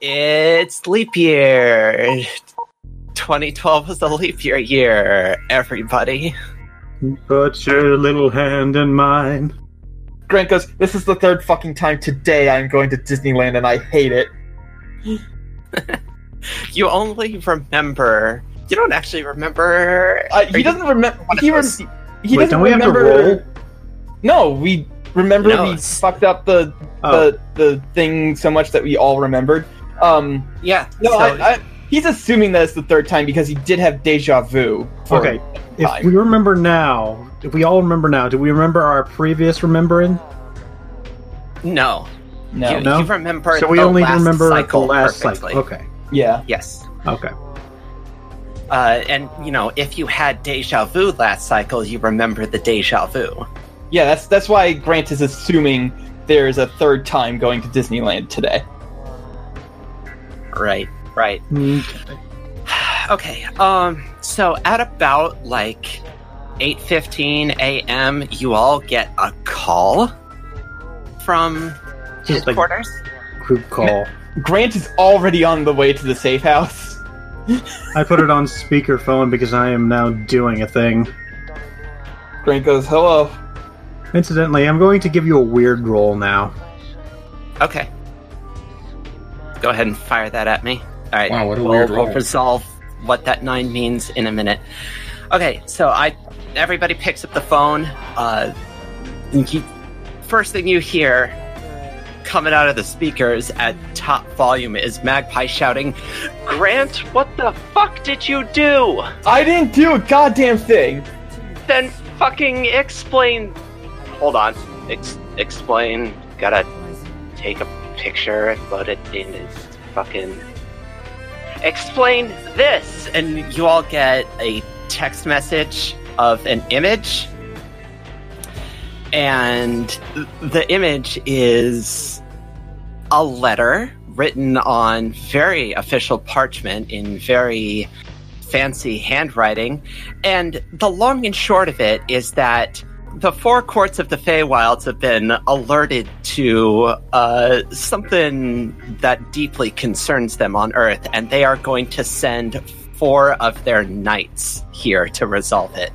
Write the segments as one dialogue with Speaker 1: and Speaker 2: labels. Speaker 1: It's leap year. 2012 was the leap year year, everybody.
Speaker 2: Put your little hand in mine.
Speaker 3: Grant goes, This is the third fucking time today I'm going to Disneyland and I hate it.
Speaker 1: You only remember. You don't actually remember.
Speaker 3: Uh,
Speaker 1: Are
Speaker 3: he
Speaker 1: you-
Speaker 3: doesn't remember.
Speaker 1: one of
Speaker 3: He, rem-
Speaker 1: those?
Speaker 3: he
Speaker 2: Wait,
Speaker 3: doesn't
Speaker 2: don't we have to
Speaker 3: remember.
Speaker 2: roll?
Speaker 3: No, we remember
Speaker 1: No,
Speaker 3: we
Speaker 1: it's-
Speaker 3: fucked up the,
Speaker 2: Oh,
Speaker 1: Uh,
Speaker 3: the the thing so much that we all remembered. Um,
Speaker 1: Yeah.
Speaker 3: no,
Speaker 1: so-
Speaker 3: I, I, he's assuming that it's the third time because he did have deja vu. for-
Speaker 2: okay, if
Speaker 3: time.
Speaker 2: we remember now, if we all remember now, do we remember our previous remembering?
Speaker 1: no.
Speaker 3: No.
Speaker 1: You,
Speaker 2: No?
Speaker 1: you remember.
Speaker 2: so we
Speaker 1: the
Speaker 2: only
Speaker 1: last
Speaker 2: remember
Speaker 1: cycle
Speaker 2: the last
Speaker 1: perfectly.
Speaker 2: cycle. Okay,
Speaker 3: Yeah.
Speaker 1: Yes.
Speaker 2: okay.
Speaker 1: Uh, and you know, if you had deja vu last cycle, you remember the deja vu.
Speaker 3: Yeah. That's that's why Grant is assuming there is a third time going to Disneyland today.
Speaker 1: Right. Right.
Speaker 2: Mm,
Speaker 1: okay. Um. So at about like 8:15 a.m., you all get a call from
Speaker 2: Just like-
Speaker 1: headquarters.
Speaker 2: Group call.
Speaker 3: Grant is already on the way to the safe house.
Speaker 2: I put it on speakerphone because I am now doing a thing.
Speaker 3: Grant goes, "Hello."
Speaker 2: Incidentally, I'm going to give you a weird roll now.
Speaker 1: Okay. Go ahead and fire that at me. All right.
Speaker 4: Wow, what a
Speaker 1: we'll,
Speaker 4: weird
Speaker 1: we'll
Speaker 4: roll.
Speaker 1: resolve what that nine means in a minute. Okay, so I everybody picks up the phone. Uh, you keep- first thing you hear coming out of the speakers at top volume is Magpie shouting, "Grant, what the fuck did you do?
Speaker 3: I didn't do a goddamn thing.
Speaker 1: Then fucking explain." Hold on. Ex- explain. Gotta take a picture and load it in his fucking. Explain this, and you all get a text message of an image, and th- the image is a letter written on very official parchment in very fancy handwriting, and the long and short of it is that the four courts of the Feywilds have been alerted to uh, something that deeply concerns them on Earth, and they are going to send four of their knights here to resolve it.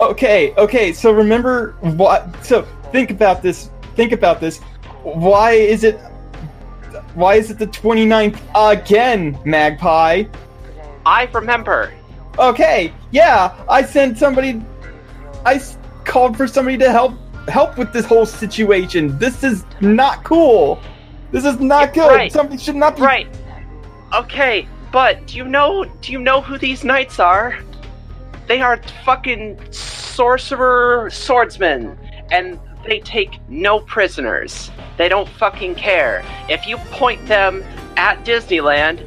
Speaker 3: Okay, okay. So remember what? So think about this. Think about this. Why is it? Why is it the 29th again, Magpie?
Speaker 1: I remember.
Speaker 3: Okay, yeah. I sent somebody. I s- called for somebody to help help with this whole situation. This is not cool. This is not
Speaker 1: Yeah,
Speaker 3: good.
Speaker 1: right.
Speaker 3: Somebody should not be.
Speaker 1: Right. Okay, but do you know do you know who these knights are? They are fucking sorcerer swordsmen and they take no prisoners. They don't fucking care. If you point them at Disneyland,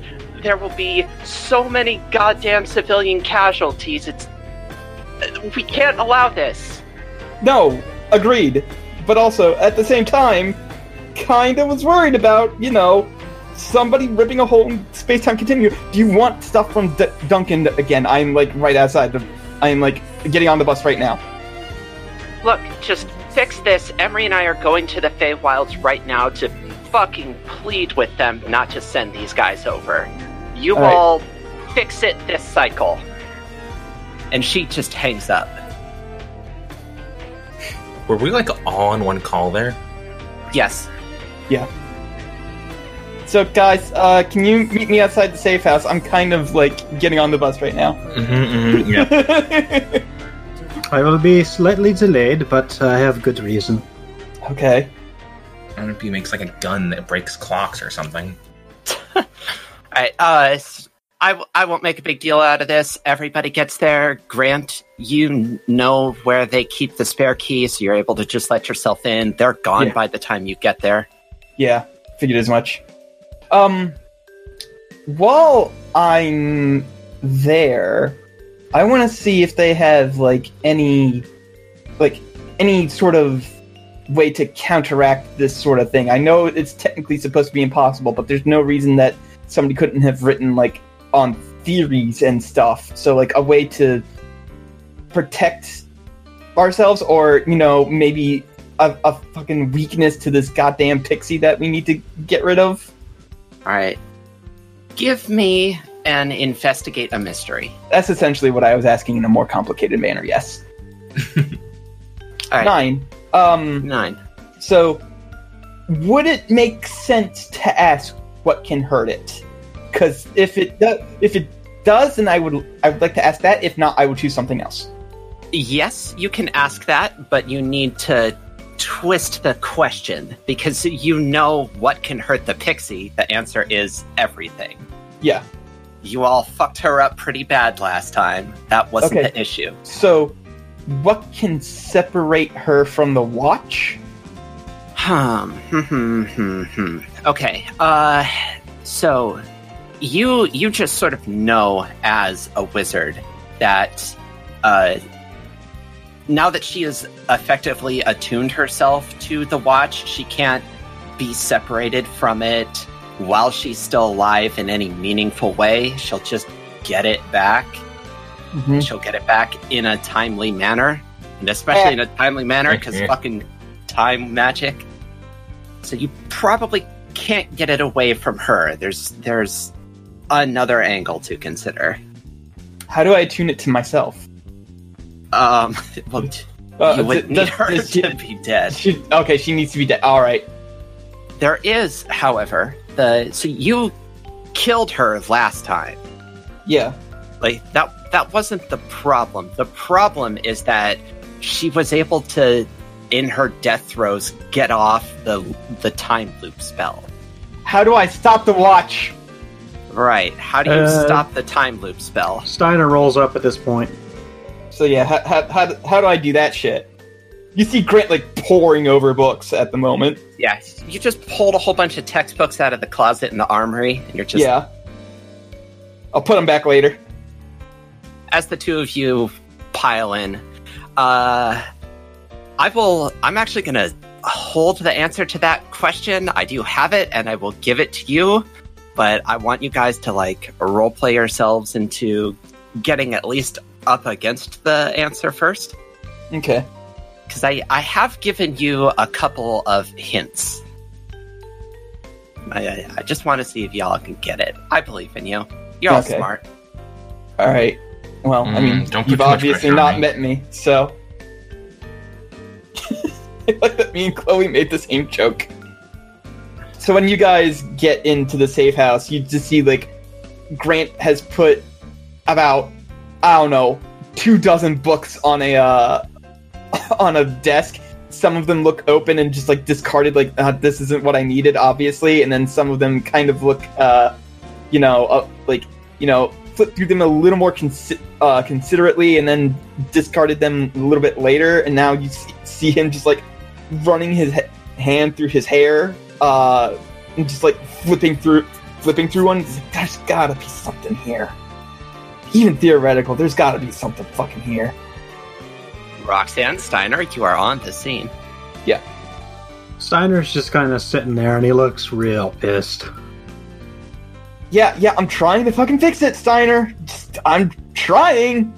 Speaker 1: there will be so many goddamn civilian casualties. It's we can't allow this.
Speaker 3: No, agreed. But also, at the same time, kinda was worried about, you know, somebody ripping a hole in space time continuum. Do you want stuff from D- Duncan again? I'm like right outside the. I'm like getting on the bus right now.
Speaker 1: Look, just fix this. Emery and I are going to the Feywilds right now to fucking plead with them not to send these guys over. You
Speaker 3: All right.
Speaker 1: all fix it this cycle. And she just hangs up.
Speaker 4: Were we like all on one call there?
Speaker 1: Yes.
Speaker 3: So, guys, uh, can you meet me outside the safe house? I'm kind of like getting on the bus right now.
Speaker 4: Mm-hmm, yeah.
Speaker 2: I will be slightly delayed, but I have good reason.
Speaker 3: okay.
Speaker 4: I don't know if he makes like a gun that breaks clocks or something.
Speaker 1: All right. Uh, s- I, w- I won't make a big deal out of this. Everybody gets there. Grant, you n- know where they keep the spare key, so you're able to just let yourself in. They're gone
Speaker 3: Yeah.
Speaker 1: by the time you get there.
Speaker 3: Yeah, figured as much. Um, while I'm there, I want to see if they have like any, like any sort of way to counteract this sort of thing. I know it's technically supposed to be impossible, but there's no reason that somebody couldn't have written like on theories and stuff. So like a way to protect ourselves, or you know maybe a, a fucking weakness to this goddamn pixie that we need to get rid of.
Speaker 1: All right. Give me an investigate a mystery.
Speaker 3: That's essentially what I was asking in a more complicated manner. Yes.
Speaker 1: All right.
Speaker 3: Nine. Um.
Speaker 1: Nine.
Speaker 3: So, would it make sense to ask what can hurt it? Because if it does, if it does, then I would I would like to ask that. If not, I would choose something else.
Speaker 1: Yes, you can ask that, but you need to twist the question because you know what can hurt the pixie. The answer is everything.
Speaker 3: Yeah.
Speaker 1: You all fucked her up pretty bad last time. That wasn't
Speaker 3: Okay.
Speaker 1: the issue.
Speaker 3: So, what can separate her from the watch?
Speaker 1: Hmm. hmm, hmm, hmm, hmm. okay. Uh, so you you just sort of know as a wizard that uh, now that she has effectively attuned herself to the watch, she can't be separated from it while she's still alive in any meaningful way. She'll just get it back. She'll get it back in a timely manner, and especially in a timely manner because fucking time magic. So you probably can't get it away from her. There's there's another angle to consider.
Speaker 3: How do I attune it to myself? Uh,
Speaker 1: Um, well, you would
Speaker 3: d-
Speaker 1: need
Speaker 3: does-
Speaker 1: her
Speaker 3: does she-
Speaker 1: to be dead.
Speaker 3: she- okay, she needs to be dead. All right.
Speaker 1: There is, however, the so you killed her last time.
Speaker 3: Yeah.
Speaker 1: like that that wasn't the problem the problem is that she was able to in her death throes get off the the time loop spell
Speaker 3: How do I stop the watch?
Speaker 1: right how do you
Speaker 2: Uh,
Speaker 1: stop the time loop spell
Speaker 2: Steiner rolls up at this point.
Speaker 3: So yeah, how, how, how, how do I do that shit? You see Grant like pouring over books at the moment.
Speaker 1: yeah you just pulled a whole bunch of textbooks out of the closet in the armory and you're just
Speaker 3: yeah. I'll put them back later.
Speaker 1: as the two of you pile in uh i will i'm actually gonna hold the answer to that question i do have it and i will give it to you but i want you guys to like role play yourselves into getting at least up against the answer first
Speaker 3: Okay.
Speaker 1: because i i have given you a couple of hints i i, I just want to see if y'all can get it i believe in you you're all
Speaker 3: Okay.
Speaker 1: smart
Speaker 3: All right. Well, I mean,
Speaker 4: Mm, don't put
Speaker 3: you've
Speaker 4: too much
Speaker 3: obviously
Speaker 4: pressure on
Speaker 3: not
Speaker 4: me.
Speaker 3: met me, so. I like that me and Chloe made the same joke. So when you guys get into the safe house, you just see like Grant has put about I don't know two dozen books on a uh, on a desk. Some of them look open and just like discarded, like uh, this isn't what I needed, obviously. And then some of them kind of look, uh, you know, uh, like you know, flipped through them a little more consi- uh, considerately and then discarded them a little bit later. And now you see, see him just like running his he- hand through his hair, uh, and just like flipping through, flipping through one. He's like, there's gotta be something here. Even theoretical, there's gotta be something fucking here.
Speaker 1: roxanne steiner you are on the scene
Speaker 2: Steiner's just kind of sitting there, and he looks real pissed.
Speaker 3: Yeah, yeah, I'm trying to fucking fix it, Steiner. Just, I'm trying.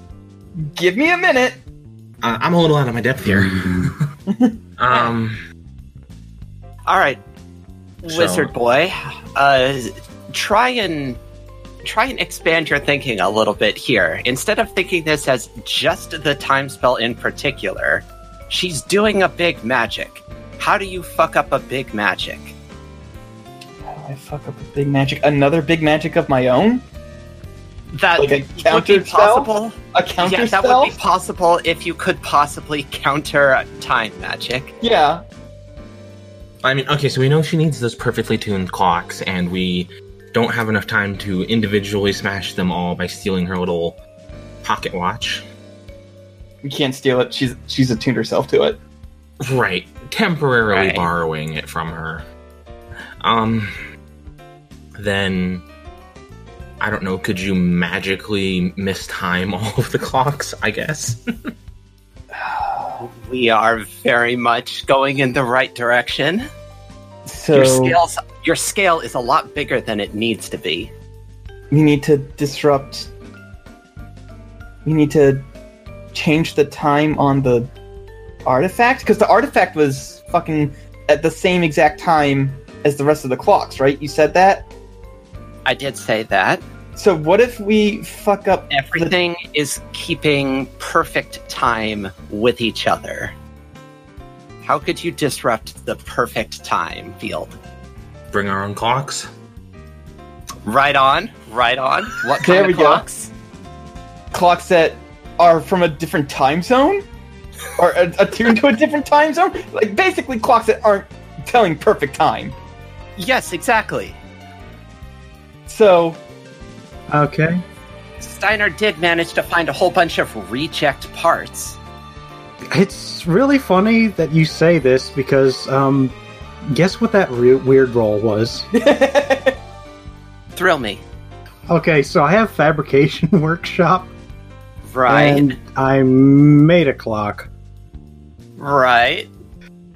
Speaker 3: Give me a minute.
Speaker 4: Uh, I'm a little out of my depth here. um,
Speaker 1: All right,
Speaker 4: So-
Speaker 1: wizard boy, uh, try and try and expand your thinking a little bit here. Instead of thinking this as just the time spell in particular, she's doing a big magic. How do you fuck up a big magic?
Speaker 3: Oh, I fuck up a big magic. Another big magic of my own?
Speaker 1: That
Speaker 3: Like a
Speaker 1: would be
Speaker 3: counter spell?
Speaker 1: possible.
Speaker 3: A counter
Speaker 1: yeah, that
Speaker 3: spell?
Speaker 1: would be possible if you could possibly counter time magic.
Speaker 3: Yeah.
Speaker 4: I mean, okay, so we know she needs those perfectly tuned clocks, and we don't have enough time to individually smash them all by stealing her little pocket watch.
Speaker 3: We can't steal it. She's she's attuned herself to it.
Speaker 4: Right, temporarily
Speaker 1: Right.
Speaker 4: borrowing it from her. Um, then I don't know. Could you magically mistime all of the clocks? I guess.
Speaker 1: We are very much going in the right direction.
Speaker 3: So
Speaker 1: Your scales, your scale is a lot bigger than it needs to be.
Speaker 3: we need to disrupt. We need to change the time on the artifact because the artifact was fucking at the same exact time as the rest of the clocks, right? You said that.
Speaker 1: I did say that.
Speaker 3: So what if we fuck up
Speaker 1: Everything is keeping perfect time with each other. How could you disrupt the perfect time field?
Speaker 4: Bring our own clocks.
Speaker 1: Right on, right on. What kind
Speaker 3: There
Speaker 1: of
Speaker 3: we go.
Speaker 1: clocks?
Speaker 3: clocks that are from a different time zone? Or a- attuned to a different time zone? Like basically clocks that aren't telling perfect time.
Speaker 1: Yes, exactly.
Speaker 3: So
Speaker 2: Okay.
Speaker 1: Steiner did manage to find a whole bunch of reject parts.
Speaker 2: It's really funny that you say this because, um, guess what that re- weird roll was?
Speaker 1: Thrill me.
Speaker 2: okay, so I have fabrication workshop,
Speaker 1: Right,
Speaker 2: and I made a clock
Speaker 1: right.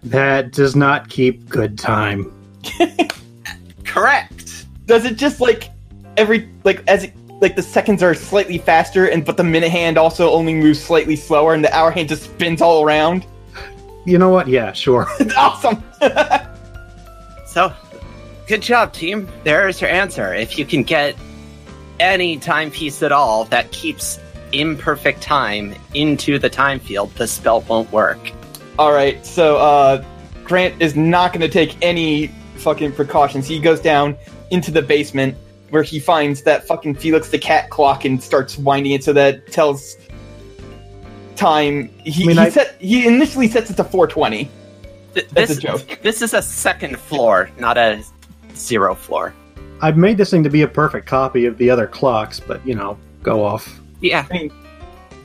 Speaker 2: that does not keep good time.
Speaker 1: Correct.
Speaker 3: does it just like every like as it, like the seconds are slightly faster and but the minute hand also only moves slightly slower and the hour hand just spins all around?
Speaker 2: You know what? Yeah, sure.
Speaker 3: It's awesome.
Speaker 1: So, good job, team. There is your answer. If you can get any timepiece at all that keeps imperfect time into the time field, the spell won't work.
Speaker 3: All right, so uh, Grant is not going to take any fucking precautions. He goes down into the basement where he finds that fucking Felix the cat clock and starts winding it so that it tells time. He
Speaker 2: I mean,
Speaker 3: he,
Speaker 2: I-
Speaker 3: set, he initially sets it to 420.
Speaker 1: Th-
Speaker 3: That's
Speaker 1: this,
Speaker 3: a joke.
Speaker 1: this is a second floor, not a zero floor.
Speaker 2: I've made this thing to be a perfect copy of the other clocks, but you know, go off.
Speaker 1: Yeah,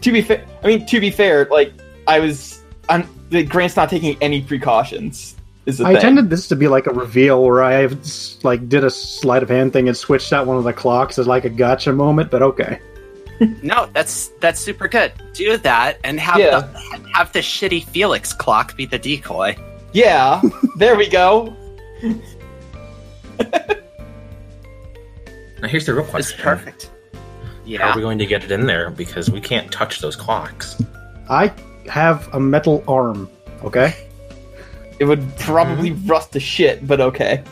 Speaker 3: To be fair, I mean to be fair, like I was, I'm, like, Grant's not taking any precautions. Is the
Speaker 2: I
Speaker 3: thing.
Speaker 2: intended this to be like a reveal where I have s- like did a sleight of hand thing and switched out one of the clocks as like a gotcha moment, but okay.
Speaker 1: no, that's that's super good. Do that and have
Speaker 3: Yeah.
Speaker 1: the, have the shitty Felix clock be the decoy.
Speaker 3: Yeah, there we go.
Speaker 4: Now here's the real
Speaker 1: It's
Speaker 4: question.
Speaker 1: perfect.
Speaker 4: How are we
Speaker 1: Yeah,
Speaker 4: going to get it in there? Because we can't touch those clocks.
Speaker 2: I have a metal arm. Okay,
Speaker 3: It would probably
Speaker 2: Mm-hmm.
Speaker 3: rust to shit, but okay,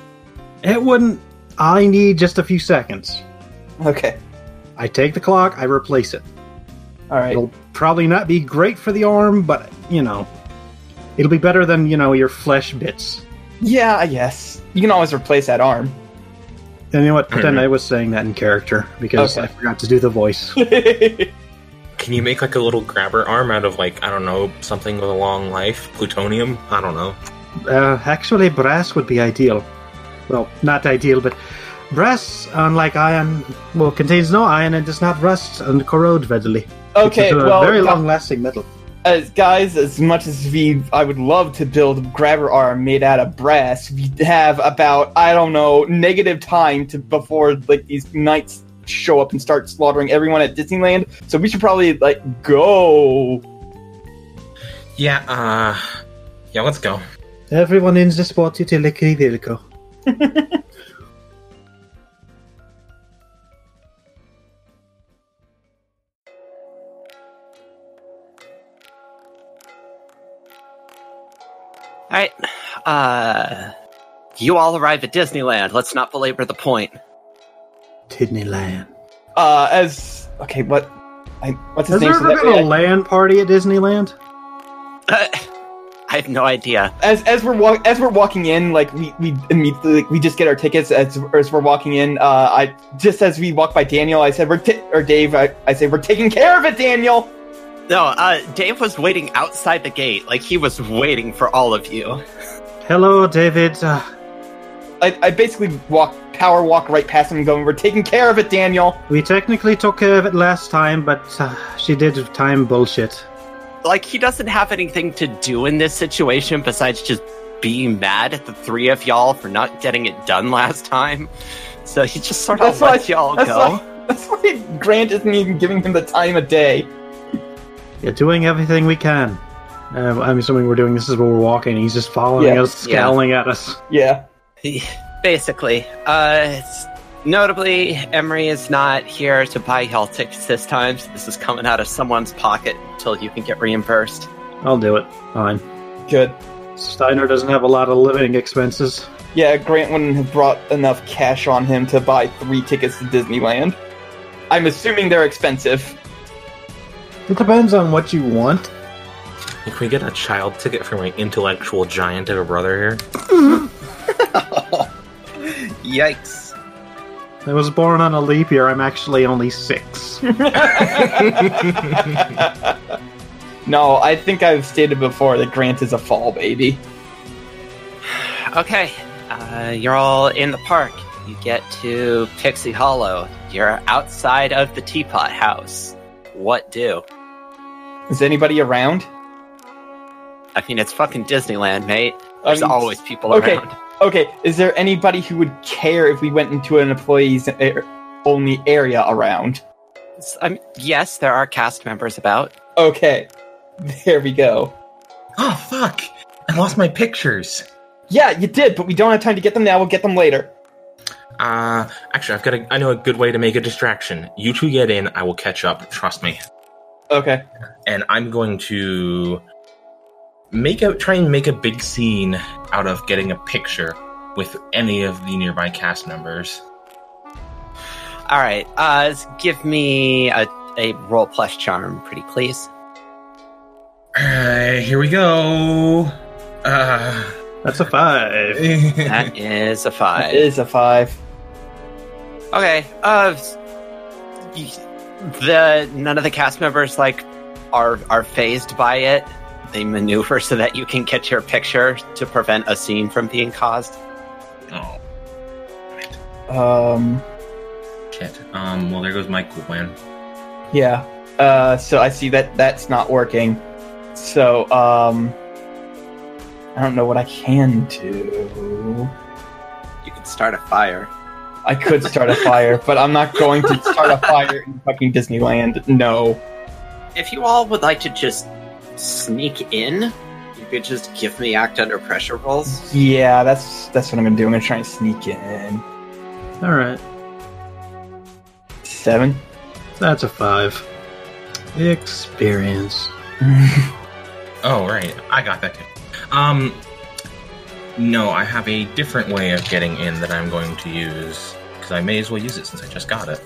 Speaker 2: it wouldn't. I need just a few seconds.
Speaker 3: okay,
Speaker 2: I take the clock, I replace it.
Speaker 3: all right.
Speaker 2: It'll probably not be great for the arm, but you know, it'll be better than you know your flesh bits.
Speaker 3: Yeah, I guess. You can always replace that arm.
Speaker 2: And you know what?
Speaker 4: Mhm.
Speaker 2: Pretend I was saying that in character because
Speaker 3: Okay.
Speaker 2: I forgot to do the voice.
Speaker 4: Can you make like a little grabber arm out of like I don't know something with a long life, plutonium? I don't know.
Speaker 2: Uh, actually, brass would be ideal. Well, not ideal, but brass, unlike iron, well, contains no iron and does not rust and corrode readily.
Speaker 3: okay,
Speaker 2: it's a
Speaker 3: well, uh,
Speaker 2: very
Speaker 3: gu-
Speaker 2: long-lasting metal.
Speaker 3: as guys, as much as we, I would love to build a grabber arm made out of brass. We have about I don't know negative time to before like these knights show up and start slaughtering everyone at Disneyland. So we should probably like go.
Speaker 4: Yeah. Uh. Yeah. Let's go.
Speaker 2: Everyone in the sport utility vehicle.
Speaker 1: all right. Uh, you all arrive at Disneyland. Let's not belabor the point.
Speaker 2: Disneyland.
Speaker 3: Uh, as okay, what? I, what's
Speaker 2: Has
Speaker 3: his name?
Speaker 2: there
Speaker 3: So
Speaker 2: ever
Speaker 3: that
Speaker 2: been
Speaker 3: way
Speaker 2: a land party at Disneyland?
Speaker 1: Uh, I have no idea.
Speaker 3: as as we're walk as we're walking in, like we we immediately like, we just get our tickets as as we're walking in. Uh, I just as we walk by Daniel, I said we're ta- or Dave, I, I say we're taking care of it, Daniel.
Speaker 1: No, uh, Dave was waiting outside the gate. Like, he was waiting for all of you.
Speaker 2: Hello, David. Uh,
Speaker 3: I, I basically walk power walk right past him, going we're taking care of it, Daniel.
Speaker 2: we technically took care of it last time, but uh, she did time bullshit.
Speaker 1: Like, he doesn't have anything to do in this situation besides just be mad at the three of y'all for not getting it done last time. So he just sort of
Speaker 3: That's why-
Speaker 1: let y'all
Speaker 3: that's
Speaker 1: go.
Speaker 3: why that's why Grant isn't even giving him the time of day.
Speaker 2: Yeah, doing everything we can. Um, I'm assuming we're doing this is where we're walking. He's just following
Speaker 3: Yeah.
Speaker 2: us, scowling at us.
Speaker 3: Yeah,
Speaker 1: Basically. Uh, it's- notably, Emery is not here to buy y'all tickets this time. So this is coming out of someone's pocket until you can get reimbursed.
Speaker 2: I'll do it. Fine.
Speaker 3: good.
Speaker 2: Steiner doesn't have a lot of living expenses.
Speaker 3: Yeah, Grant wouldn't have brought enough cash on him to buy three tickets to Disneyland. I'm assuming they're expensive.
Speaker 2: It depends on what you want.
Speaker 4: Can we get a child ticket for my intellectual giant of a brother here?
Speaker 1: Yikes.
Speaker 2: I was born on a leap year. I'm actually only six.
Speaker 3: No, I think I've stated before that Grant is a fall baby.
Speaker 1: Okay, uh, you're all in the park. You get to Pixie Hollow. You're outside of the Teapot House. What do?
Speaker 3: Is anybody around?
Speaker 1: I mean, it's fucking Disneyland, mate.
Speaker 3: I
Speaker 1: There's
Speaker 3: mean,
Speaker 1: always people
Speaker 3: okay.
Speaker 1: around.
Speaker 3: Okay, is there anybody who would care if we went into an employees a- only area around?
Speaker 1: S- I mean, yes, there are cast members about.
Speaker 3: Okay, there we go.
Speaker 4: Oh fuck! I lost my pictures.
Speaker 3: Yeah, you did, but we don't have time to get them now. We'll get them later.
Speaker 4: Uh, actually, I've got a. I know a good way to make a distraction. You two get in. I will catch up. Trust me.
Speaker 3: Okay.
Speaker 4: And I'm going to make a try and make a big scene out of getting a picture with any of the nearby cast members.
Speaker 1: All right, uh, s- give me a, a roll plus charm, pretty please.
Speaker 4: Uh, here we go. Uh,
Speaker 2: That's a five.
Speaker 1: That is a
Speaker 3: That
Speaker 1: five.
Speaker 3: is a five.
Speaker 1: Okay. Uh, s- y- the none of the cast members like are are phased by it. They maneuver so that you can get your picture to prevent a scene from being caused.
Speaker 4: oh
Speaker 3: Um,
Speaker 4: shit. Um. Well, there goes my cool plan.
Speaker 3: yeah. Uh, so I see that that's not working. So, um, I don't know what I can do.
Speaker 1: You can start a fire.
Speaker 3: I could start a fire, but I'm not going to start a fire in fucking Disneyland. No.
Speaker 1: If you all would like to just sneak in, you could just give me act under pressure rolls.
Speaker 3: Yeah, that's that's what I'm gonna do. I'm gonna try and sneak in.
Speaker 2: All right.
Speaker 3: Seven.
Speaker 2: That's a five. Experience.
Speaker 4: Oh, right. I got that too. Um, no, I have a different way of getting in that I'm going to use because I may as well use it since I just got it.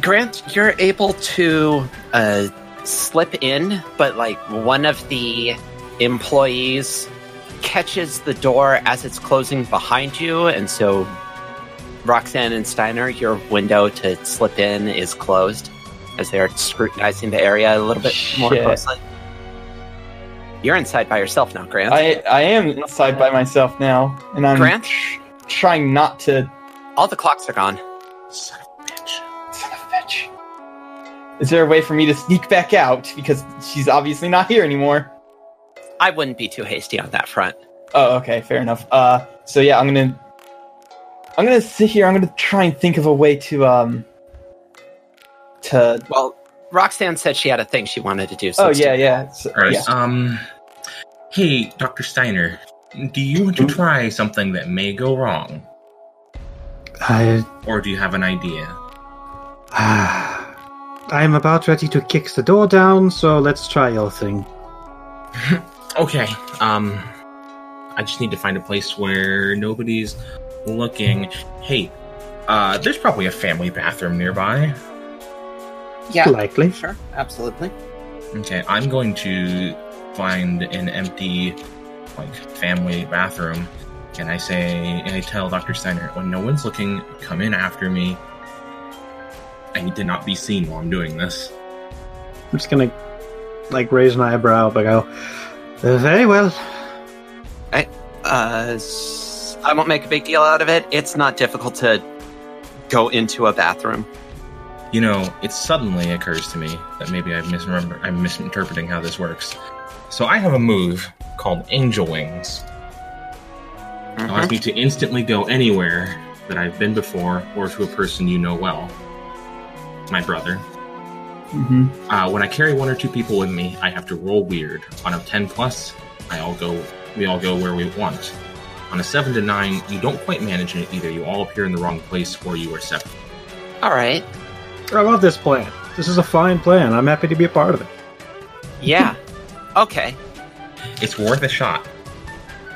Speaker 1: Grant, you're able to uh, slip in, but like one of the employees catches the door as it's closing behind you, and so Roxanne and Steiner, your window to slip in is closed as they're scrutinizing the area a little bit more
Speaker 3: Shit.
Speaker 1: closely. You're inside by yourself now, Grant.
Speaker 3: I I am inside by myself now, and I'm
Speaker 1: Grant?
Speaker 3: tr- trying not to.
Speaker 1: All the clocks are gone.
Speaker 4: Son of a bitch.
Speaker 3: Son of a bitch. Is there a way for me to sneak back out because she's obviously not here anymore?
Speaker 1: I wouldn't be too hasty on that front.
Speaker 3: Oh, okay, fair enough. Uh, so yeah, I'm gonna, I'm gonna sit here. I'm gonna try and think of a way to um, to.
Speaker 1: Well, Roxanne said she had a thing she wanted to do. So
Speaker 3: Oh
Speaker 1: it's
Speaker 3: yeah,
Speaker 1: too-
Speaker 3: yeah, so-
Speaker 4: All right.
Speaker 3: yeah.
Speaker 4: Um, hey, Dr. Steiner, do you want to try something that may go wrong?
Speaker 2: I.
Speaker 4: Or do you have an idea?
Speaker 2: I'm about ready to kick the door down, so let's try your thing.
Speaker 4: Okay. Um, I just need to find a place where nobody's looking. Hey, uh, there's probably a family bathroom nearby.
Speaker 1: yeah.
Speaker 2: Likely.
Speaker 1: Sure, absolutely.
Speaker 4: Okay, I'm going to find an empty, like, family bathroom, and I say, and I tell Dr. Steiner, when no one's looking, come in after me. I need to not be seen while I'm doing this.
Speaker 2: I'm just gonna, like, raise an eyebrow, but go, "Uh, very well.
Speaker 1: Uh, s- I won't make a big deal out of it. It's not difficult to go into a bathroom.
Speaker 4: You know, it suddenly occurs to me that maybe I've misremember, I'm misinterpreting how this works. So I have a move called Angel Wings.
Speaker 1: Mm-hmm.
Speaker 4: It allows me to instantly go anywhere that I've been before or to a person you know well. My brother.
Speaker 3: hmm
Speaker 4: Uh, when I carry one or two people with me, I have to roll weird. On a ten plus, I all go. We all go where we want. On a seven to nine, you don't quite manage it either. You all appear in the wrong place, or you are separate.
Speaker 1: All right.
Speaker 2: I love this plan. This is a fine plan. I'm happy to be a part of it.
Speaker 1: Yeah. Okay.
Speaker 4: It's worth a shot.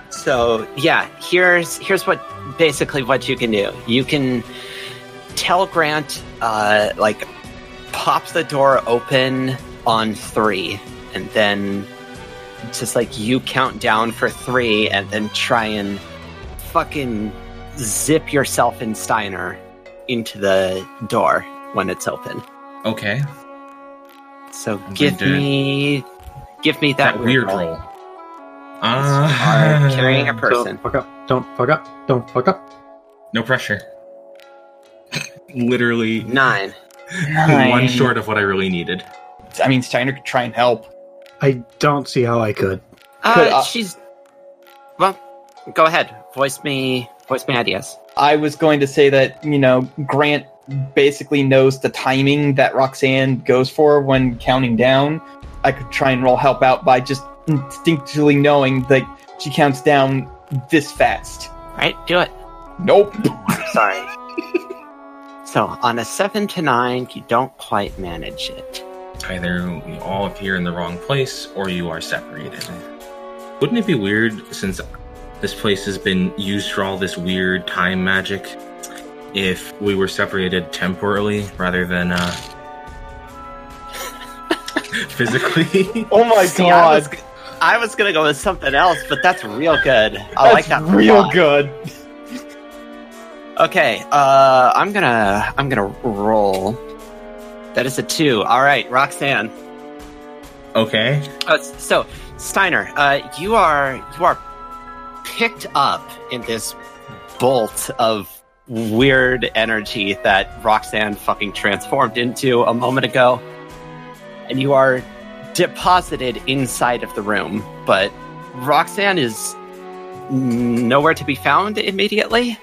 Speaker 1: So yeah, here's here's what basically what you can do. You can tell Grant uh, like pop the door open on three, and then just like you count down for three, and then try and fucking zip yourself and Steiner into the door when it's open.
Speaker 4: Okay.
Speaker 1: So
Speaker 4: I'm
Speaker 1: give
Speaker 4: gonna do
Speaker 1: me give me that,
Speaker 4: That, weird roll.
Speaker 1: Are
Speaker 4: Uh,
Speaker 1: carrying a person.
Speaker 2: Don't fuck up. Don't fuck up. Don't fuck up.
Speaker 4: No pressure. Literally
Speaker 1: Nine.
Speaker 4: one
Speaker 3: Nine.
Speaker 4: short of what I really needed.
Speaker 3: I mean, Steiner could try and help.
Speaker 2: I don't see how I could.
Speaker 1: Uh,
Speaker 3: Could I-
Speaker 1: she's. Well, go ahead. Voice me. Voice me ideas.
Speaker 3: I was going to say that, you know, Grant basically knows the timing that Roxanne goes for when counting down. I could try and roll help out by just instinctually knowing that she counts down this fast.
Speaker 1: All right, do it.
Speaker 3: Nope.
Speaker 1: I'm sorry. so on a seven to nine, you don't quite manage it.
Speaker 4: Either we all appear in the wrong place or you are separated. Wouldn't it be weird since this place has been used for all this weird time magic if we were separated temporally rather than uh physically?
Speaker 3: Oh my
Speaker 1: See, I was,
Speaker 3: god.
Speaker 1: g- I was gonna go with something else, but that's real good. I like
Speaker 3: That's
Speaker 1: that a
Speaker 3: real
Speaker 1: lot.
Speaker 3: good.
Speaker 1: Okay, uh, I'm gonna I'm gonna roll. That is a two. All right, Roxanne.
Speaker 4: okay.
Speaker 1: Uh, so, Steiner, uh, you are you are picked up in this bolt of weird energy that Roxanne fucking transformed into a moment ago, and you are deposited inside of the room. But Roxanne is nowhere to be found immediately.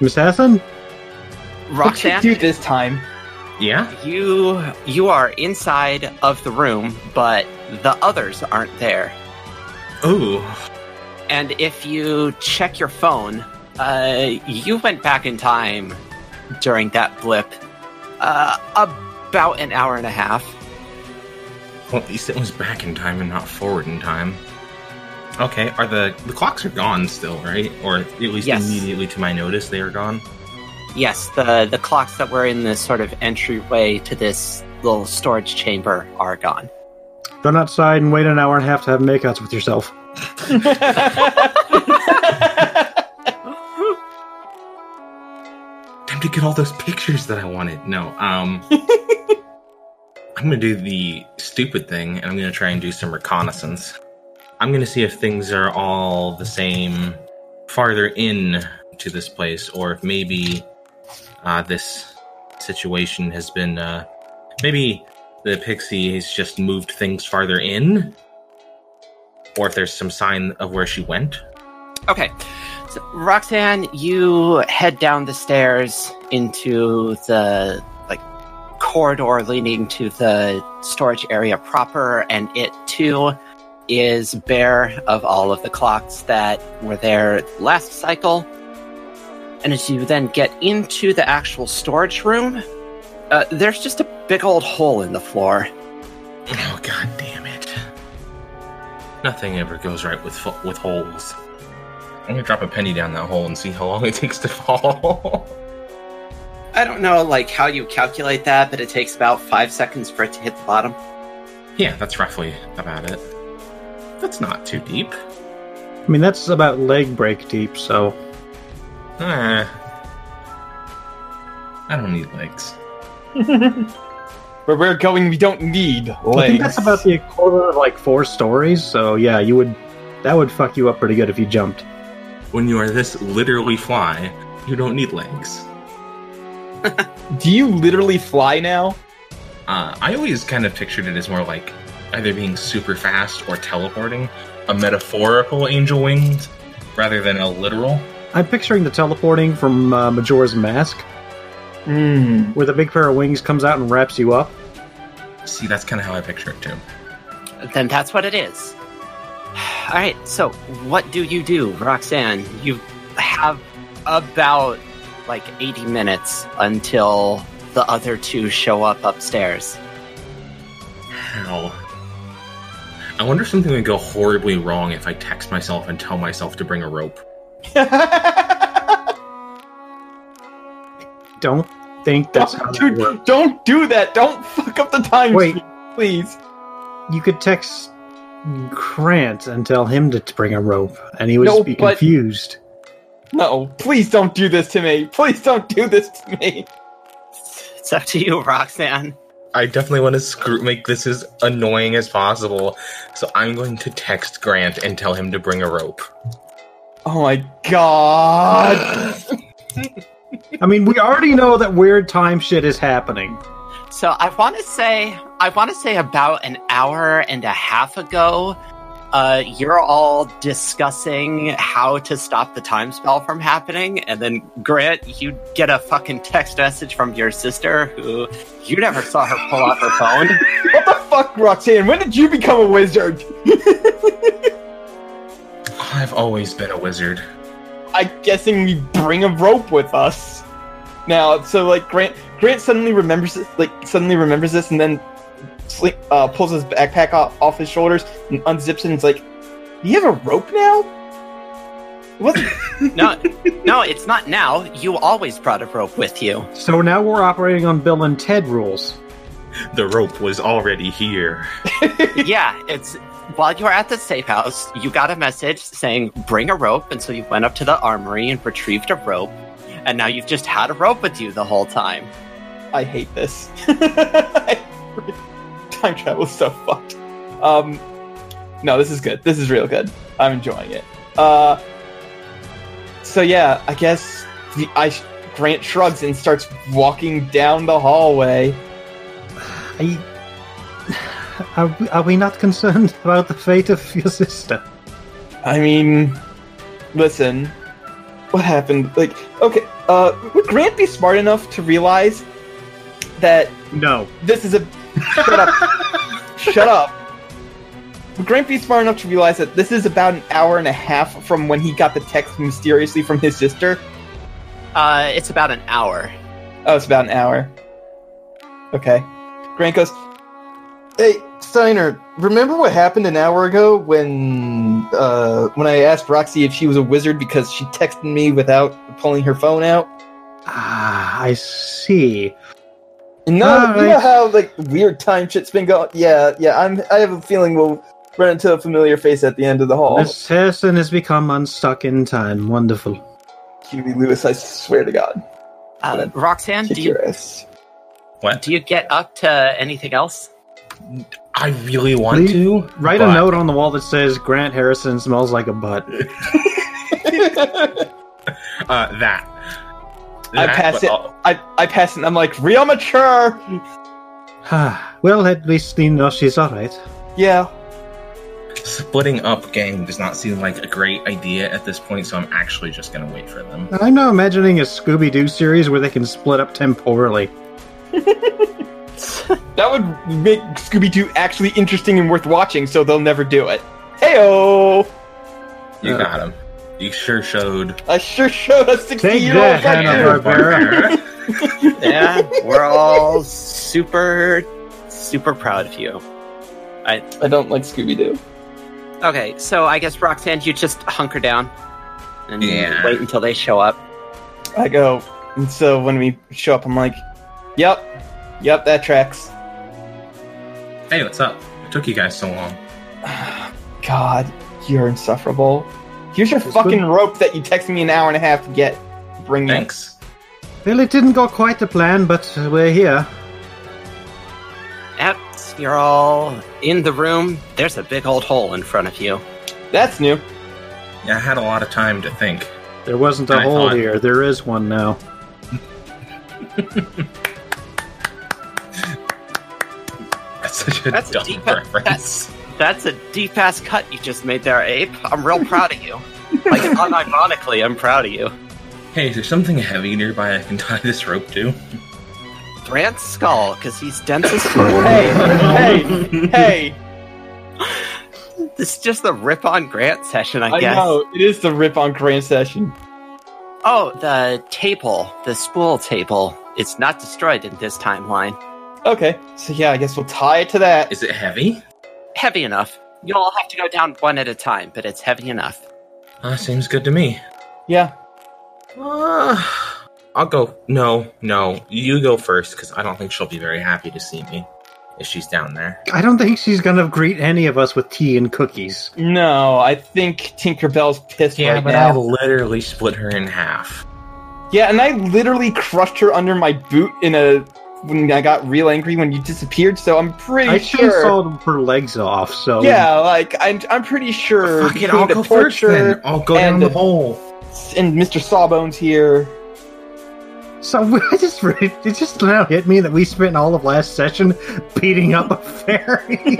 Speaker 2: Miss Athen?
Speaker 3: What you
Speaker 1: Roxanne,
Speaker 3: do this time?
Speaker 4: Yeah?
Speaker 1: You you are inside of the room, but the others aren't there.
Speaker 4: Ooh.
Speaker 1: And if you check your phone, uh, you went back in time during that blip, uh, about an hour and a half.
Speaker 4: Well at least it was back in time and not forward in time. Okay, are the the clocks are gone still, right? Or at least
Speaker 1: Yes.
Speaker 4: immediately to my notice they are gone.
Speaker 1: Yes, the the clocks that were in this sort of entryway to this little storage chamber are gone.
Speaker 2: Run outside and wait an hour and a half to have makeouts with yourself.
Speaker 4: Time to get all those pictures that I wanted. No, um, I'm gonna do the stupid thing, and I'm gonna try and do some reconnaissance. I'm gonna see if things are all the same farther in to this place, or if maybe uh, this situation has been uh, maybe the pixie has just moved things farther in, or if there's some sign of where she went.
Speaker 1: Okay. So, Roxanne, you head down the stairs into the like corridor leading to the storage area proper, and it too is bare of all of the clocks that were there last cycle. And as you then get into the actual storage room, uh, there's just a big old hole in the floor.
Speaker 4: Oh god damn it. Nothing ever goes right with fo- with holes. I'm gonna drop a penny down that hole and see how long it takes to fall.
Speaker 1: I don't know like how you calculate that, but it takes about five seconds for it to hit the bottom.
Speaker 4: yeah, that's roughly about it. That's not too deep.
Speaker 2: I mean, that's about leg break deep, so.
Speaker 4: Eh. I don't need legs.
Speaker 3: Where we're going, we don't need legs.
Speaker 2: I think that's about the equivalent of like four stories, so yeah, you would. That would fuck you up pretty good if you jumped.
Speaker 4: When you are this literally fly, you don't need legs.
Speaker 3: Do you literally fly now?
Speaker 4: Uh, I always kind of pictured it as more like either being super fast or teleporting, a metaphorical angel winged rather than a literal.
Speaker 2: I'm picturing the teleporting from uh, Majora's Mask,
Speaker 3: Hmm.
Speaker 2: where the big pair of wings comes out and wraps you up.
Speaker 4: See, that's kind of how I picture it too.
Speaker 1: Then that's what it is. All right, so what do you do, Roxanne? You have about like 80 minutes until the other two show up upstairs.
Speaker 4: How? I wonder if something would go horribly wrong if I text myself and tell myself to bring a rope.
Speaker 2: Don't think that's how that works.
Speaker 3: Oh, Dude, don't do that. Don't fuck up the time
Speaker 2: Wait.
Speaker 3: sheet, please.
Speaker 2: You could text Grant and tell him to t- bring a rope, and he would
Speaker 3: No,
Speaker 2: be
Speaker 3: but-
Speaker 2: confused.
Speaker 3: No, please don't do this to me. Please don't do this to me.
Speaker 1: It's up to you, Roxanne.
Speaker 4: I definitely want to screw- make this as annoying as possible, so I'm going to text Grant and tell him to bring a rope.
Speaker 3: Oh my god.
Speaker 2: I mean, we already know that weird time shit is happening.
Speaker 1: So I want to say, I want to say about an hour and a half ago, uh, you're all discussing how to stop the time spell from happening, and then Grant, you get a fucking text message from your sister who you never saw her pull out her phone.
Speaker 3: What the fuck, Roxanne? When did you become a wizard?
Speaker 4: I've always been a wizard.
Speaker 3: I'm guessing we bring a rope with us. Now, so like Grant, Grant suddenly remembers, it- like suddenly remembers this, and then sli- uh, pulls his backpack off, off his shoulders and unzips it. and is like, "Do you have a rope now?" What?
Speaker 1: No, no, it's not now. You always brought a rope with you.
Speaker 2: So now we're operating on Bill and Ted rules.
Speaker 4: The rope was already here.
Speaker 1: Yeah, it's while you were at the safe house, you got a message saying bring a rope, and so you went up to the armory and retrieved a rope, and now you've just had a rope with you the whole time.
Speaker 3: I hate this. Time travel is so fucked. Um, no, this is good. This is real good. I'm enjoying it. Uh, so yeah, I guess the, I Grant shrugs and starts walking down the hallway.
Speaker 2: I, are, we, are we not concerned about the fate of your sister?
Speaker 3: I mean, listen, what happened? Like, okay, uh, would Grant be smart enough to realize that
Speaker 2: No.
Speaker 3: this is a shut up shut up Would grant be smart enough to realize that this is about an hour and a half from when he got the text mysteriously from his sister
Speaker 1: Uh, it's about an hour.
Speaker 3: oh it's about an hour okay grant goes hey steiner remember what happened an hour ago when uh when i asked roxy if she was a wizard because she texted me without pulling her phone out
Speaker 2: Ah, I see.
Speaker 3: You know,
Speaker 2: All
Speaker 3: you know
Speaker 2: right.
Speaker 3: how like weird time shit's been going. Yeah, yeah. I'm. I have a feeling we'll run into a familiar face at the end of the hall.
Speaker 2: This person has become unstuck in time. Wonderful.
Speaker 3: Huey Lewis, I swear to God,
Speaker 1: Uh, Roxanne,
Speaker 3: kick
Speaker 1: do you
Speaker 3: your ass.
Speaker 4: What?
Speaker 1: do you get up to anything else?
Speaker 4: I really want
Speaker 2: Please
Speaker 4: to.
Speaker 2: Write
Speaker 4: but
Speaker 2: a note on the wall that says Grant Harrison smells like a butt.
Speaker 4: Uh, that.
Speaker 3: I
Speaker 4: That,
Speaker 3: pass
Speaker 4: but
Speaker 3: it.
Speaker 4: I'll-
Speaker 3: I I pass it. and I'm like real mature.
Speaker 2: well, at least you know she's all right.
Speaker 3: Yeah.
Speaker 4: Splitting up gang does not seem like a great idea at this point, so I'm actually just going to wait for them.
Speaker 2: I'm now imagining a Scooby Doo series where they can split up temporally.
Speaker 3: That would make Scooby Doo actually interesting and worth watching. So they'll never do it. Heyo!
Speaker 4: You
Speaker 2: Uh,
Speaker 4: got him. You sure showed.
Speaker 3: I sure showed a
Speaker 2: Take
Speaker 3: sixty-year-old
Speaker 2: that, Hanna
Speaker 3: cartoon.
Speaker 2: Barbera.
Speaker 1: Yeah, we're all super, super proud of you.
Speaker 3: I don't like Scooby Doo.
Speaker 1: Okay, so I guess Roxanne, you just hunker down and
Speaker 4: Yeah.
Speaker 1: wait until they show up.
Speaker 3: I go, and so when we show up, I'm like, "Yep, yep, that tracks."
Speaker 4: Hey, what's up? It took you guys so long.
Speaker 3: God, you're insufferable. Here's your fucking
Speaker 2: good.
Speaker 3: rope that you texted me an hour and a half to get. Bring me.
Speaker 4: Thanks.
Speaker 2: well, it didn't go quite to plan, but we're here.
Speaker 1: Yep, you're all in the room. There's a big old hole in front of you.
Speaker 3: That's new.
Speaker 4: Yeah, I had a lot of time to think.
Speaker 2: There wasn't a
Speaker 4: I
Speaker 2: hole
Speaker 4: thought-
Speaker 2: here. There is one now.
Speaker 4: That's such a
Speaker 1: That's a
Speaker 4: dumb
Speaker 1: deep-
Speaker 4: reference.
Speaker 1: That's a deep ass cut you just made there, Ape. I'm real proud of you. Like, unironically, I'm proud of you.
Speaker 4: Hey, is there something heavy nearby I can tie this rope to?
Speaker 1: Grant's skull, because he's dense as fuck.
Speaker 3: Hey, hey, hey.
Speaker 1: This is just the rip on Grant session, I,
Speaker 3: I
Speaker 1: guess.
Speaker 3: know. It is the rip on Grand session.
Speaker 1: Oh, the table, the spool table. It's not destroyed in this timeline.
Speaker 3: Okay. So, yeah, I guess we'll tie it to that.
Speaker 4: Is it heavy?
Speaker 1: Heavy enough. You'll all have to go down one at a time, but it's heavy enough.
Speaker 4: Uh, seems good to me.
Speaker 3: Yeah.
Speaker 4: Uh, I'll go. No, no. You go first because I don't think she'll be very happy to see me if she's down there.
Speaker 2: I don't think she's gonna greet any of us with tea and cookies.
Speaker 3: No, I think Tinkerbell's pissed
Speaker 4: Yeah,
Speaker 3: right
Speaker 4: but
Speaker 3: now.
Speaker 4: I literally split her in half.
Speaker 3: Yeah, and I literally crushed her under my boot in a when I got real angry when you disappeared. So I'm pretty
Speaker 2: I
Speaker 3: sure.
Speaker 2: sawed her legs off, so
Speaker 3: Yeah, like I'm, I'm pretty sure
Speaker 4: Fuck it,
Speaker 3: between
Speaker 4: I'll
Speaker 3: the
Speaker 4: go first then.
Speaker 3: torture
Speaker 4: I'll go
Speaker 3: and
Speaker 4: down the
Speaker 3: the-
Speaker 4: hole.
Speaker 3: and Mr. Sawbones here.
Speaker 2: So I just re- it just now hit me that we spent all of last session beating up a fairy.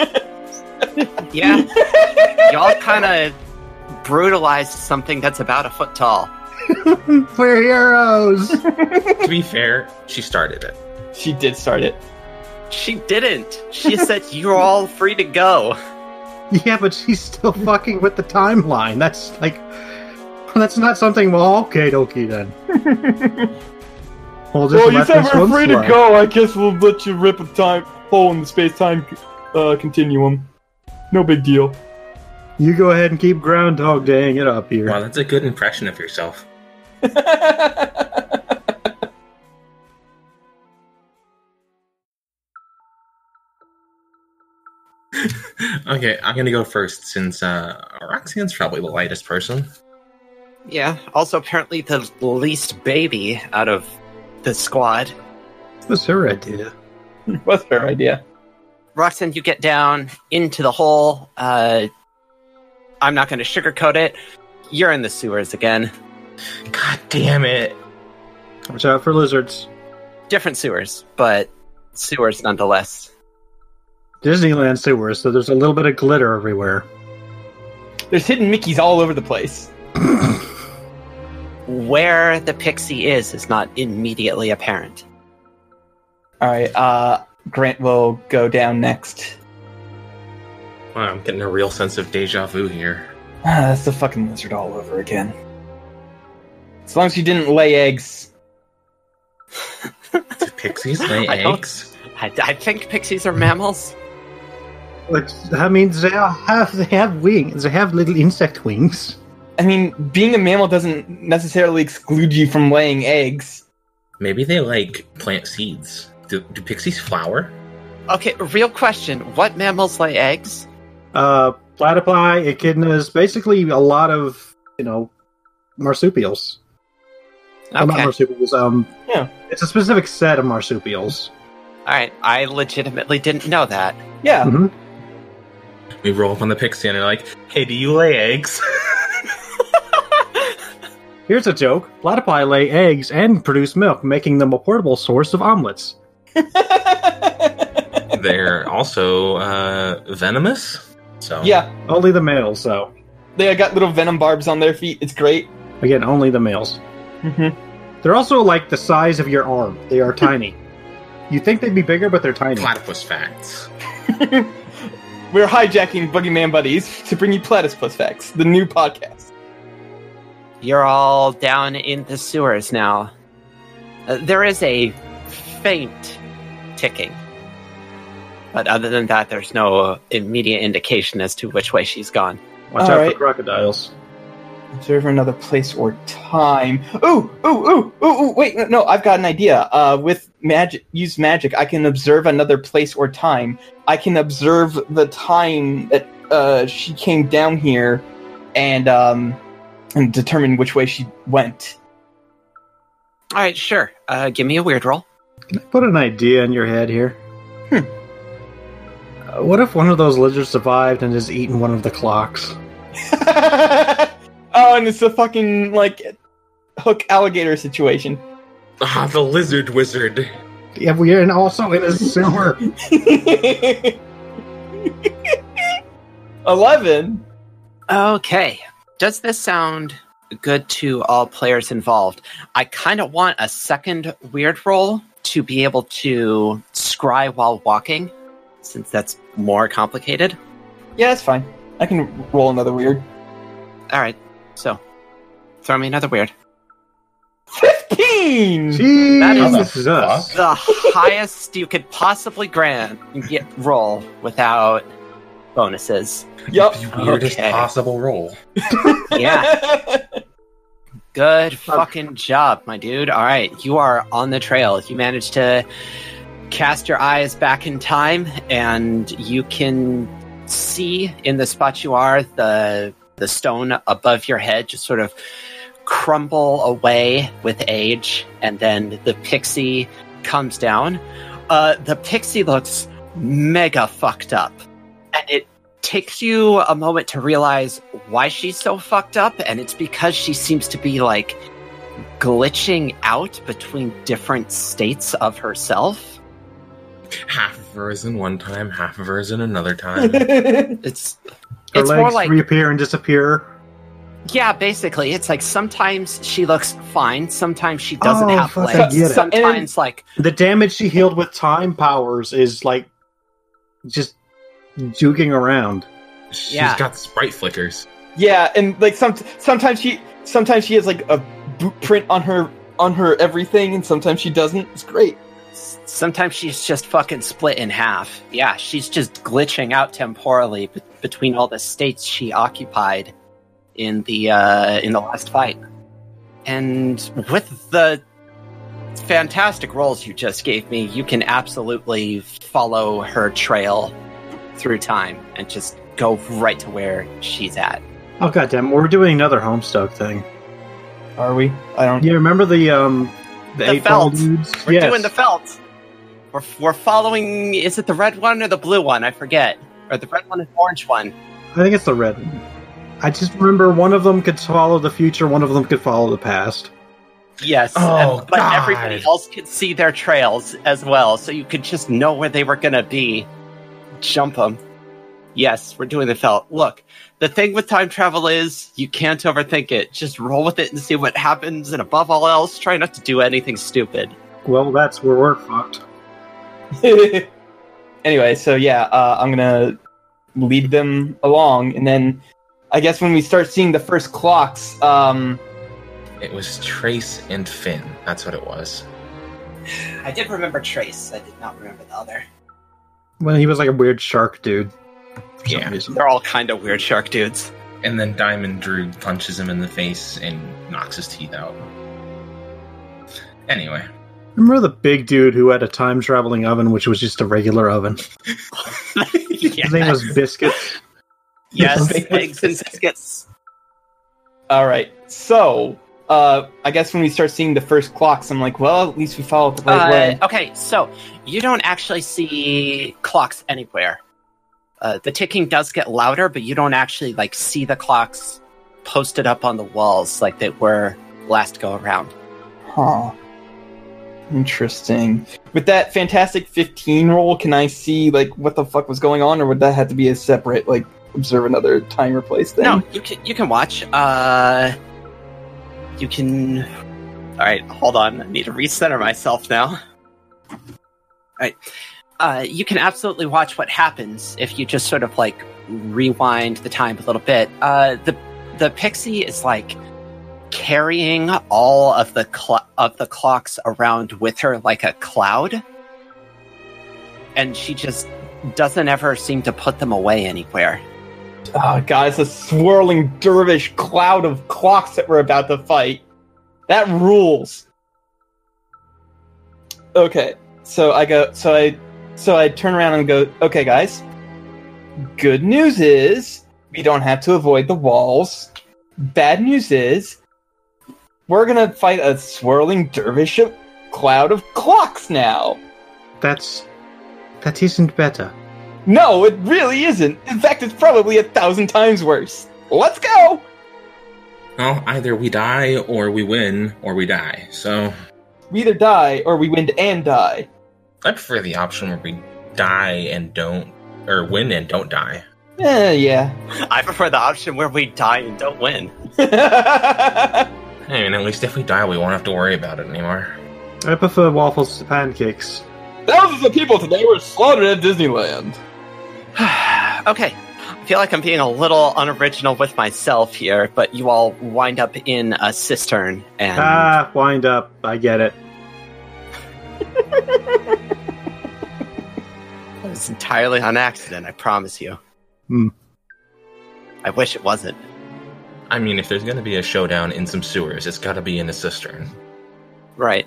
Speaker 1: Yeah. Y'all kind of brutalized something that's about a foot tall.
Speaker 2: We're heroes.
Speaker 4: to be fair, she started it.
Speaker 3: She did start it.
Speaker 1: She didn't. She said, You're all free to go.
Speaker 2: yeah, but she's still fucking with the timeline. That's like that's not something. Well, okay, dokie then. we'll just let this one slide.
Speaker 3: go. I guess we'll let you rip a time hole in the space time uh, continuum. No big deal.
Speaker 2: You go ahead and keep Groundhog Daying it up here.
Speaker 4: Wow, that's a good impression of yourself. Okay, I'm gonna go first since uh, Roxanne's probably the lightest person.
Speaker 1: Yeah. Also, apparently, the least baby out of the squad.
Speaker 2: That was her idea.
Speaker 3: What's her idea?
Speaker 1: Roxanne, you get down into the hole. Uh, I'm not going to sugarcoat it. You're in the sewers again.
Speaker 4: God damn it!
Speaker 2: Watch out for lizards.
Speaker 1: Different sewers, but sewers nonetheless.
Speaker 2: Disneyland sewers, so there's a little bit of glitter everywhere.
Speaker 3: There's hidden Mickeys all over the place.
Speaker 1: Where the pixie is is not immediately apparent.
Speaker 3: All right, uh, Grant will go down next.
Speaker 4: Wow, I'm getting a real sense of deja vu here.
Speaker 3: Ah, that's the fucking lizard all over again. As long as you didn't lay eggs.
Speaker 4: Do pixies lay
Speaker 1: I don't-
Speaker 4: eggs?
Speaker 1: I, I think pixies are mammals.
Speaker 2: But I mean, they are have they have wings. They have little insect wings.
Speaker 3: I mean, being a mammal doesn't necessarily exclude you from laying eggs.
Speaker 4: Maybe they like plant seeds. Do, do pixies flower?
Speaker 1: Okay, real question. What mammals lay eggs?
Speaker 2: Uh, platypi, echidnas, basically a lot of you know marsupials. Well, not
Speaker 1: Okay.
Speaker 2: marsupials. Um,
Speaker 3: Yeah.
Speaker 2: it's a specific set of marsupials.
Speaker 1: All right, I legitimately didn't know that.
Speaker 3: Yeah.
Speaker 2: Mhm.
Speaker 4: We roll up on the pixie and they're like, "Hey, do you lay eggs?"
Speaker 2: Here's a joke: platypi lay eggs and produce milk, making them a portable source of omelets.
Speaker 4: they're also uh, venomous. So
Speaker 3: yeah.
Speaker 2: Only the males, though.
Speaker 3: They got little venom barbs on their feet. It's great.
Speaker 2: Again, only the males.
Speaker 3: Mm-hmm.
Speaker 2: They're also like the size of your arm. They are tiny. You think they'd be bigger, but they're tiny.
Speaker 4: platypus facts.
Speaker 3: We're hijacking Boogeyman Buddies to bring you Platypus Facts, the new podcast.
Speaker 1: You're all down in the sewers now. Uh, there is a faint ticking. But other than that, there's no immediate indication as to which way she's gone.
Speaker 2: Watch
Speaker 3: All
Speaker 2: out
Speaker 3: right.
Speaker 2: for crocodiles.
Speaker 3: Observe another place or time. Ooh, ooh, ooh, ooh, ooh. Wait, no, no, I've got an idea. Uh, with magic, use magic. I can observe another place or time. I can observe the time that uh, she came down here, and um, and determine which way she went.
Speaker 1: All right, sure. Uh, give me a weird roll.
Speaker 2: Can I put an idea in your head here? Uh, what if one of those lizards survived and has eaten one of the clocks?
Speaker 3: oh, and it's a fucking like hook alligator situation.
Speaker 4: Ah, the lizard wizard.
Speaker 2: Yeah, we're in also in a sewer.
Speaker 3: Eleven.
Speaker 1: Okay. Does this sound good to all players involved? I kind of want a second weird roll to be able to scry while walking, since that's more complicated.
Speaker 3: Yeah, that's fine. I can roll another weird.
Speaker 1: All right, so throw me another weird.
Speaker 3: 15!
Speaker 2: Jesus.
Speaker 4: fuck?
Speaker 1: The highest you could possibly grant get, roll without bonuses.
Speaker 3: Yup.
Speaker 4: The weirdest
Speaker 1: Okay.
Speaker 4: possible roll.
Speaker 1: Yeah. Good fucking job, my dude. All right, you are on the trail. You managed to cast your eyes back in time, and you can see in the spot you are the the stone above your head just sort of crumble away with age, and then the pixie comes down. Uh, the pixie looks mega fucked up, and it takes you a moment to realize why she's so fucked up, and it's because she seems to be like glitching out between different states of herself.
Speaker 4: Half of her is in one time, half of her is in another time.
Speaker 1: It's
Speaker 2: Her
Speaker 1: it's more
Speaker 2: legs
Speaker 1: like
Speaker 2: reappear and disappear.
Speaker 1: yeah, basically, it's like sometimes she looks fine, sometimes she doesn't
Speaker 2: Oh,
Speaker 1: have
Speaker 2: fuck, I
Speaker 1: legs,
Speaker 2: get it.
Speaker 1: sometimes like
Speaker 2: The damage she healed with time powers is like just juking around.
Speaker 4: She's
Speaker 1: Yeah.
Speaker 4: got sprite flickers.
Speaker 3: yeah, and like some sometimes she sometimes she has like a boot print on her on her everything, and sometimes she doesn't. It's great.
Speaker 1: s- sometimes she's just fucking split in half. Yeah, she's just glitching out temporally b- between all the states she occupied in the uh, in the last fight. And with the fantastic rolls you just gave me, you can absolutely follow her trail through time and just go right to where she's at.
Speaker 2: Oh goddamn! We're doing another Homestuck thing.
Speaker 3: Are we? I don't.
Speaker 2: You remember the um the,
Speaker 1: The
Speaker 2: eight ball
Speaker 1: felt.
Speaker 2: dudes?
Speaker 1: We're
Speaker 2: yes.
Speaker 1: doing the felt. We're, we're following. Is it the red one or the blue one? I forget. Or the red one and orange one.
Speaker 2: I think it's the red one. I just remember one of them could follow the future, one of them could follow the past.
Speaker 1: Yes.
Speaker 4: Oh,
Speaker 1: and- but
Speaker 4: God.
Speaker 1: everybody else could see their trails as well, so you could just know where they were going to be. Jump them. Yes, we're doing the felt. Look, the thing with time travel is you can't overthink it. Just roll with it and see what happens. And above all else, try not to do anything stupid.
Speaker 2: Well, that's where we're fucked.
Speaker 3: anyway, so yeah, uh, I'm gonna lead them along, and then I guess when we start seeing the first clocks, um,
Speaker 4: It was Trace and Finn. That's what it was.
Speaker 1: I did remember Trace. I did not remember the other.
Speaker 2: Well, he was like a weird shark dude. For
Speaker 4: Yeah.
Speaker 2: some reason.
Speaker 1: They're all kind of weird shark dudes.
Speaker 4: And then Diamond Drew punches him in the face and knocks his teeth out. Anyway,
Speaker 2: Remember the big dude who had a time traveling oven, which was just a regular oven.
Speaker 1: yes,
Speaker 2: His name was Biscuits.
Speaker 1: yes
Speaker 3: Big
Speaker 1: eggs and biscuits.
Speaker 3: all right, so uh, I guess when we start seeing the first clocks, I'm like, well, at least we followed the right
Speaker 1: Uh,
Speaker 3: way.
Speaker 1: okay, so you don't actually see clocks anywhere. Uh, the ticking does get louder, but you don't actually like see the clocks posted up on the walls like they were last go around.
Speaker 3: Huh. Interesting. With that fantastic 15 roll, can I see like what the fuck was going on, or would that have to be a separate like observe another time or place thing?
Speaker 1: No, you can you can watch. Uh, you can. All right, hold on. I need to recenter myself now. All right, uh, you can absolutely watch what happens if you just sort of like rewind the time a little bit. Uh, the the pixie is like carrying all of the cl- of the clocks around with her like a cloud, and she just doesn't ever seem to put them away anywhere.
Speaker 3: Oh god, it's a swirling dervish cloud of clocks that we're about to fight. That rules. Okay, so I go so I so I turn around and go, okay guys. Good news is we don't have to avoid the walls. Bad news is we're gonna fight a swirling dervish of cloud of clocks now.
Speaker 2: That's that isn't better.
Speaker 3: No, it really isn't. In fact, it's probably a thousand times worse. Let's go!
Speaker 4: well, either we die or we win or we die. So
Speaker 3: We either die or we win and die.
Speaker 4: I prefer the option where we die and don't, or win and don't die.
Speaker 3: Eh, yeah.
Speaker 1: I prefer the option where we die and don't win.
Speaker 4: I mean, at least if we die, we won't have to worry about it anymore.
Speaker 2: I prefer waffles to pancakes.
Speaker 3: Thousands of people today were slaughtered at Disneyland.
Speaker 1: okay. I feel like I'm being a little unoriginal with myself here, but you all wind up in a cistern and
Speaker 2: Ah, wind up. I get it.
Speaker 1: it's entirely on accident, I promise you. I wish it wasn't.
Speaker 4: I mean, if there's going to be a showdown in some sewers, it's got to be in a cistern.
Speaker 1: Right.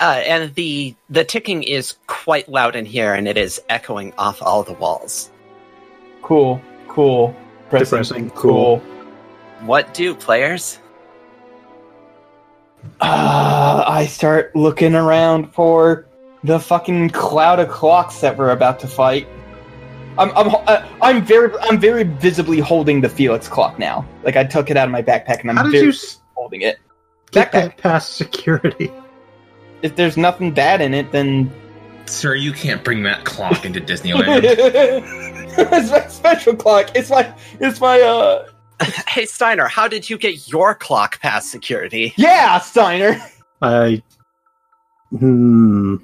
Speaker 1: Uh, and the the ticking is quite loud in here, and it is echoing off all the walls.
Speaker 3: Cool, cool,
Speaker 2: Depressing, cool.
Speaker 1: What do players?
Speaker 3: Uh, I start looking around for the fucking cloud of clocks that we're about to fight. I'm I'm ho- uh, I'm very I'm very visibly holding the Felix clock now. Like I took it out of my backpack and I'm
Speaker 2: How did
Speaker 3: very
Speaker 2: you s-
Speaker 3: holding it.
Speaker 2: get
Speaker 3: Backpack.
Speaker 2: that past security?
Speaker 3: If there's nothing bad in it, then
Speaker 4: Sir, you can't bring that clock into Disneyland.
Speaker 3: it's my special clock. It's my it's my uh
Speaker 1: Hey Steiner, how did you get your clock past security?
Speaker 3: yeah Steiner.
Speaker 2: I. Hmm.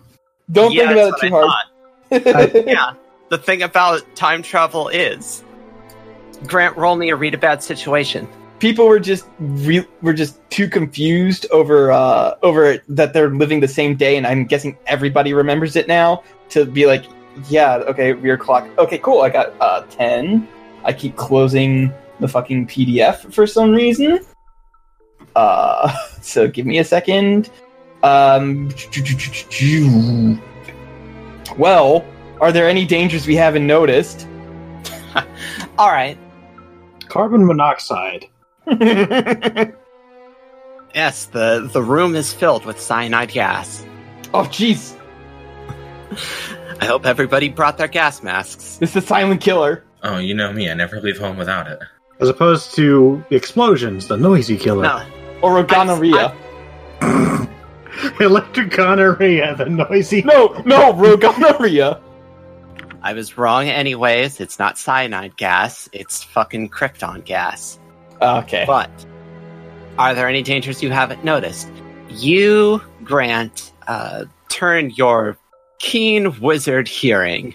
Speaker 3: Don't
Speaker 1: Yeah,
Speaker 3: think about
Speaker 1: that's
Speaker 3: it too
Speaker 1: what I
Speaker 3: hard.
Speaker 2: thought.
Speaker 1: Yeah. The thing about time travel is, Grant, roll me a read a bad situation.
Speaker 3: people were just re- were just too confused over uh over that they're living the same day and i'm guessing everybody remembers it now to be like yeah okay weird clock okay cool i got uh 10 i keep closing the fucking pdf for some reason uh so give me a second um well are there any dangers we haven't noticed
Speaker 1: All right.
Speaker 2: Carbon monoxide.
Speaker 3: Oh,
Speaker 1: Yes, the the room is filled with cyanide gas.
Speaker 3: oh jeez
Speaker 1: I hope everybody brought their gas masks.
Speaker 3: this is silent killer
Speaker 4: oh, you know me. I never leave home without it.
Speaker 2: As opposed to explosions, the noisy killer.
Speaker 1: No,
Speaker 3: or gonorrhea.
Speaker 2: Electric gonorrhea, the noisy.
Speaker 3: No, no, bro, gonorrhea.
Speaker 1: I was wrong anyways. It's not cyanide gas, it's fucking krypton gas.
Speaker 3: Okay.
Speaker 1: But are there any dangers you haven't noticed? You, Grant, uh, turn your keen wizard hearing,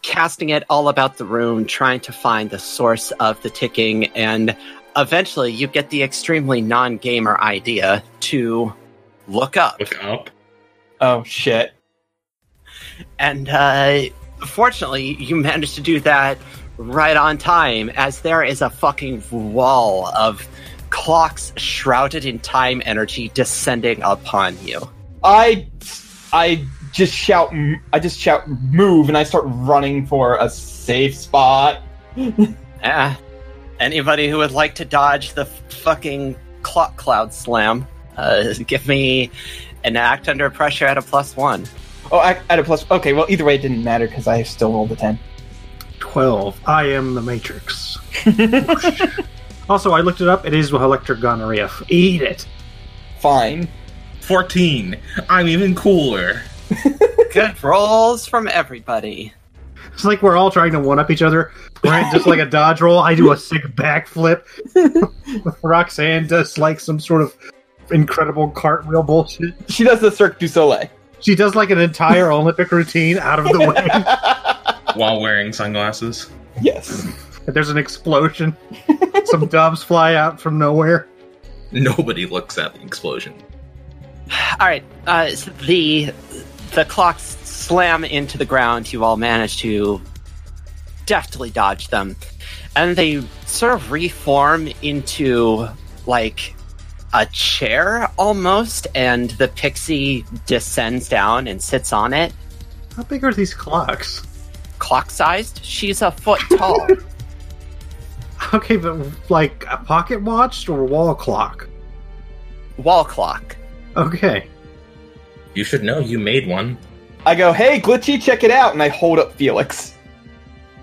Speaker 1: casting it all about the room, trying to find the source of the ticking, and eventually you get the extremely non gamer idea to look up.
Speaker 4: Look up.
Speaker 3: Oh shit.
Speaker 1: And uh, fortunately, you managed to do that right on time, as there is a fucking wall of clocks shrouded in time energy descending upon you.
Speaker 3: I, I just shout. m- I just shout move, and I start running for a safe spot.
Speaker 1: Eh, anybody who would like to dodge the fucking clock cloud slam, uh, give me an act under pressure at a plus one.
Speaker 3: Oh, I, at a plus. Okay, well, either way, it didn't matter because I still rolled a ten.
Speaker 2: 12. I am the Matrix. also, I looked it up. It is electric gonorrhea. F- Eat it.
Speaker 3: Fine.
Speaker 4: 14. I'm even cooler.
Speaker 1: Good rolls from everybody.
Speaker 2: It's like we're all trying to one up each other. Grant just like a dodge roll. I do a sick backflip. Roxanne does like some sort of incredible cartwheel bullshit.
Speaker 3: She does the Cirque du Soleil.
Speaker 2: She does like an entire Olympic routine out of the way.
Speaker 4: While wearing sunglasses.
Speaker 3: Yes.
Speaker 2: There's an explosion. Some doves fly out from nowhere.
Speaker 4: Nobody looks at the explosion.
Speaker 1: All right. Uh, s- the the clocks slam into the ground. You all manage to deftly dodge them, and they sort of reform into like a chair almost. And the pixie descends down and sits on it,
Speaker 2: How big are these clocks?
Speaker 1: clock sized. She's a foot tall.
Speaker 2: Okay, but like a pocket watch or wall clock?
Speaker 1: Wall clock.
Speaker 2: Okay.
Speaker 4: You should know you made one.
Speaker 3: I go, hey, glitchy, check it out, and I hold up Felix.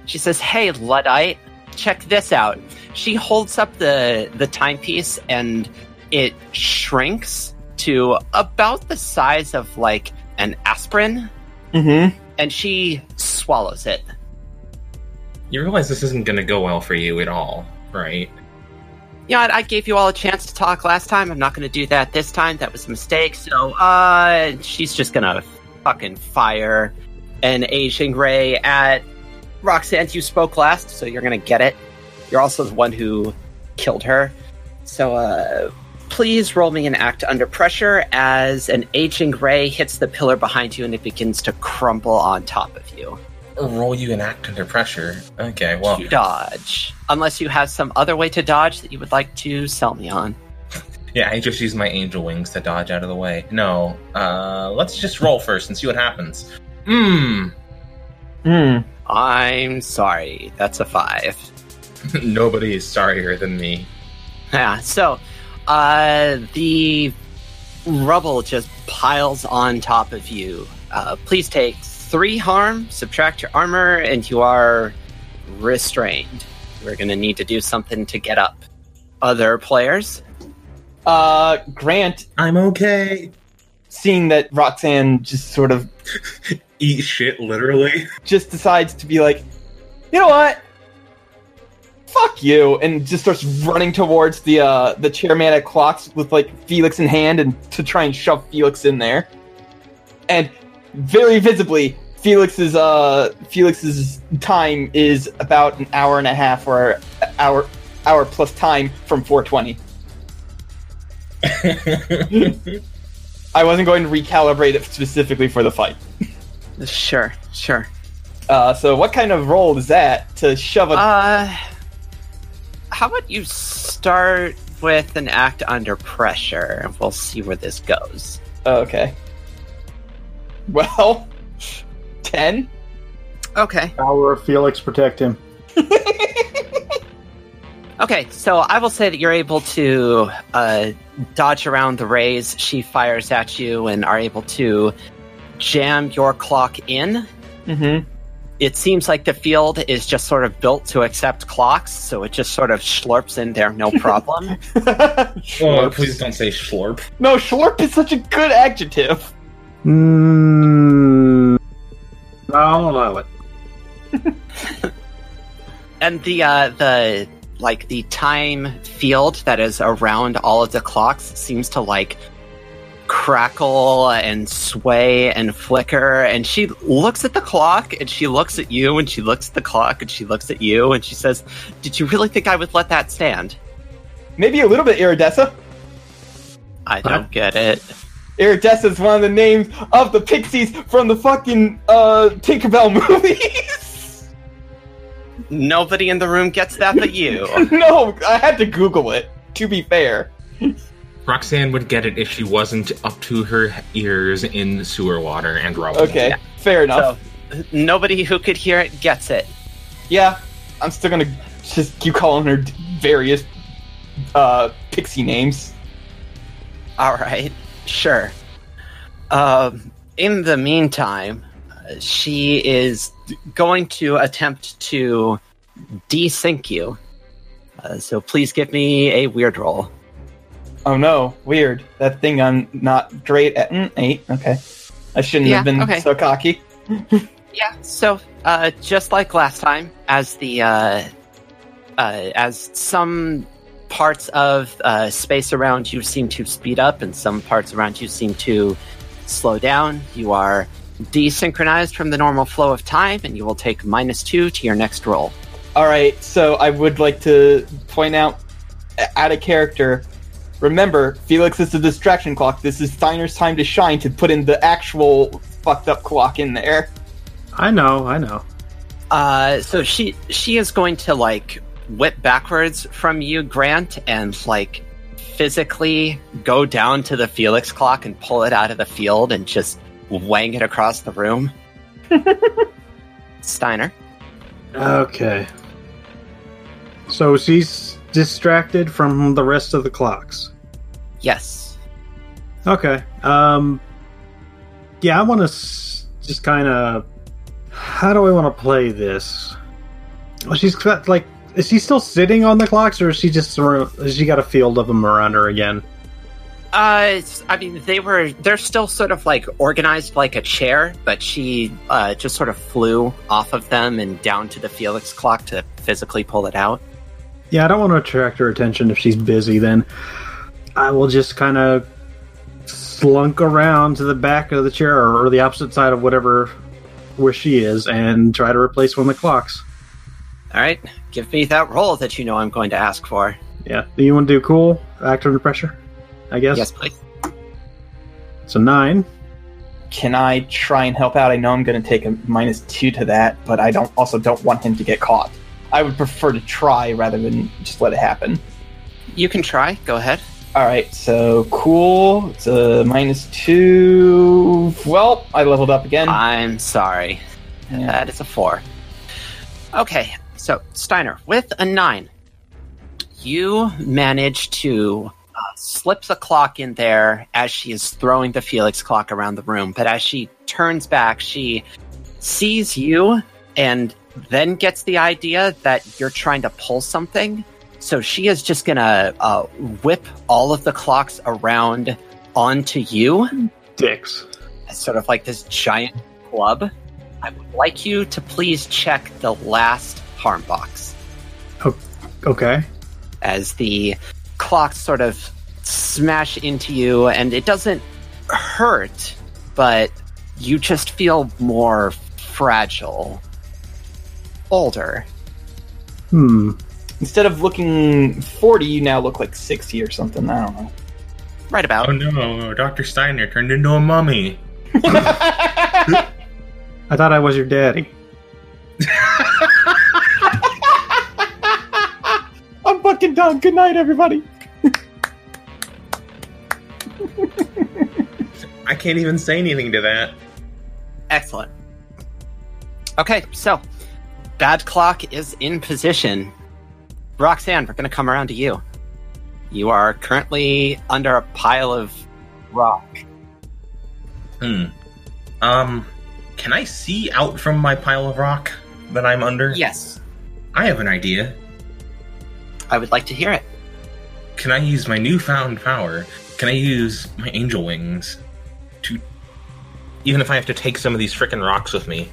Speaker 1: She says, "Hey, luddite, check this out." She holds up the the timepiece, and it shrinks to about the size of like an aspirin,
Speaker 3: Mm-hmm.
Speaker 1: and she swallows it.
Speaker 4: You realize this isn't going to go well for you at all, right?
Speaker 1: You know, what, I gave you all a chance to talk last time. I'm not going to do that this time. That was a mistake. So, uh, she's just gonna fucking fire an Asian Gray at Roxanne. You spoke last, so you're gonna get it. You're also the one who killed her. So, uh, please roll me an act under pressure as an Asian Gray hits the pillar behind you and it begins to crumble on top of you.
Speaker 4: roll you and act under pressure. Okay, well,
Speaker 1: Dodge. Unless you have some other way to dodge that you would like to sell me on.
Speaker 4: yeah, I just use my angel wings to dodge out of the way. No, uh, let's just roll first and see what happens. Mmm.
Speaker 3: Hmm.
Speaker 1: I'm sorry. That's a five.
Speaker 4: Nobody is sorrier than me.
Speaker 1: Yeah. So, uh, the rubble just piles on top of you. Uh, please take three harm, subtract your armor, and you are restrained. We're going to need to do something to get up. Other players?
Speaker 3: Uh, Grant,
Speaker 4: I'm okay.
Speaker 3: seeing that Roxanne just sort of
Speaker 4: Eat shit, literally.
Speaker 3: just decides to be like, you know what? Fuck you, and just starts running towards the uh, the chairman at clocks with like Felix in hand, and to try and shove Felix in there. And very visibly, Felix's uh, Felix's time is about an hour and a half or hour hour plus time from 420. I wasn't going to recalibrate it specifically for the fight.
Speaker 1: Sure, sure.
Speaker 3: Uh, so, what kind of role is that to shove a
Speaker 1: Uh, how about you start with an act under pressure, and we'll see where this goes.
Speaker 3: oh, Okay. Well, 10?
Speaker 1: Okay.
Speaker 2: Power of Felix, protect him.
Speaker 1: Okay, so I will say that you're able to uh, dodge around the rays she fires at you and are able to jam your clock in.
Speaker 3: Mm
Speaker 1: It seems like the field is just sort of built to accept clocks, so it just sort of slurps in there, no problem.
Speaker 3: hmm.
Speaker 4: Oh, please don't say schlorp.
Speaker 3: no, schlorp is such a good adjective.
Speaker 2: Mm, I'll allow it.
Speaker 1: and the uh, the like the time field that is around all of the clocks seems to like crackle and sway and flicker and she looks at the clock and she looks at you and she looks at the clock and she looks at you and she says did you really think i would let that stand
Speaker 3: Maybe a little bit Iridessa.
Speaker 1: i don't get it
Speaker 3: Iridessa is one of the names of the pixies from the fucking uh, Tinkerbell movies.
Speaker 1: nobody in the room gets that but you
Speaker 3: no, I had to Google it, to be fair.
Speaker 4: Roxanne would get it if she wasn't up to her ears in sewer water and rubble.
Speaker 3: Okay, fair enough.
Speaker 1: so nobody who could hear it gets it
Speaker 3: Yeah, I'm still gonna just keep calling her d- various uh, pixie names.
Speaker 1: All right, sure. Um, in the meantime, uh, she is going to attempt to desync you. Uh, so please give me a weird roll.
Speaker 3: Oh no, weird. That thing I'm not great at. Mm, eight, okay. I shouldn't
Speaker 1: Yeah,
Speaker 3: have been
Speaker 1: okay.
Speaker 3: so cocky.
Speaker 1: Yeah. So uh, just like last time, as the uh, uh, as some parts of uh, space around you seem to speed up and some parts around you seem to slow down, you are desynchronized from the normal flow of time, and you will take minus two to your next roll.
Speaker 3: Alright, so I would like to point out, uh, out of character, remember, Felix is the distraction clock. This is Steiner's time to shine to put in the actual fucked up clock in there.
Speaker 2: I know, I know.
Speaker 1: Uh, so she she is going to like whip backwards from you, Grant, and like physically go down to the Felix clock and pull it out of the field and just wang it across the room. Steiner.
Speaker 2: Okay. So she's distracted from the rest of the clocks.
Speaker 1: Yes.
Speaker 2: Okay. Um. Yeah, I want to s- just kind of. How do I want to play this? Well, she's got like. Is she still sitting on the clocks, or is she just? sur- Has she got a field of them around her again?
Speaker 1: Uh, it's- I mean, they were they're still sort of like organized like a chair, but she uh, just sort of flew off of them and down to the Felix clock to physically pull it out.
Speaker 2: Yeah, I don't want to attract her attention if she's busy. Then I will just kind of slunk around to the back of the chair or the opposite side of whatever where she is and try to replace one of the clocks.
Speaker 1: All right, give me that roll that you know I'm going to ask for.
Speaker 2: Yeah. Do you want to do cool? Act under pressure? I guess.
Speaker 1: Yes, please.
Speaker 2: So nine.
Speaker 3: Can I try and help out? I know I'm going to take a minus two to that, but I don't also don't want him to get caught. I would prefer to try rather than just let it happen.
Speaker 1: You can try. Go ahead.
Speaker 3: All right, so cool. It's a minus two. Well, I leveled up again.
Speaker 1: I'm sorry.
Speaker 3: Yeah.
Speaker 1: That is a four. Okay, so Steiner, with a nine, you manage to uh, slip the clock in there as she is throwing the Felix clock around the room. But as she turns back, she sees you and then gets the idea that you're trying to pull something. So she is just gonna uh, whip all of the clocks around onto you
Speaker 2: Dicks.
Speaker 1: as sort of like this giant club. I would like you to please check the last harm box
Speaker 2: Okay.
Speaker 1: as the clocks sort of smash into you, and it doesn't hurt, but you just feel more fragile, older.
Speaker 2: Hmm.
Speaker 3: Instead of looking 40, you now look like 60 or something. I don't know.
Speaker 1: Right about.
Speaker 4: Oh no, Dr. Steiner turned into a mummy.
Speaker 2: I thought I was your daddy.
Speaker 3: I'm fucking done. Good night, everybody.
Speaker 4: I can't even say anything to that.
Speaker 1: Excellent. Okay, so bad clock is in position. Roxanne, we're going to come around to you. You are currently under a pile of rock.
Speaker 4: Hmm. Um, can I see out from my pile of rock that I'm under?
Speaker 1: Yes,
Speaker 4: I have an idea.
Speaker 1: I would like to hear it.
Speaker 4: Can I use my newfound power? Can I use my angel wings to, even if I have to take some of these frickin' rocks with me,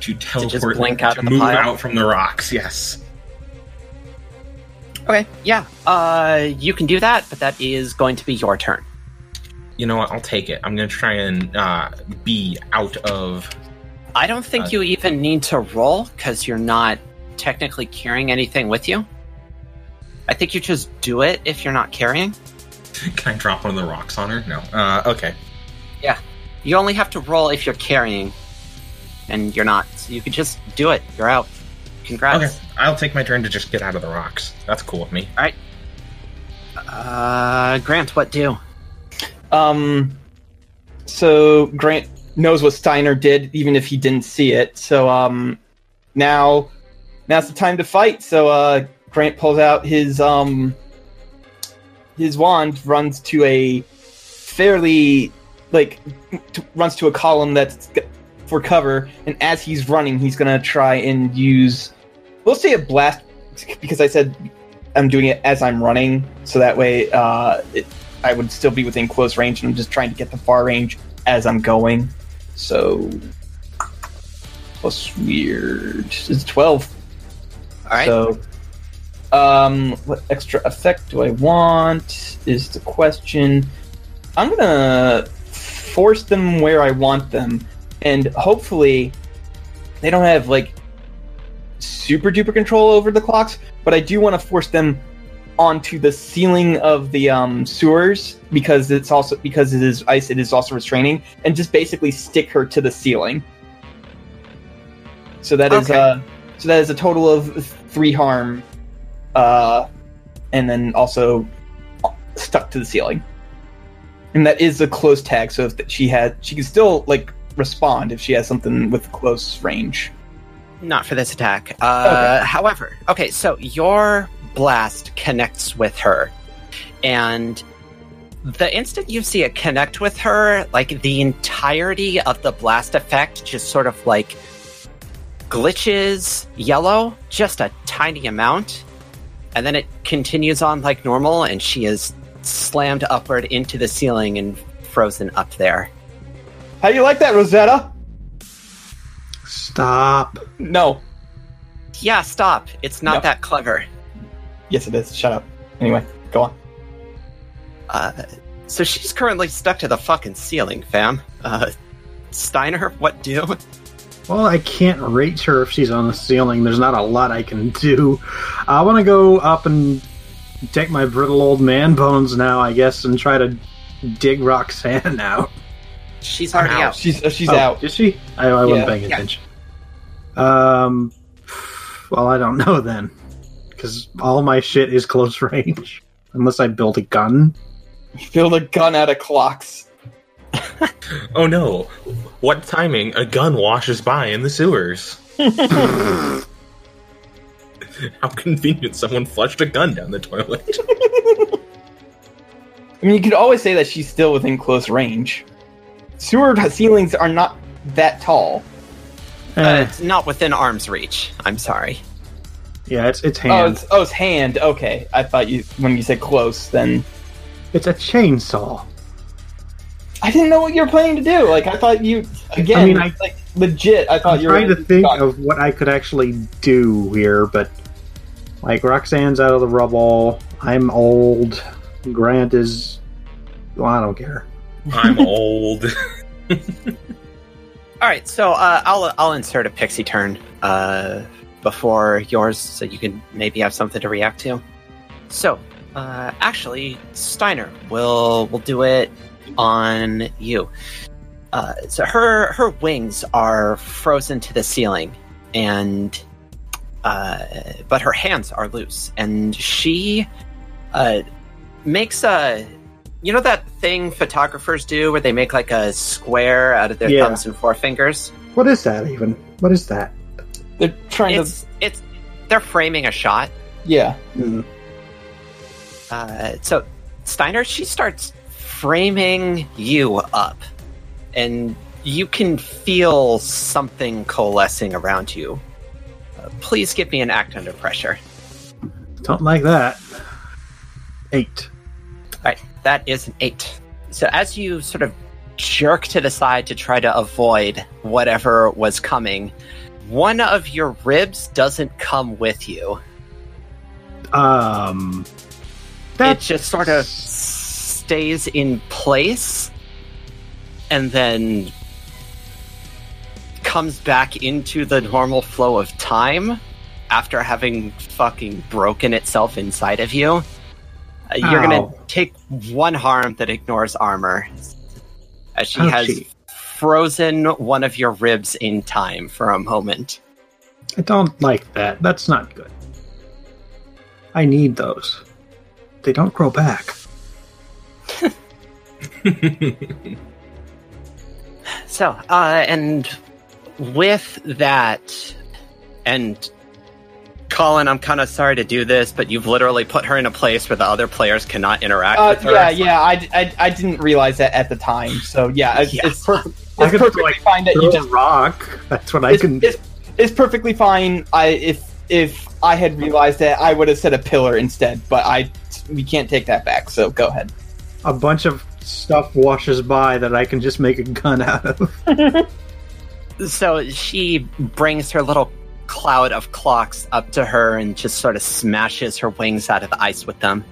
Speaker 4: to teleport,
Speaker 1: blink out
Speaker 4: to
Speaker 1: of the
Speaker 4: move
Speaker 1: pile?
Speaker 4: out from the rocks? Yes.
Speaker 1: Okay, yeah, uh, you can do that, but that is going to be your turn.
Speaker 4: You know what? I'll take it. I'm gonna try and uh, be out of.
Speaker 1: I don't think
Speaker 4: Uh,
Speaker 1: you even need to roll because you're not technically carrying anything with you. I think you just do it if you're not carrying.
Speaker 4: Can I drop one of the rocks on her? No. Uh, okay.
Speaker 1: You only have to roll if you're carrying, and you're not. So you could just do it. You're out. Congrats.
Speaker 4: Okay. I'll take my turn to just get out of the rocks. That's cool with me.
Speaker 1: Uh, Grant, what do?
Speaker 3: Um, so Grant knows what Steiner did, even if he didn't see it. So um, now, now's the time to fight. So uh, Grant pulls out his um, his wand, runs to a fairly like t- runs to a column that's g- for cover, and as he's running, he's gonna try and use. We'll say a blast because I said I'm doing it as I'm running, so that way uh, it I would still be within close range, and I'm just trying to get the far range as I'm going. So, plus weird. It's 12.
Speaker 1: All right.
Speaker 3: So, um, what extra effect do I want? Is the question. I'm gonna force them where I want them, and hopefully, they don't have like super duper control over the clocks. But I do want to force them onto the ceiling of the um, sewers because it's also because it is ice. It is also restraining, and just basically stick her to the ceiling. So that is
Speaker 1: Okay.
Speaker 3: uh, so that is a total of three harm, uh, and then also stuck to the ceiling. And that is a close tag, so if th- she had, she can still like respond if she has something with close range.
Speaker 1: Not for this attack. Uh, However, okay, so your blast connects with her, and the instant you see it connect with her, like the entirety of the blast effect just sort of like glitches yellow, just a tiny amount, and then it continues on like normal, and she is slammed upward into the ceiling and frozen up there.
Speaker 3: How do you like that, Rosetta?
Speaker 2: Stop.
Speaker 3: No.
Speaker 1: Yeah, stop. It's not
Speaker 3: No.
Speaker 1: that clever.
Speaker 3: Yes, it is. Shut up. Anyway, go on.
Speaker 1: Uh, so she's currently stuck to the fucking ceiling, fam. Uh, Steiner, what do?
Speaker 2: Well, I can't reach her if she's on the ceiling. There's not a lot I can do. I want to go up and take my brittle old man bones now, I guess, and try to dig Roxanne out.
Speaker 1: She's already
Speaker 4: Ow.
Speaker 1: out.
Speaker 3: She's uh, she's
Speaker 2: Oh,
Speaker 3: out.
Speaker 2: Is she? I, I
Speaker 3: Yeah.
Speaker 2: wasn't paying
Speaker 1: Yeah.
Speaker 2: attention. Um, well, I don't know then, because all my shit is close range, unless I build a gun.
Speaker 3: Build a gun out of clocks.
Speaker 4: Oh no! What timing? A gun washes by in the sewers. How convenient! Someone flushed a gun down the toilet.
Speaker 3: I mean, you could always say that she's still within close range. Sewer ceilings are not that tall.
Speaker 1: Uh,
Speaker 2: Eh,
Speaker 1: it's not within arm's reach. I'm sorry.
Speaker 2: yeah, it's it's
Speaker 3: Oh,
Speaker 2: hand.
Speaker 3: it's, oh, it's hand. Okay, I thought you when you said close, then
Speaker 2: it's a chainsaw.
Speaker 3: I didn't know what you were planning to do. Like I thought you again.
Speaker 2: I mean, I-
Speaker 3: like legit. I thought
Speaker 2: I'm
Speaker 3: you were
Speaker 2: trying to
Speaker 3: gonna
Speaker 2: think
Speaker 3: talk.
Speaker 2: of what I could actually do here, but like Roxanne's out of the rubble. I'm old. Grant is. Well, I don't care.
Speaker 4: I'm old.
Speaker 1: All right, so uh, I'll I'll insert a pixie turn uh, before yours, so you can maybe have something to react to. So, uh, actually, Steiner, we'll we'll do it on you. Uh, so her her wings are frozen to the ceiling, and uh, but her hands are loose, and she uh, makes a you know that thing photographers do where they make like a square out of their
Speaker 2: Yeah.
Speaker 1: thumbs and forefingers.
Speaker 2: What is that even? What is that?
Speaker 3: They're trying to.
Speaker 1: It's it's they're framing a shot.
Speaker 3: Yeah.
Speaker 2: Hmm.
Speaker 1: Uh, so Steiner, she starts framing you up, and you can feel something coalescing around you. Uh, please give me an act under pressure.
Speaker 2: Don't like that. Eight.
Speaker 1: All right, that is an eight. So as you sort of jerk to the side to try to avoid whatever was coming, one of your ribs doesn't come with you.
Speaker 2: Um.
Speaker 1: it just sort of stays in place and then comes back into the normal flow of time after having fucking broken itself inside of you. Uh, you're gonna
Speaker 2: Ow.
Speaker 1: take one harm that ignores armor as she has
Speaker 2: Ouchie.
Speaker 1: frozen one of your ribs in time for a moment.
Speaker 2: I don't like that. That's not good. I need those. They don't grow back.
Speaker 1: So, uh, and with that, and Colin, I'm kind of sorry to do this, but you've literally put her in a place where the other players cannot interact
Speaker 3: Uh,
Speaker 1: with her.
Speaker 3: yeah, yeah. I, I, I didn't realize that at the time. So yeah, it's, it's
Speaker 1: Yeah.
Speaker 3: perfect.
Speaker 2: I
Speaker 3: It's
Speaker 2: could,
Speaker 3: perfectly
Speaker 2: like,
Speaker 3: fine that
Speaker 2: Throw
Speaker 3: you
Speaker 2: a
Speaker 3: just.
Speaker 2: rock. That's what I
Speaker 3: It's,
Speaker 2: can.
Speaker 3: it's, it's perfectly fine. I if if I had realized that, I would have said a pillar instead. But I we can't take that back. So go ahead.
Speaker 2: a bunch of stuff washes by that I can just make a gun out of.
Speaker 1: So she brings her little cloud of clocks up to her and just sort of smashes her wings out of the ice with them.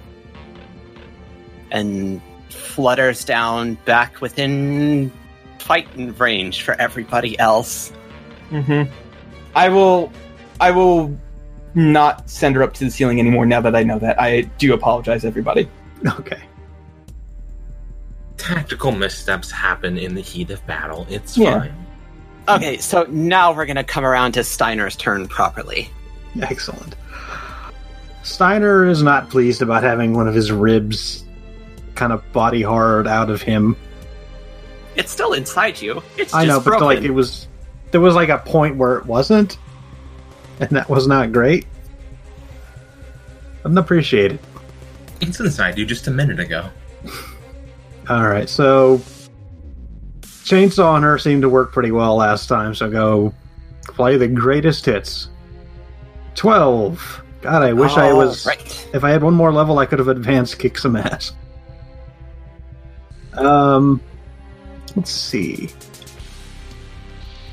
Speaker 1: And flutters down back within fighting range for everybody else.
Speaker 3: Mm-hmm. I will. I will not send her up to the ceiling anymore. Now that I know that, I do apologize, everybody.
Speaker 2: Okay.
Speaker 4: Tactical missteps happen in the heat of battle. It's
Speaker 3: Yeah.
Speaker 4: fine.
Speaker 1: Okay, so now we're gonna come around to Steiner's turn properly.
Speaker 2: Excellent. Steiner is not pleased about having one of his ribs kind of body hard out of him.
Speaker 1: It's still inside you. It's
Speaker 2: I
Speaker 1: just
Speaker 2: know, but
Speaker 1: broken.
Speaker 2: like it was, there was like a point where it wasn't, and that was not great. I didn't appreciate it.
Speaker 4: It's inside you just a minute ago.
Speaker 2: All right, so chainsaw on her seemed to work pretty well last time, so go play the greatest hits. Twelve. God, I wish I
Speaker 1: All
Speaker 2: was.
Speaker 1: Oh, right.
Speaker 2: If I had one more level, I could have advanced kick some ass. Um, let's see.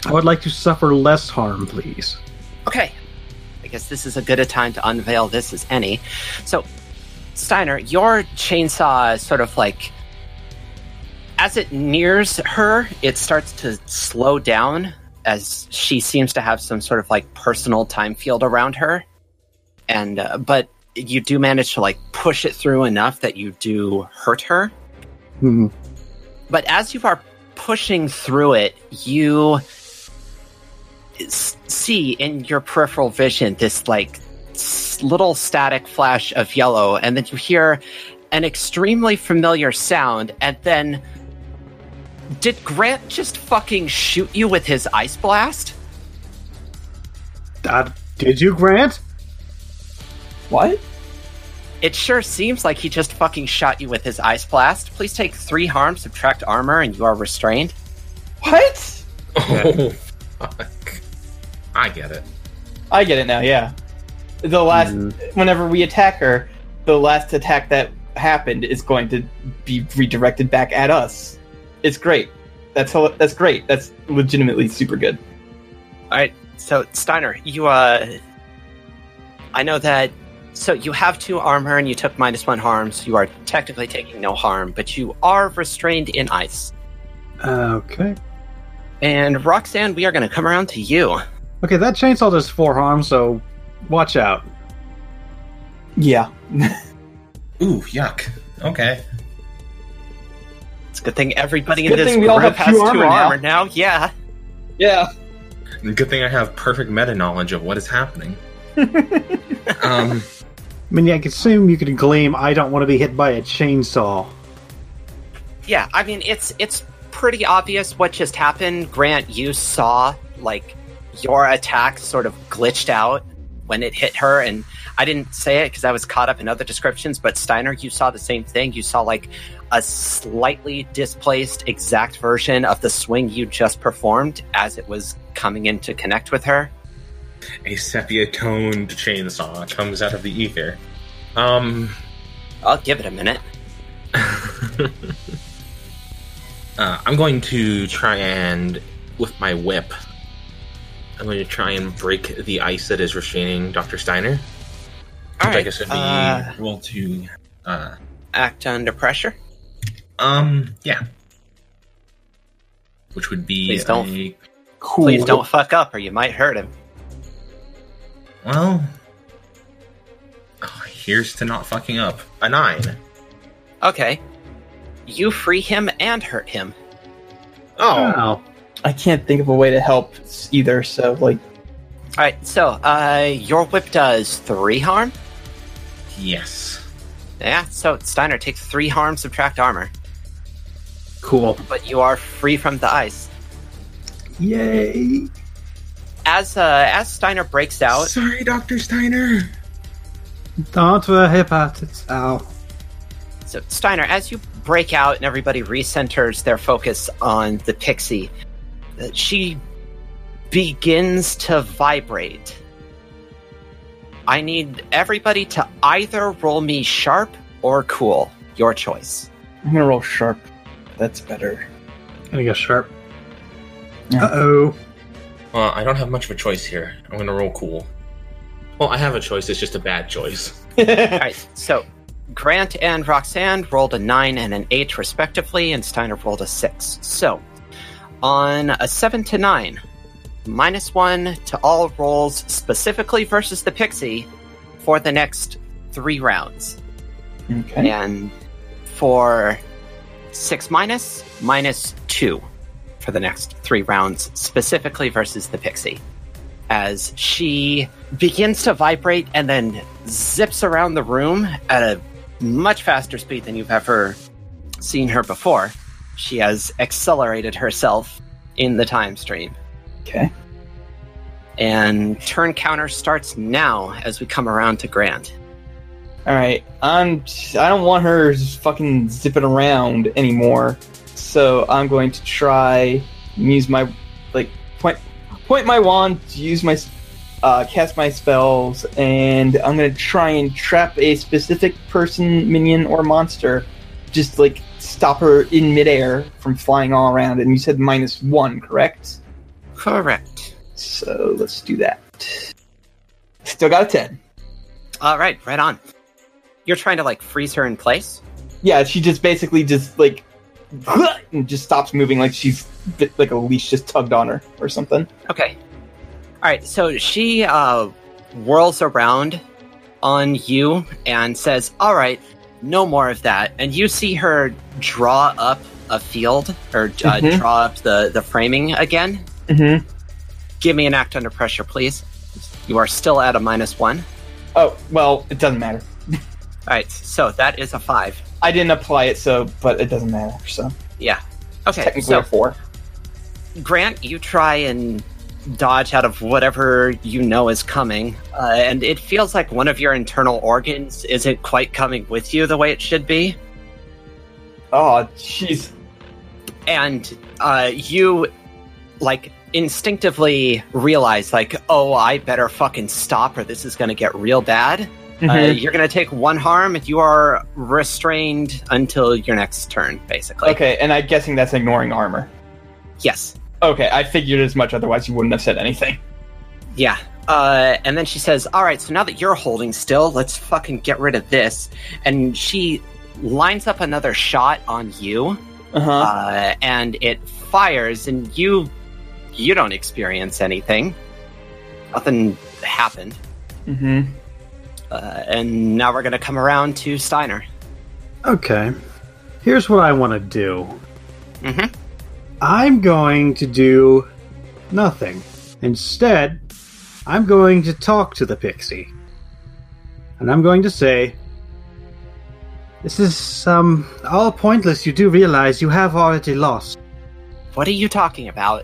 Speaker 2: I would like to suffer less harm, please.
Speaker 1: Okay. I guess this is a good a time to unveil this as any. So, Steiner, your chainsaw is sort of like as it nears her, it starts to slow down as she seems to have some sort of like personal time field around her. And uh, but you do manage to like push it through enough that you do hurt her.
Speaker 2: Hmm.
Speaker 1: But as you are pushing through it, you s- see in your peripheral vision this like s- little static flash of yellow, and then you hear an extremely familiar sound, and then. Did Grant just fucking shoot you with his ice blast?
Speaker 2: Uh, did you, Grant?
Speaker 3: What?
Speaker 1: It sure seems like he just fucking shot you with his ice blast. Please take three harm, subtract armor, and you are restrained.
Speaker 3: What?
Speaker 4: Oh, fuck. I get it.
Speaker 3: I get it now. Yeah. The last,
Speaker 2: Mm-hmm.
Speaker 3: whenever we attack her, the last attack that happened is going to be redirected back at us. It's great. That's how, that's great. That's legitimately super good.
Speaker 1: So Steiner, you uh, I know that. So you have two armor, and you took minus one harm, so you are technically taking no harm, but you are restrained in ice.
Speaker 2: Uh, Okay.
Speaker 1: And Roxanne, we are going to come around to you.
Speaker 2: Okay, that chainsaw does four harm, so watch out.
Speaker 3: Yeah.
Speaker 4: Ooh, yuck. Okay.
Speaker 1: It's a good thing everybody in
Speaker 3: It's a good
Speaker 1: this
Speaker 3: thing we all
Speaker 1: group
Speaker 3: have
Speaker 1: has
Speaker 3: two
Speaker 1: two armor,
Speaker 3: armor now.
Speaker 1: now. Yeah.
Speaker 3: Yeah.
Speaker 4: Good thing I have perfect meta knowledge of what is happening. um,
Speaker 2: I mean, yeah, I can assume you can gleam, I don't want to be hit by a chainsaw.
Speaker 1: Yeah, I mean it's it's pretty obvious what just happened. Grant, you saw like your attack sort of glitched out when it hit her and I didn't say it because I was caught up in other descriptions, but Steiner, you saw the same thing. You saw like a slightly displaced exact version of the swing you just performed as it was coming in to connect with her.
Speaker 4: a sepia toned chainsaw comes out of the ether. Um,
Speaker 1: I'll give it a minute.
Speaker 4: uh, I'm going to try and, with my whip, I'm going to try and break the ice that is restraining Dr. Steiner.
Speaker 1: All
Speaker 4: which I
Speaker 1: right.
Speaker 4: guess would be
Speaker 1: Uh,
Speaker 4: roll to. Uh,
Speaker 1: act under pressure.
Speaker 4: um, yeah. Which would be
Speaker 1: Please don't.
Speaker 4: a-
Speaker 3: Cool.
Speaker 1: Please don't fuck up or you might hurt him.
Speaker 4: well. oh, here's to not fucking up. A nine.
Speaker 1: Okay. You free him and hurt him.
Speaker 4: Oh,
Speaker 2: Wow.
Speaker 3: I can't think of a way to help s- either. So like,
Speaker 1: All right, so uh, your whip does three harm.
Speaker 4: yes.
Speaker 1: Yeah, so Steiner takes three harm, subtract armor,
Speaker 2: Cool.
Speaker 1: but you are free from the ice.
Speaker 2: Yay.
Speaker 1: As uh, as Steiner breaks out,
Speaker 4: Sorry, Dr. Steiner.
Speaker 2: Don't worry about it. Ow.
Speaker 1: so Steiner, as you break out and everybody recenters their focus on the pixie, uh, she begins to vibrate. I need everybody to either roll me sharp or cool, your choice.
Speaker 3: I'm gonna roll sharp. That's better.
Speaker 2: Gonna go sharp.
Speaker 3: Yeah.
Speaker 2: Uh oh.
Speaker 4: Well, I don't have much of a choice here. I'm gonna roll cool. Well, I have a choice. It's just a bad choice.
Speaker 1: All right, so Grant and Roxanne rolled a 9 and an 8, respectively, and Steiner rolled a 6. So, on a 7 to 9, minus 1 to all rolls specifically versus the Pixie for the next three rounds.
Speaker 3: okay.
Speaker 1: And for 6 minus, minus 2 for the next three rounds, specifically versus the Pixie. As she begins to vibrate and then zips around the room at a much faster speed than you've ever seen her before. She has accelerated herself in the time stream.
Speaker 3: Okay.
Speaker 1: And turn counter starts now as we come around to Grant.
Speaker 3: All right. I'm. I don't want her s- fucking zipping around anymore. So I'm going to try and use my like point point my wand, use my s- uh, cast my spells, and I'm gonna try and trap a specific person, minion, or monster. Just like stop her in midair from flying all around. And you said minus one, correct?
Speaker 1: Correct.
Speaker 3: So let's do that. Still got a 10.
Speaker 1: All right, right on. You're trying to like freeze her in place.
Speaker 3: Yeah, she just basically just like and just stops moving like she's like a leash just tugged on her or something.
Speaker 1: Okay. All right, so she uh, whirls around on you and says, All right, no more of that. And you see her draw up a field or uh,
Speaker 3: Mhm.
Speaker 1: draw up the, the framing again.
Speaker 3: Mm-hmm.
Speaker 1: Give me an act under pressure, please. You are still at a minus one.
Speaker 3: Oh well, it doesn't matter.
Speaker 1: All right, so that is a five.
Speaker 3: I didn't apply it, so but it doesn't matter. So
Speaker 1: Yeah. Okay,
Speaker 3: technically
Speaker 1: so
Speaker 3: a four.
Speaker 1: Grant, you try and dodge out of whatever you know is coming, uh, and it feels like one of your internal organs isn't quite coming with you the way it should be.
Speaker 3: Oh jeez.
Speaker 1: And uh, you, like, instinctively realize, like, oh, I better fucking stop or this is gonna get real bad. Uh,
Speaker 3: Mhm.
Speaker 1: you're gonna take one harm. You are restrained until your next turn, basically.
Speaker 3: okay, and I'm guessing that's ignoring armor.
Speaker 1: Yes.
Speaker 3: Okay, I figured as much. Otherwise, you wouldn't have said anything.
Speaker 1: Yeah. Uh, and then she says, All right, so now that you're holding still, let's fucking get rid of this. And she lines up another shot on you,
Speaker 3: Uh-huh.
Speaker 1: uh, and it fires, and you you don't experience anything. Nothing happened.
Speaker 3: Mm-hmm.
Speaker 1: Uh, and now we're going to come around to Steiner.
Speaker 2: Okay. Here's what I want to do.
Speaker 1: Mhm.
Speaker 2: I'm going to do nothing. Instead, I'm going to talk to the pixie. And I'm going to say, This is, um, all pointless. You do realize you have already lost.
Speaker 1: What are you talking about?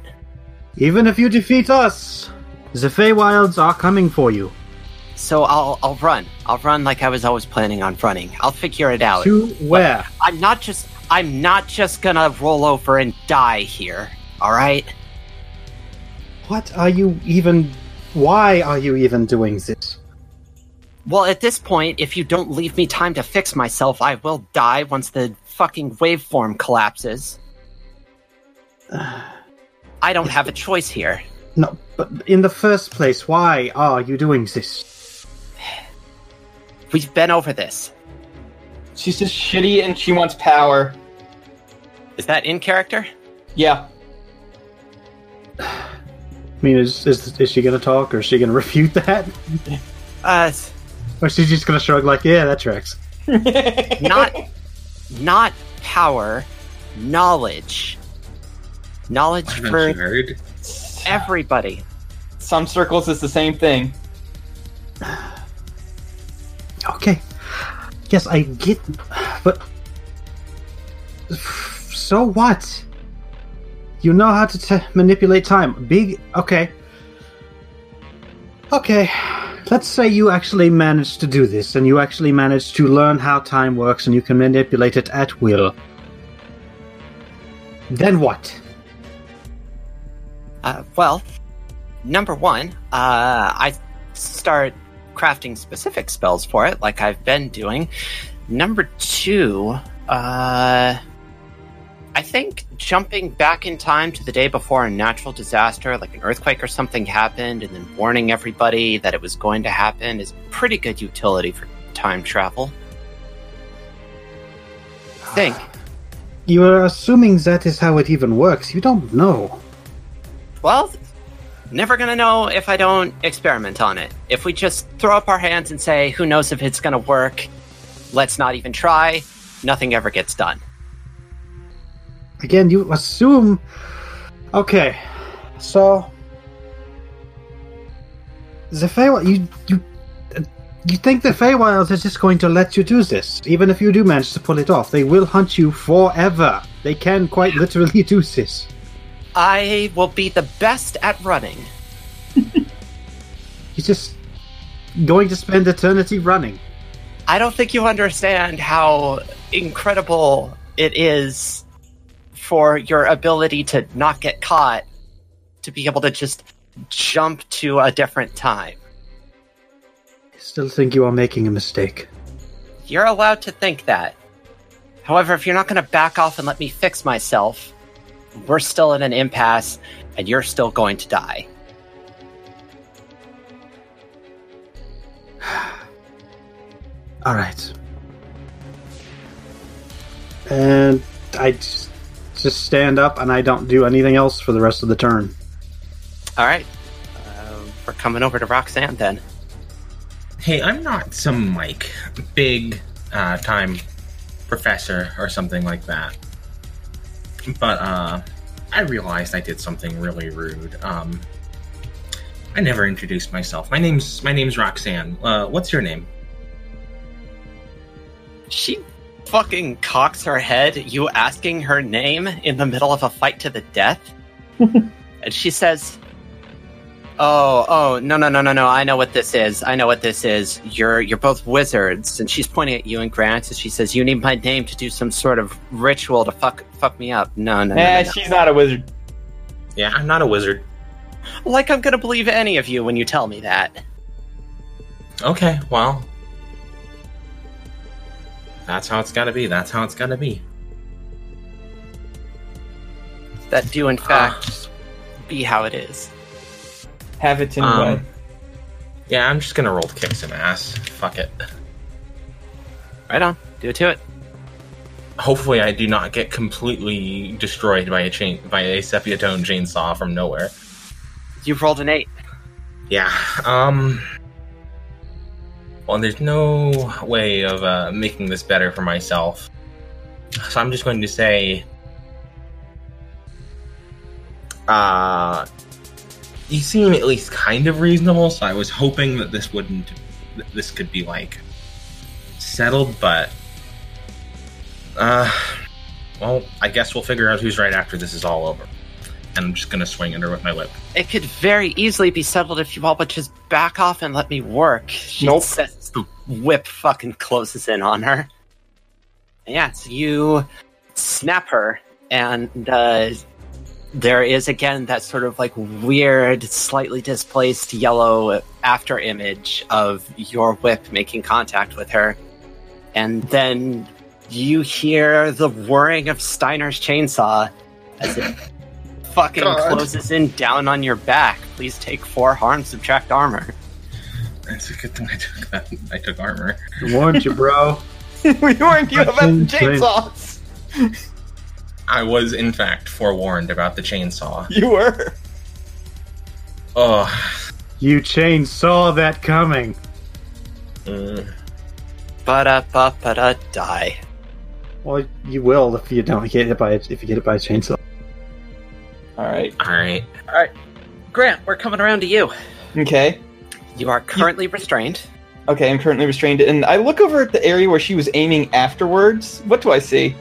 Speaker 2: Even if you defeat us, the Feywilds are coming for you.
Speaker 1: So I'll I'll run. I'll run like I was always planning on running. I'll figure it out.
Speaker 2: To where?
Speaker 1: I'm not just I'm not just gonna roll over and die here. All right.
Speaker 2: What are you even. Why are you even doing this?
Speaker 1: Well, at this point, if you don't leave me time to fix myself, I will die once the fucking waveform collapses. I don't have a choice here.
Speaker 2: No, but in the first place, why are you doing this?
Speaker 1: We've been over this.
Speaker 3: She's just shitty, and she wants power.
Speaker 1: Is that in character?
Speaker 3: Yeah.
Speaker 2: I mean, is is, is she going to talk, or is she going to refute that,
Speaker 1: Uh, s-
Speaker 2: or is she just going to shrug like, "Yeah, that tracks"?
Speaker 1: not, not power, knowledge. Knowledge
Speaker 4: Haven't you
Speaker 1: for
Speaker 4: heard?
Speaker 1: everybody.
Speaker 3: Some circles it's the same thing.
Speaker 2: Okay. Yes, I get, but so what? You know how to t- manipulate time. Big. Okay. Okay. Let's say you actually managed to do this, and you actually managed to learn how time works, and you can manipulate it at will. Then what?
Speaker 1: Uh, well, number one, uh, I start crafting specific spells for it, like I've been doing. Number two, uh, I think jumping back in time to the day before a natural disaster, like an earthquake or something happened, and then warning everybody that it was going to happen is pretty good utility for time travel. I think.
Speaker 2: You are assuming that is how it even works. You don't know.
Speaker 1: Well, never gonna know if I don't experiment on it. If we just throw up our hands and say, who knows if it's gonna work, let's not even try, nothing ever gets done.
Speaker 2: Again, you assume. Okay, so the Feywild, you you you think the Feywilds are just going to let you do this, even if you do manage to pull it off? They will hunt you forever. They can quite literally do this.
Speaker 1: I will be the best at running.
Speaker 2: You're just going to spend eternity running.
Speaker 1: I don't think you understand how incredible it is for your ability to not get caught, to be able to just jump to a different time.
Speaker 2: I still think you are making a mistake.
Speaker 1: You're allowed to think that. However, if you're not going to back off and let me fix myself, we're still in an impasse and you're still going to die.
Speaker 2: All right. And I just, just stand up and I don't do anything else for the rest of the turn.
Speaker 1: All right. Uh, we're coming over to Roxanne then.
Speaker 4: Hey, I'm not some like big uh, time professor or something like that. But uh, I realized I did something really rude. Um, I never introduced myself. My name's my name's Roxanne. Uh, what's your name?
Speaker 1: She fucking cocks her head, you asking her name in the middle of a fight to the death. and she says, Oh, oh, no, no, no, no, no. I know what this is. I know what this is. You're you're both wizards. And she's pointing at you and Grant and she says, You need my name to do some sort of ritual to fuck fuck me up. No, no, no,
Speaker 3: Eh,
Speaker 1: no, no.
Speaker 3: she's not a wizard.
Speaker 4: Yeah, I'm not a wizard.
Speaker 1: Like I'm gonna believe any of you when you tell me that.
Speaker 4: Okay, well, that's how it's got to be. That's how it's got to be.
Speaker 1: That do in fact be how it is.
Speaker 3: Have it in
Speaker 4: Um,
Speaker 3: what?
Speaker 4: Yeah, I'm just gonna roll to kick some ass. Fuck it.
Speaker 1: Right on. Do it to it.
Speaker 4: Hopefully, I do not get completely destroyed by a chain by a sepia tone chainsaw from nowhere.
Speaker 1: You've rolled an eight.
Speaker 4: Yeah. Um. Well, there's no way of uh, making this better for myself, so I'm just going to say, uh, you seem at least kind of reasonable. So I was hoping that this wouldn't, that this could be like settled, but uh, well, I guess we'll figure out who's right after this is all over. And I'm just gonna swing at her with my whip.
Speaker 1: It could very easily be settled if you all would just back off and let me work. She
Speaker 3: Nope.
Speaker 1: says the whip fucking closes in on her. Yeah, so you snap her, and uh, there is again that sort of like weird, slightly displaced yellow after image of your whip making contact with her. And then you hear the whirring of Steiner's chainsaw as it fucking
Speaker 4: God.
Speaker 1: closes in down on your back. Please take four harm, subtract armor.
Speaker 4: It's a good thing I took that. I took armor.
Speaker 2: Warned you, bro.
Speaker 3: we warned you about
Speaker 2: Same,
Speaker 3: the
Speaker 2: same.
Speaker 3: chainsaws.
Speaker 4: I was, in fact, forewarned about the chainsaw.
Speaker 3: You were.
Speaker 4: Oh,
Speaker 2: You chain saw that coming.
Speaker 4: mm,
Speaker 1: Ba da ba ba da die.
Speaker 2: Well, you will if you don't get hit by a, if you get hit by a chainsaw.
Speaker 3: All right.
Speaker 4: all right.
Speaker 1: Grant, we're coming around to you.
Speaker 3: Okay.
Speaker 1: You are currently restrained.
Speaker 3: Okay, I'm currently restrained, and I look over at the area where she was aiming afterwards. What do I see?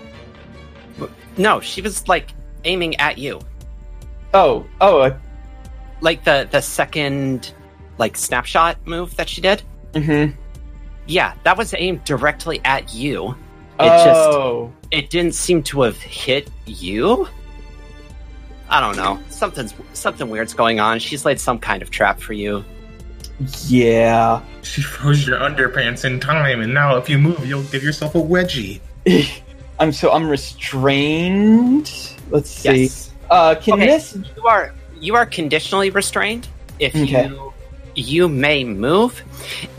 Speaker 1: No, she was like aiming at you.
Speaker 3: Oh, oh, uh,
Speaker 1: Like the the second like snapshot move that she did.
Speaker 3: mm-hmm.
Speaker 1: Yeah, that was aimed directly at you. It just
Speaker 3: Oh,
Speaker 1: it didn't seem to have hit you. I don't know. Something's something weird's going on. She's laid some kind of trap for you.
Speaker 3: yeah.
Speaker 4: She froze your underpants in time, and now if you move, you'll give yourself a wedgie.
Speaker 3: I'm so I'm restrained. Let's see.
Speaker 1: Yes.
Speaker 3: Uh, can
Speaker 1: Okay.
Speaker 3: this?
Speaker 1: You are you are conditionally restrained if
Speaker 3: Okay.
Speaker 1: you you may move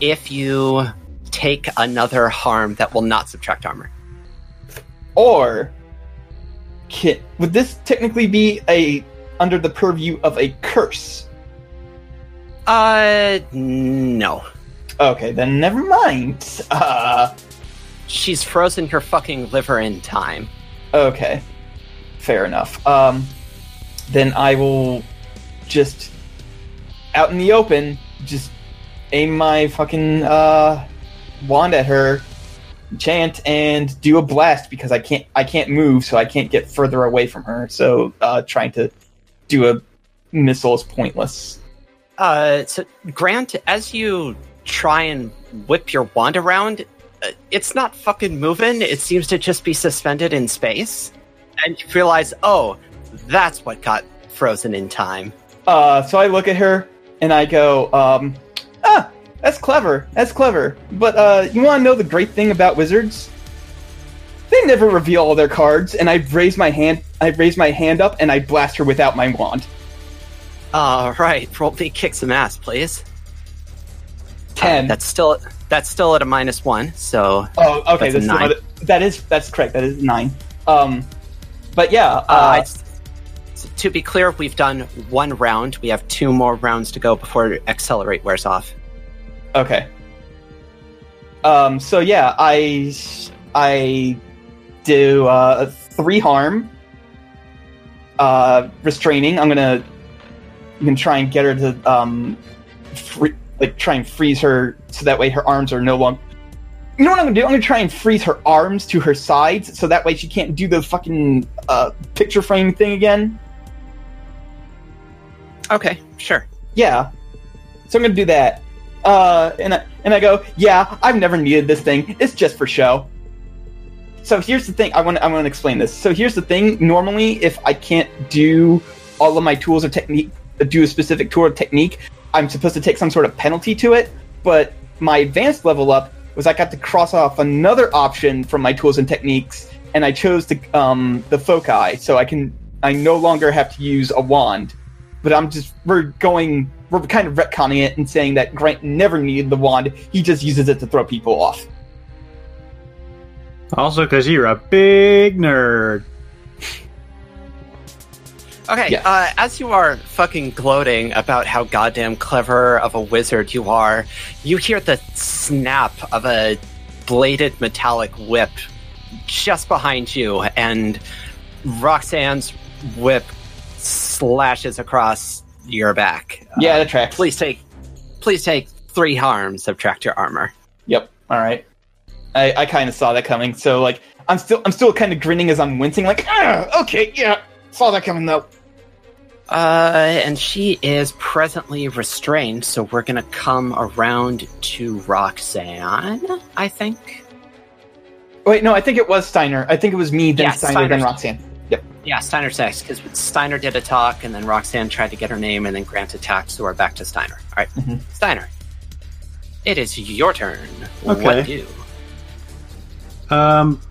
Speaker 1: if you take another harm that will not subtract armor.
Speaker 3: Or can, would this technically be a under the purview of a curse?
Speaker 1: Uh no.
Speaker 3: Okay, then never mind. Uh,
Speaker 1: She's frozen her fucking liver in time.
Speaker 3: okay, fair enough. Um, then I will just out in the open, just aim my fucking uh, wand at her, chant and do a blast because I can't I can't move, so I can't get further away from her. So uh, trying to do a missile is pointless.
Speaker 1: Uh so Grant, as you try and whip your wand around, uh, it's not fucking moving. It seems to just be suspended in space. And you realize, "Oh, that's what got frozen in time."
Speaker 3: Uh, so I look at her and I go, um, ah, that's clever. That's clever. But uh, you want to know the great thing about wizards? They never reveal all their cards. And I raise my hand. I raise my hand up and I blast her without my wand.
Speaker 1: Ah, All right, roll me kick some ass, please. Uh,
Speaker 3: Ten.
Speaker 1: That's still that's still at a minus one. So
Speaker 3: oh, okay.
Speaker 1: that's a
Speaker 3: That's
Speaker 1: nine.
Speaker 3: another- that is that's correct. That is nine. Um, but yeah.
Speaker 1: uh, I
Speaker 3: Uh,
Speaker 1: s- so to be clear, we've done one round. We have two more rounds to go before accelerate wears off.
Speaker 3: okay. Um. So yeah, I I do uh, three harm. uh, restraining. I'm gonna, I'm gonna try and get her to um, free, like try and freeze her so that way her arms are no longer. You know what I'm gonna do? I'm gonna try and freeze her arms to her sides so that way she can't do the fucking uh, picture frame thing again.
Speaker 1: Okay, sure.
Speaker 3: Yeah, so I'm gonna do that. Uh, and I, and I go, yeah, I've never needed this thing. It's just for show. So here's the thing. I want I want to explain this. So here's the thing. Normally, if I can't do all of my tools or technique, do a specific tool or technique, I'm supposed to take some sort of penalty to it. But my advanced level up was I got to cross off another option from my tools and techniques, and I chose the um, the foci, so I can I no longer have to use a wand. But I'm just we're going we're kind of retconning it and saying that Grant never needed the wand. He just uses it to throw people off.
Speaker 1: Uh,
Speaker 2: Also, because you're a big nerd.
Speaker 1: Okay,
Speaker 3: Yeah.
Speaker 1: uh, as you are fucking gloating about how goddamn clever of a wizard you are, you hear the snap of a bladed metallic whip just behind you, and Roxanne's whip slashes across your back. Uh,
Speaker 3: Yeah, that tracks.
Speaker 1: Please take, please take three harm, subtract your armor.
Speaker 3: Yep. All right. I, I kind of saw that coming. So like, I'm still I'm still kind of grinning as I'm wincing. Like, "Ah, okay, yeah, saw that coming though.
Speaker 1: Uh, and she is presently restrained, so we're gonna come around to Roxanne, I think.
Speaker 3: Wait, no, I think it was Steiner. I think it was me, then
Speaker 1: Yeah,
Speaker 3: Steiner,
Speaker 1: Steiner.
Speaker 3: then Roxanne.
Speaker 1: Yeah, Steiner's next, because Steiner did a talk, and then Roxanne tried to get her name, and then Grant attacked, so we're back to Steiner. All right.
Speaker 2: Mm-hmm.
Speaker 3: Mhm.
Speaker 1: Steiner, it is your turn.
Speaker 2: Okay.
Speaker 1: What do?
Speaker 2: Um,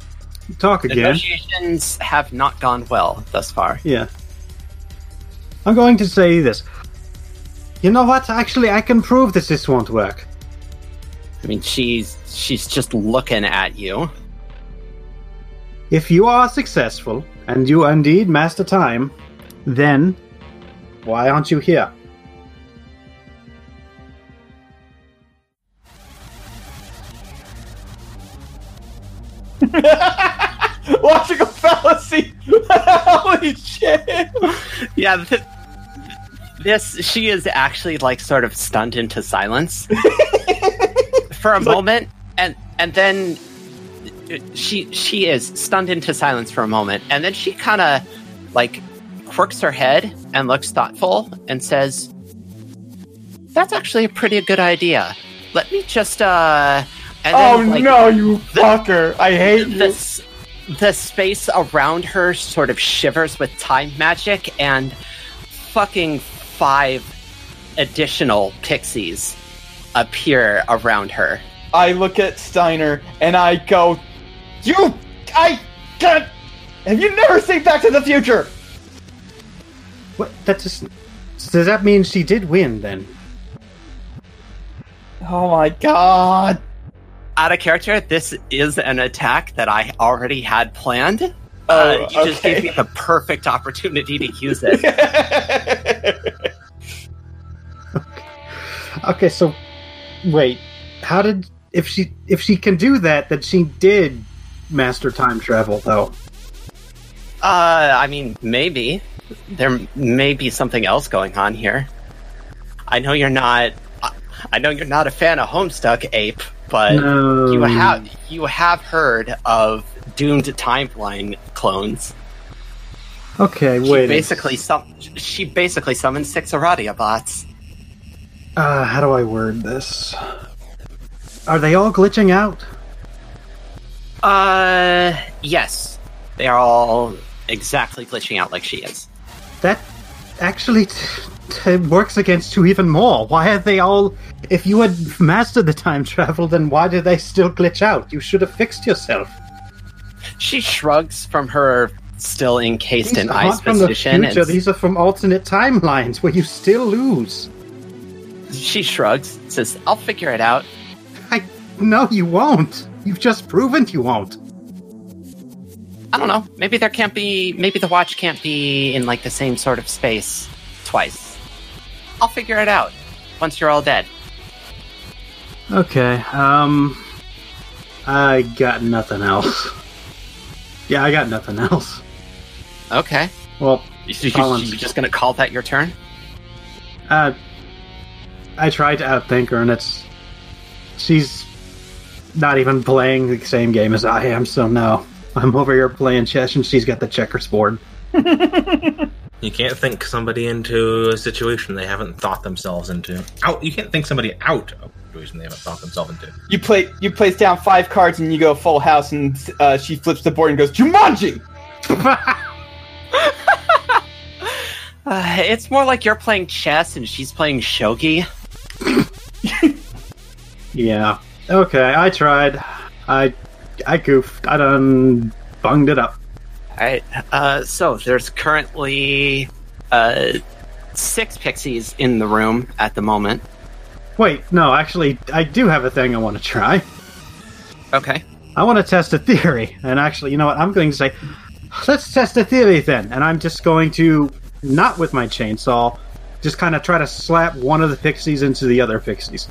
Speaker 2: talk again.
Speaker 1: Negotiations have not gone well thus far.
Speaker 2: Yeah. I'm going to say this. You know what? Actually, I can prove that this won't work.
Speaker 1: I mean, she's she's just looking at you.
Speaker 2: If you are successful, and you indeed master time, then why aren't you here?
Speaker 3: Logical fallacy. Holy shit!
Speaker 1: Yeah. Th- this she is actually like sort of stunned into silence for a moment, and and then she she is stunned into silence for a moment, and then she kind of like quirks her head and looks thoughtful and says, "That's actually a pretty good idea. Let me just uh." And
Speaker 3: Oh
Speaker 1: then, like,
Speaker 3: no, you
Speaker 1: the-
Speaker 3: fucker! I hate you.
Speaker 1: the, s-
Speaker 3: Mm-hmm.
Speaker 1: the space around her sort of shivers with time magic and fucking five additional pixies appear around her
Speaker 3: I look at Steiner and I go, "You, I can't. Have you never seen Back to the Future?"
Speaker 2: What? That just. Does that mean she did win then?
Speaker 3: Oh my god.
Speaker 1: out of character this is an attack that i already had planned uh,
Speaker 3: Oh,
Speaker 1: you just
Speaker 3: okay.
Speaker 1: gave me the perfect opportunity to use it Uh,
Speaker 2: Okay, so wait. How did if she if she can do that, then she did master time travel though.
Speaker 1: Uh, I mean, maybe. There may be something else going on here. I know you're not. I- I know you're not a fan of Homestuck Ape, but
Speaker 2: no.
Speaker 1: you have you have heard of doomed timeline clones.
Speaker 2: Okay,
Speaker 1: She
Speaker 2: wait. a-
Speaker 1: basically sum- she basically summoned six Aradia bots.
Speaker 2: Uh, how do I word this? Are they all glitching out?
Speaker 1: Uh, yes, they are all exactly glitching out like she is.
Speaker 2: That actually t- t- works against you even more. Why are they all? If you had mastered the time travel, then why do they still glitch out? You should have fixed yourself.
Speaker 1: She shrugs from her still encased in
Speaker 2: aren't
Speaker 1: ice
Speaker 2: from the
Speaker 1: position. and
Speaker 2: future. These are from alternate timelines where you still lose.
Speaker 1: She shrugs, says, I'll figure it out.
Speaker 2: I no, you won't. You've just proven you won't.
Speaker 1: I don't know. Maybe there can't be, maybe the watch can't be in like the same sort of space twice. I'll figure it out once you're all dead.
Speaker 2: Okay. Um, I got nothing else. Yeah, I got nothing else.
Speaker 1: Okay.
Speaker 2: Well,
Speaker 1: You,
Speaker 2: Colin.
Speaker 1: are just gonna call that your turn?
Speaker 2: Uh, I tried to outthink her, and it's she's not even playing the same game as I am. So no, I'm over here playing chess, and she's got the checkers board.
Speaker 4: You can't think somebody into a situation they haven't thought themselves into. Out. You can't think somebody out of a situation they haven't thought themselves into.
Speaker 3: You play. You place down five cards and you go full house, and uh, she flips the board and goes Jumanji.
Speaker 1: Uh, it's more like you're playing chess and she's playing shogi.
Speaker 2: Yeah. Okay, I tried. I I goofed. I done bunged it up.
Speaker 1: Alright, uh, so there's currently uh, six pixies in the room at the moment.
Speaker 2: Wait, no, actually, I do have a thing I want to try.
Speaker 1: Okay.
Speaker 2: I want to test a theory. And actually, you know what? I'm going to say, let's test a theory then. And I'm just going to, not with my chainsaw, just kind of try to slap one of the pixies into the other pixies.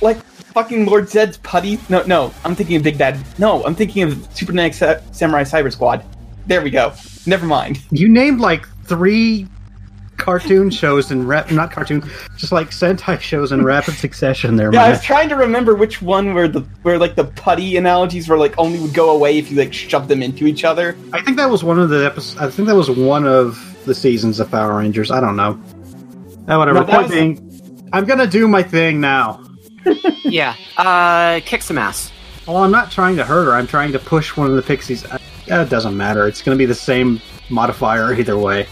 Speaker 3: Like fucking Lord Zed's putty. No, no. I'm thinking of Big Bad. No, I'm thinking of Super Next Samurai Cyber Squad. There we go. Never mind.
Speaker 2: You named like three cartoon shows in rep, not cartoon, just like Sentai shows in rapid succession there,
Speaker 3: Yeah, I
Speaker 2: man.
Speaker 3: was trying to remember which one where the where like the putty analogies were like only would go away if you like shoved them into each other.
Speaker 2: I think that was one of the episodes. I think that was one of the seasons of Power Rangers. I don't know. Oh, whatever.
Speaker 3: No,
Speaker 2: Point
Speaker 3: that was-
Speaker 2: being, I'm gonna do my thing now.
Speaker 1: Yeah, uh, kick some ass.
Speaker 2: Well, I'm not trying to hurt her. I'm trying to push one of the pixies. Uh, It doesn't matter. It's gonna be the same modifier either way.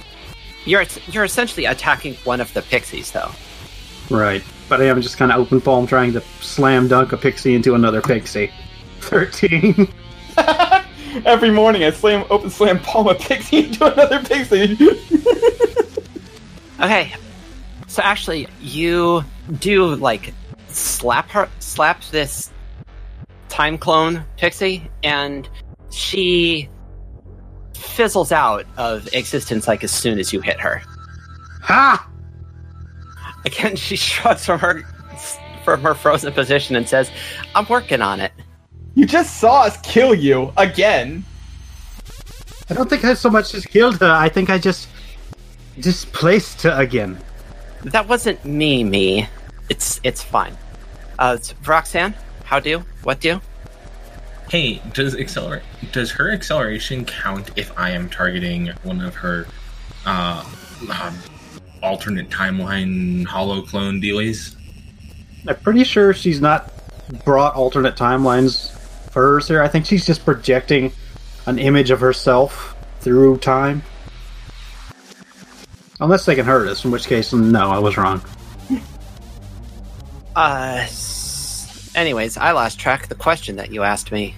Speaker 1: You're you're essentially attacking one of the pixies, though.
Speaker 2: Right. But I am just kind of open palm trying to slam dunk a pixie into another pixie. Thirteen.
Speaker 3: Every morning I slam open slam Palma Pixie into another pixie.
Speaker 1: Okay, so actually, you do like slap her, slap this time clone pixie, and she fizzles out of existence like as soon as you hit her.
Speaker 2: ha!
Speaker 1: Again, she shrugs from her from her frozen position and says, "I'm working on it."
Speaker 3: you just saw us kill you again.
Speaker 2: I don't think I so much as killed her. I think I just displaced her again.
Speaker 1: That wasn't me, me. It's it's fine. Uh, it's Roxanne, how do? What do?
Speaker 4: Hey, does accelerate? Does her acceleration count if I am targeting one of her uh, um, alternate timeline hollow clone dealies?
Speaker 2: I'm pretty sure she's not brought alternate timelines for hers here. I think she's just projecting an image of herself through time. Unless they can hurt us, in which case, no, I was wrong.
Speaker 1: Uh, s- anyways, I lost track of the question that you asked me.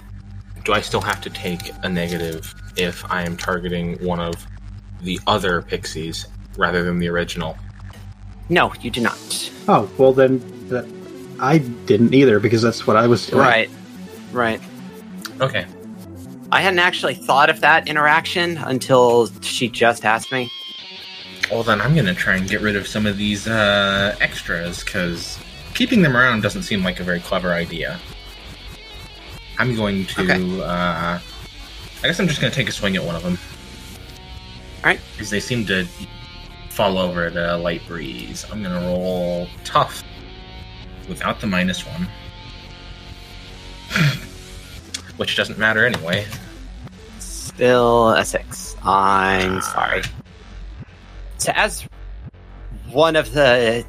Speaker 4: Do I still have to take a negative if I am targeting one of the other pixies rather than the original?
Speaker 1: No, you do not.
Speaker 2: Oh, well then, that, I didn't either because that's what I was doing.
Speaker 1: Right. Right.
Speaker 4: Okay.
Speaker 1: I hadn't actually thought of that interaction until she just asked me.
Speaker 4: Well, then I'm gonna try and get rid of some of these uh, extras because keeping them around doesn't seem like a very clever idea. I'm going to.
Speaker 1: Okay.
Speaker 4: Uh, I guess I'm just gonna take a swing at one of them.
Speaker 1: Alright.
Speaker 4: Because they seem to fall over at a light breeze. I'm gonna roll tough without the minus one, which doesn't matter anyway.
Speaker 1: Still a six. I'm sorry. So, as one of the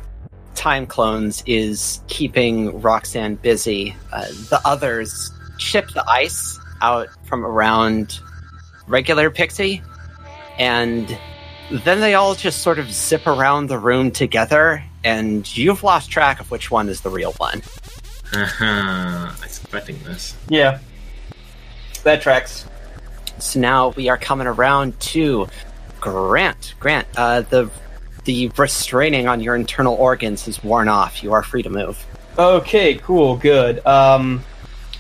Speaker 1: time clones is keeping Roxanne busy, uh, the others chip the ice out from around regular Pixie, and then they all just sort of zip around the room together, and you've lost track of which one is the real one.
Speaker 4: I was Uh-huh. expecting this.
Speaker 3: Yeah. That tracks.
Speaker 1: So now we are coming around to Grant. Grant, uh, the the restraining on your internal organs is worn off. You are free to move.
Speaker 3: Okay, cool, good. Um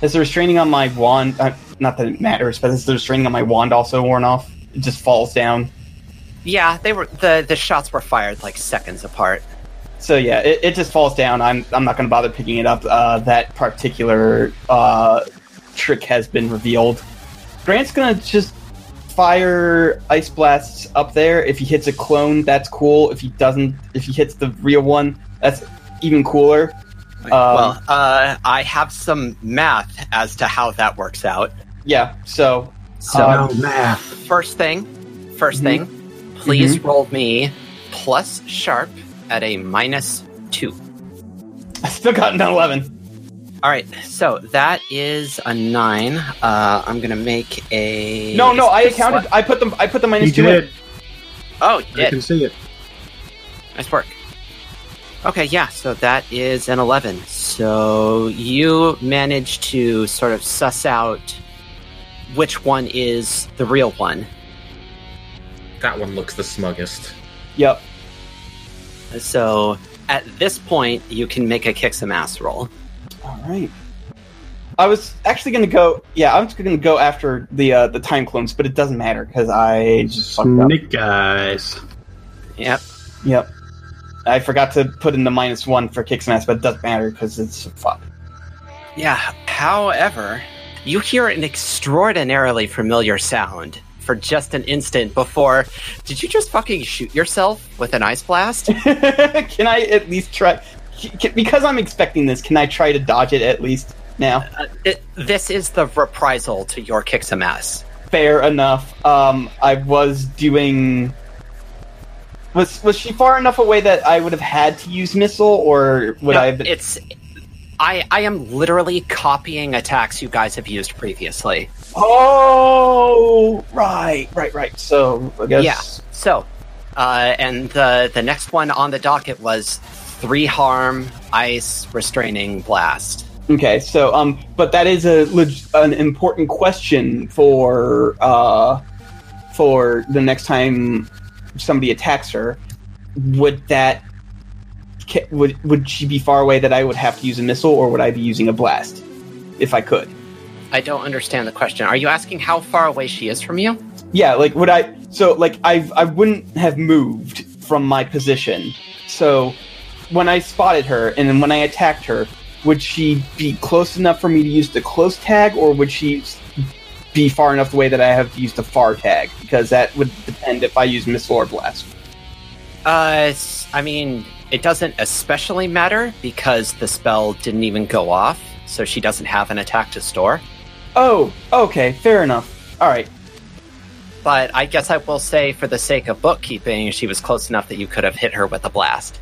Speaker 3: is the restraining on my wand uh, not that it matters, but is the restraining on my wand also worn off? It just falls down.
Speaker 1: Yeah, they were the the shots were fired like seconds apart.
Speaker 3: So yeah, it, it just falls down. I'm I'm not gonna bother picking it up. Uh, that particular uh, trick has been revealed. Grant's gonna just fire ice blasts up there. If he hits a clone, that's cool. If he doesn't, if he hits the real one, that's even cooler. Um,
Speaker 1: well, uh, I have some math as to how that works out.
Speaker 3: yeah. So
Speaker 1: So,
Speaker 2: no
Speaker 3: Um,
Speaker 2: Oh, math.
Speaker 1: first thing, 1st
Speaker 3: Mhm.
Speaker 1: thing, please
Speaker 3: Mm-hmm.
Speaker 1: roll me plus sharp at a minus two.
Speaker 3: I still got an eleven.
Speaker 1: All right, so that is a nine. Uh, I'm gonna make a
Speaker 3: No, no, I accounted. I put them. I put the minus
Speaker 2: You
Speaker 3: two in.
Speaker 2: did.
Speaker 1: Oh, you
Speaker 2: I
Speaker 1: did
Speaker 2: can see it.
Speaker 1: nice work. Okay, yeah, so that is an eleven. So you managed to sort of suss out which one is the real one.
Speaker 4: That one looks the smuggest.
Speaker 3: Yep.
Speaker 1: So at this point, you can make a kick some ass roll.
Speaker 3: All right. I was actually gonna go. Yeah, I'm just gonna go after the uh, the time clones, but it doesn't matter because I just fucked up.
Speaker 2: Sneak eyes.
Speaker 1: Yep.
Speaker 3: Yep. I forgot to put in the minus one for kicks and ass, but it doesn't matter because it's fuck.
Speaker 1: Yeah. However, you hear an extraordinarily familiar sound for just an instant before. Did you just fucking shoot yourself with an ice blast?
Speaker 3: can I at least try? Can, because I'm expecting this, can I try to dodge it at least now?
Speaker 1: Uh, it, this is the reprisal to your kick some ass.
Speaker 3: Fair enough. Um, I was doing. Was was she far enough away that I would have had to use missile, or would
Speaker 1: No,
Speaker 3: I? Have been,
Speaker 1: It's. I, I am literally copying attacks you guys have used previously.
Speaker 3: oh, right, right, right. So I guess.
Speaker 1: Yeah. So, uh, and the the next one on the docket was three harm ice restraining blast.
Speaker 3: Okay, so um, but that is a leg- an important question for uh, for the next time somebody attacks her. Would that ca- would would she be far away that I would have to use a missile, or would I be using a blast if I could?
Speaker 1: I don't understand the question. Are you asking how far away she is from you?
Speaker 3: Yeah, like would I? So like I I wouldn't have moved from my position. So when I spotted her and then when I attacked her, would she be close enough for me to use the close tag, or would she s- be far enough away that I have to use the far tag? Because that would depend if I use missile or blast.
Speaker 1: Uh, s- I mean, it doesn't especially matter because the spell didn't even go off, so she doesn't have an attack to store.
Speaker 3: Oh, okay, fair enough. All right,
Speaker 1: But I guess I will say, for the sake of bookkeeping, she was close enough that you could have hit her with a blast.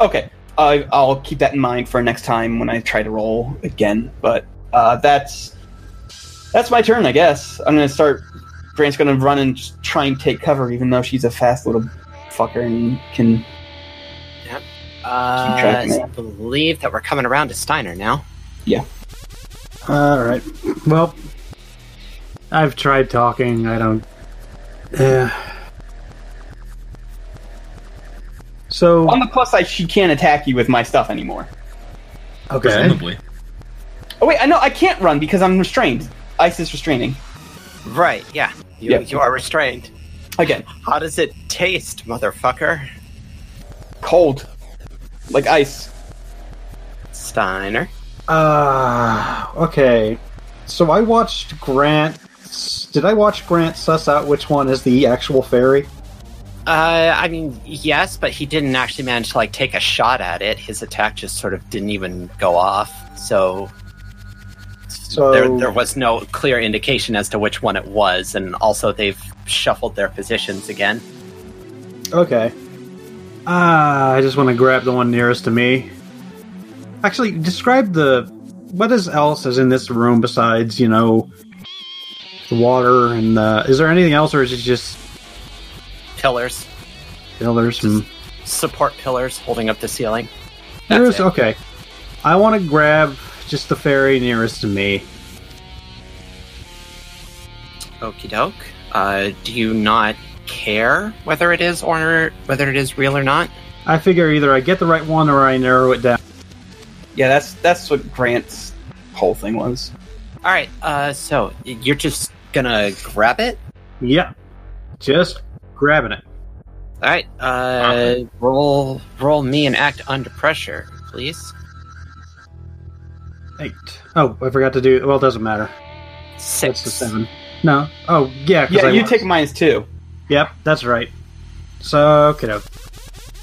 Speaker 3: Okay, I I'll keep that in mind for next time when I try to roll again. But uh, that's that's my turn, I guess. I'm gonna start. Brant's gonna run and just try and take cover, even though she's a fast little fucker and can.
Speaker 1: Uh,
Speaker 3: track, man.
Speaker 1: I believe that we're coming around to Steiner now.
Speaker 2: All right. Well, I've tried talking. I don't. Yeah. So
Speaker 3: On the plus side, she can't attack you with my stuff anymore.
Speaker 2: okay.
Speaker 4: Presumably.
Speaker 3: Oh wait, I know I can't run because I'm restrained. Ice is restraining
Speaker 1: Right, yeah. You,
Speaker 3: Yeah.
Speaker 1: you are restrained.
Speaker 3: again.
Speaker 1: How does it taste, motherfucker?
Speaker 3: Cold, like ice.
Speaker 1: Steiner.
Speaker 2: Uh, okay. So I watched Grant. Did I watch Grant suss out which one is the actual fairy?
Speaker 1: Uh, I mean, yes, but he didn't actually manage to like take a shot at it. His attack just sort of didn't even go off, so,
Speaker 2: So
Speaker 1: there there was no clear indication as to which one it was, and also they've shuffled their positions again.
Speaker 2: Okay. Ah, I just want to grab the one nearest to me. Actually, describe the what is else is in this room besides you know the water and the. Is there anything else, or is it just
Speaker 1: Pillars,
Speaker 2: you know, there's some?
Speaker 1: support pillars holding up the ceiling. That's
Speaker 2: There's
Speaker 1: it.
Speaker 2: okay. I want to grab just the fairy nearest to me.
Speaker 1: Okie doke. Uh, do you not care whether it is or whether it is real or not?
Speaker 2: I figure either I get the right one or I narrow it down.
Speaker 3: Yeah, that's that's what Grant's whole thing was.
Speaker 1: All right. Uh, so you're just gonna grab it.
Speaker 2: Yeah, just grabbing it.
Speaker 1: All right. Uh, roll, roll me and act under pressure, please.
Speaker 2: Eight. Oh, I forgot to do. Well, it doesn't matter.
Speaker 1: Six.
Speaker 2: That's a seven. No. Oh, yeah. 'cause
Speaker 3: Yeah,
Speaker 2: I
Speaker 3: you
Speaker 2: was.
Speaker 3: take minus two.
Speaker 2: Yep, that's right. So, kiddo.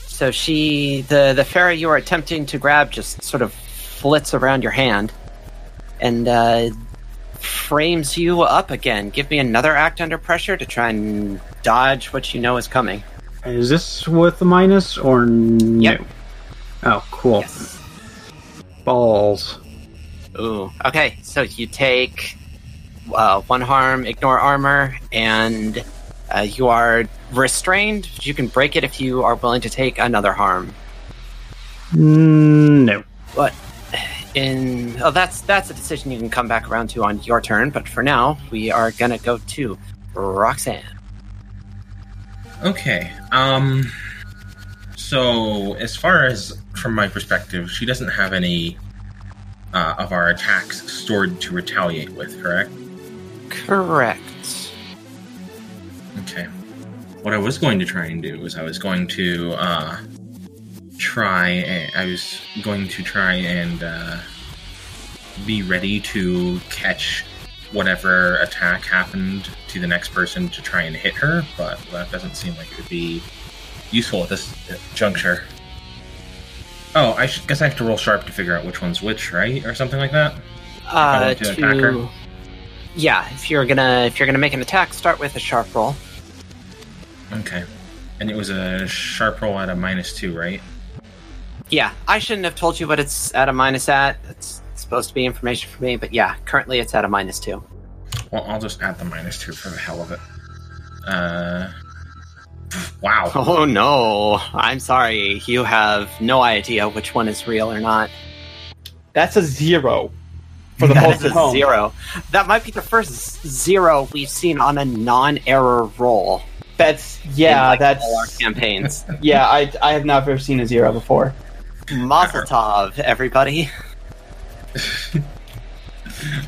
Speaker 1: So she, the the fairy you are attempting to grab, just sort of flits around your hand and uh, frames you up again. Give me another act under pressure to try and dodge what you know is coming.
Speaker 2: Is this with the minus or no?
Speaker 1: Yep.
Speaker 2: Oh, cool.
Speaker 1: Yes.
Speaker 2: Balls.
Speaker 1: Ooh. Okay. So you take uh, one harm, ignore armor, and uh, you are restrained. You can break it if you are willing to take another harm.
Speaker 2: Mm, No.
Speaker 1: But in oh, that's that's a decision you can come back around to on your turn. But for now, we are gonna go to Roxanne.
Speaker 4: Okay. Um. So as far as from my perspective, she doesn't have any uh, of our attacks stored to retaliate with, correct?
Speaker 1: Correct.
Speaker 4: Okay. What I was going to try and do was I was going to uh, try. a- I was going to try and uh, be ready to catch whatever attack happened to the next person to try and hit her, but that doesn't seem like it would be useful at this uh, juncture. Oh, I sh- guess I have to roll sharp to figure out which one's which, right, or something like that.
Speaker 1: Uh,
Speaker 4: want to attack her?
Speaker 1: to yeah, if you're gonna if you're gonna make an attack, start with a sharp roll.
Speaker 4: Okay. And it was a sharp roll at a minus two, right?
Speaker 1: Yeah, I shouldn't have told you what it's at a minus at. It's supposed to be information for me, but yeah, currently it's at a minus two.
Speaker 4: Well, I'll just add the minus two for the hell of it. Uh, wow.
Speaker 1: Oh no, I'm sorry. You have no idea which one is real or not.
Speaker 3: That's a zero for the
Speaker 1: That
Speaker 3: pulse
Speaker 1: is
Speaker 3: at
Speaker 1: a
Speaker 3: home.
Speaker 1: zero. That might be the first z- zero we've seen on a non-error roll.
Speaker 3: That's
Speaker 1: in,
Speaker 3: yeah.
Speaker 1: like,
Speaker 3: that's
Speaker 1: all our campaigns.
Speaker 3: yeah. I I have not ever seen a zero before.
Speaker 1: Mazel tov, everybody.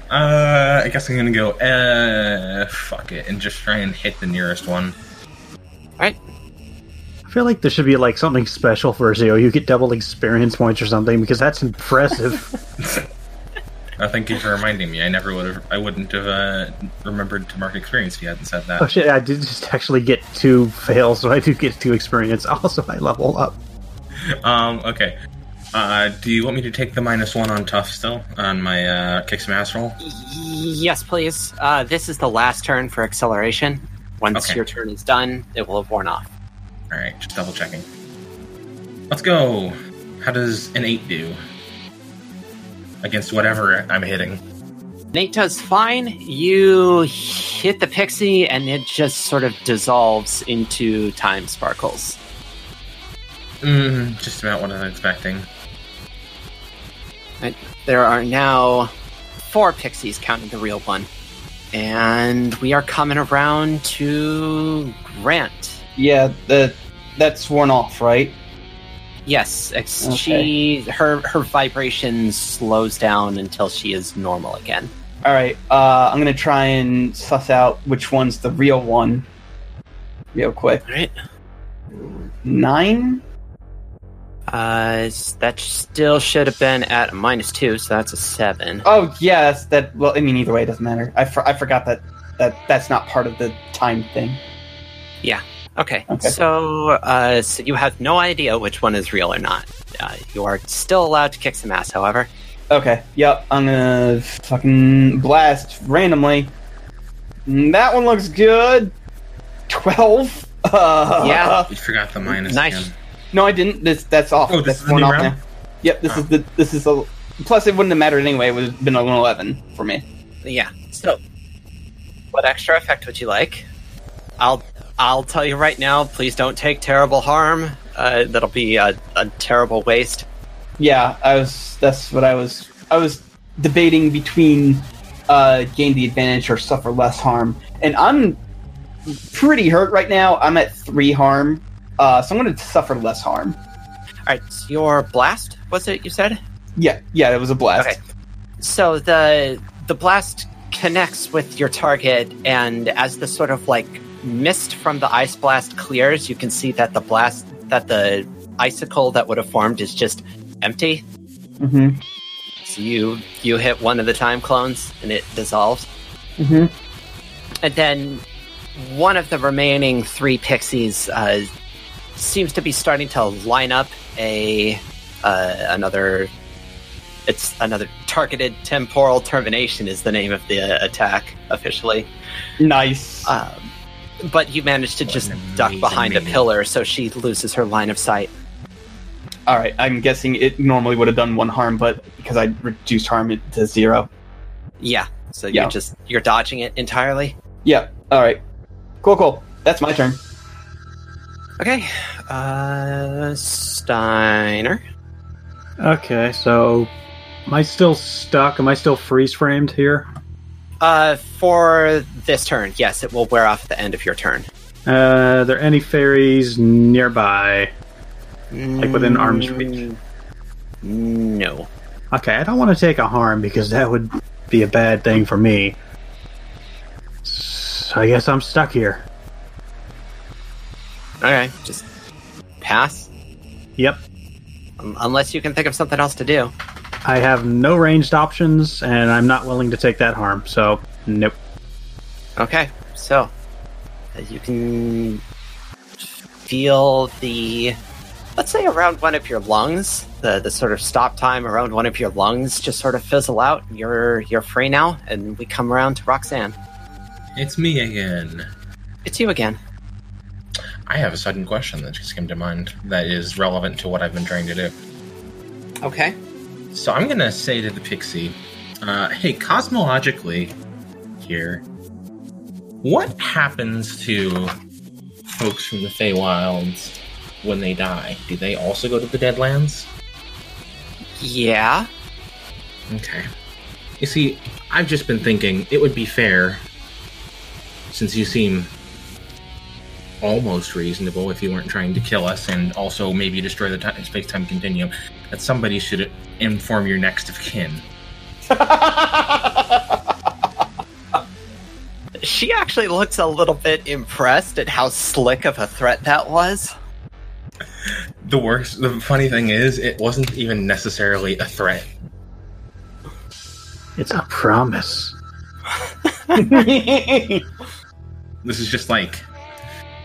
Speaker 4: Uh, I guess I'm gonna go, uh, fuck it, and just try and hit the nearest one.
Speaker 1: All right,
Speaker 2: I feel like there should be like something special for zero. You get double experience points or something because that's impressive.
Speaker 4: Uh, thank you for reminding me. I never would have, I wouldn't have, uh, remembered to mark experience if you hadn't said
Speaker 2: oh
Speaker 4: that.
Speaker 2: shit! I did just actually get two fails, so I do get two experience. Also, I level up.
Speaker 4: Um, okay. Uh, do you want me to take the minus one on tough still? On my, uh, kick some ass roll?
Speaker 1: yes, please. Uh, this is the last turn for acceleration. Once
Speaker 4: Okay.
Speaker 1: your turn is done, it will have worn off.
Speaker 4: Alright, just double checking. Let's go! How does an eight do? Against whatever I'm hitting.
Speaker 1: Nate does fine. You hit the pixie, and it just sort of dissolves into time sparkles.
Speaker 4: Mm, just about what I was expecting.
Speaker 1: Right. There are now four pixies, counting the real one. And we are coming around to Grant.
Speaker 3: Yeah, the that's worn off, right?
Speaker 1: Yes, ex-
Speaker 3: Okay.
Speaker 1: she her her vibration slows down until she is normal again.
Speaker 3: All right. Uh, I'm gonna try and suss out which one's the real one, real quick.
Speaker 1: All right.
Speaker 3: Nine.
Speaker 1: Uh, s- that still should have been at a minus two, so that's a seven.
Speaker 3: Oh yes, that. Well, I mean, either way, it doesn't matter. I, for, I forgot that that that's not part of the time thing.
Speaker 1: Okay.
Speaker 3: Okay.
Speaker 1: So, uh, so you have no idea which one is real or not. Uh, you are still allowed to kick some ass, however.
Speaker 3: Okay. Yep. I'm gonna fucking blast randomly. Mm, That one looks good. Twelve. Uh,
Speaker 1: Yeah.
Speaker 4: You forgot the minus
Speaker 1: Nice.
Speaker 4: again.
Speaker 3: No, I didn't. This that's off.
Speaker 4: Oh, this
Speaker 3: that's
Speaker 4: is the
Speaker 3: one
Speaker 4: new
Speaker 3: off
Speaker 4: round?
Speaker 3: now. Yep. This
Speaker 4: Oh.
Speaker 3: is the this is a. Plus, it wouldn't have mattered anyway. It would have been an eleven for me.
Speaker 1: Yeah. So, what extra effect would you like? I'll I'll tell you right now. Please don't take terrible harm. Uh, that'll be a, a terrible waste.
Speaker 3: Yeah, I was. That's what I was. I was debating between uh, gain the advantage or suffer less harm, and I'm pretty hurt right now. I'm at three harm, uh, so I'm going to suffer less harm.
Speaker 1: All right. so Your blast was it? You said.
Speaker 3: Yeah, yeah, it was a blast.
Speaker 1: Okay. So the the blast connects with your target, and as the sort of like mist from the ice blast clears, you can see that the blast that the icicle that would have formed is just empty.
Speaker 3: Mm-hmm.
Speaker 1: So you you hit one of the time clones, and it dissolves.
Speaker 3: Mm-hmm.
Speaker 1: And then one of the remaining three pixies uh, seems to be starting to line up a uh, another. It's another targeted temporal termination is the name of the uh, attack officially.
Speaker 3: Nice.
Speaker 4: Uh,
Speaker 1: Um, but you managed to
Speaker 4: What
Speaker 1: just
Speaker 4: an
Speaker 1: duck
Speaker 4: amazing
Speaker 1: behind a
Speaker 4: maniac.
Speaker 1: pillar, so she loses her line of sight.
Speaker 3: All right, I'm guessing it normally would have done one harm, but because I reduced harm it to zero.
Speaker 1: Yeah. So
Speaker 3: Yeah.
Speaker 1: you're just you're dodging it entirely.
Speaker 3: Yeah. All right. Cool. Cool. That's my turn.
Speaker 1: Okay. Uh, Steiner.
Speaker 2: Okay, so am I still stuck? Am I still freeze framed here?
Speaker 1: Uh, for this turn, yes, it will wear off at the end of your turn.
Speaker 2: Uh, are there any fairies nearby?
Speaker 1: Like
Speaker 2: within arm's reach?
Speaker 1: Mm, No.
Speaker 2: Okay, I don't want to take a harm because that would be a bad thing for me. So I guess I'm stuck here.
Speaker 1: Okay, just pass.
Speaker 2: Yep,
Speaker 1: Um, unless you can think of something else to do.
Speaker 2: I have no ranged options, and I'm not willing to take that harm. So nope.
Speaker 1: Okay, so uh, you can feel the, let's say around one of your lungs, the the sort of stop time around one of your lungs just sort of fizzle out. You're you're free now, and we come around to Roxanne.
Speaker 4: It's me again.
Speaker 1: It's you again.
Speaker 4: I have a sudden question that just came to mind that is relevant to what I've been trying to do.
Speaker 1: Okay.
Speaker 4: So I'm gonna say to the pixie, uh, "Hey, cosmologically, here, what happens to folks from the Feywilds when they die? Do they also go to the Deadlands?"
Speaker 1: Yeah.
Speaker 4: Okay. You see, I've just been thinking it would be fair, since you seem almost reasonable if you weren't trying to kill us and also maybe destroy the time, space-time continuum, that somebody should inform your next of kin.
Speaker 1: She actually looks a little bit impressed at how slick of a threat that was.
Speaker 4: The worst, the funny thing is, it wasn't even necessarily a threat.
Speaker 2: It's a promise.
Speaker 4: This is just like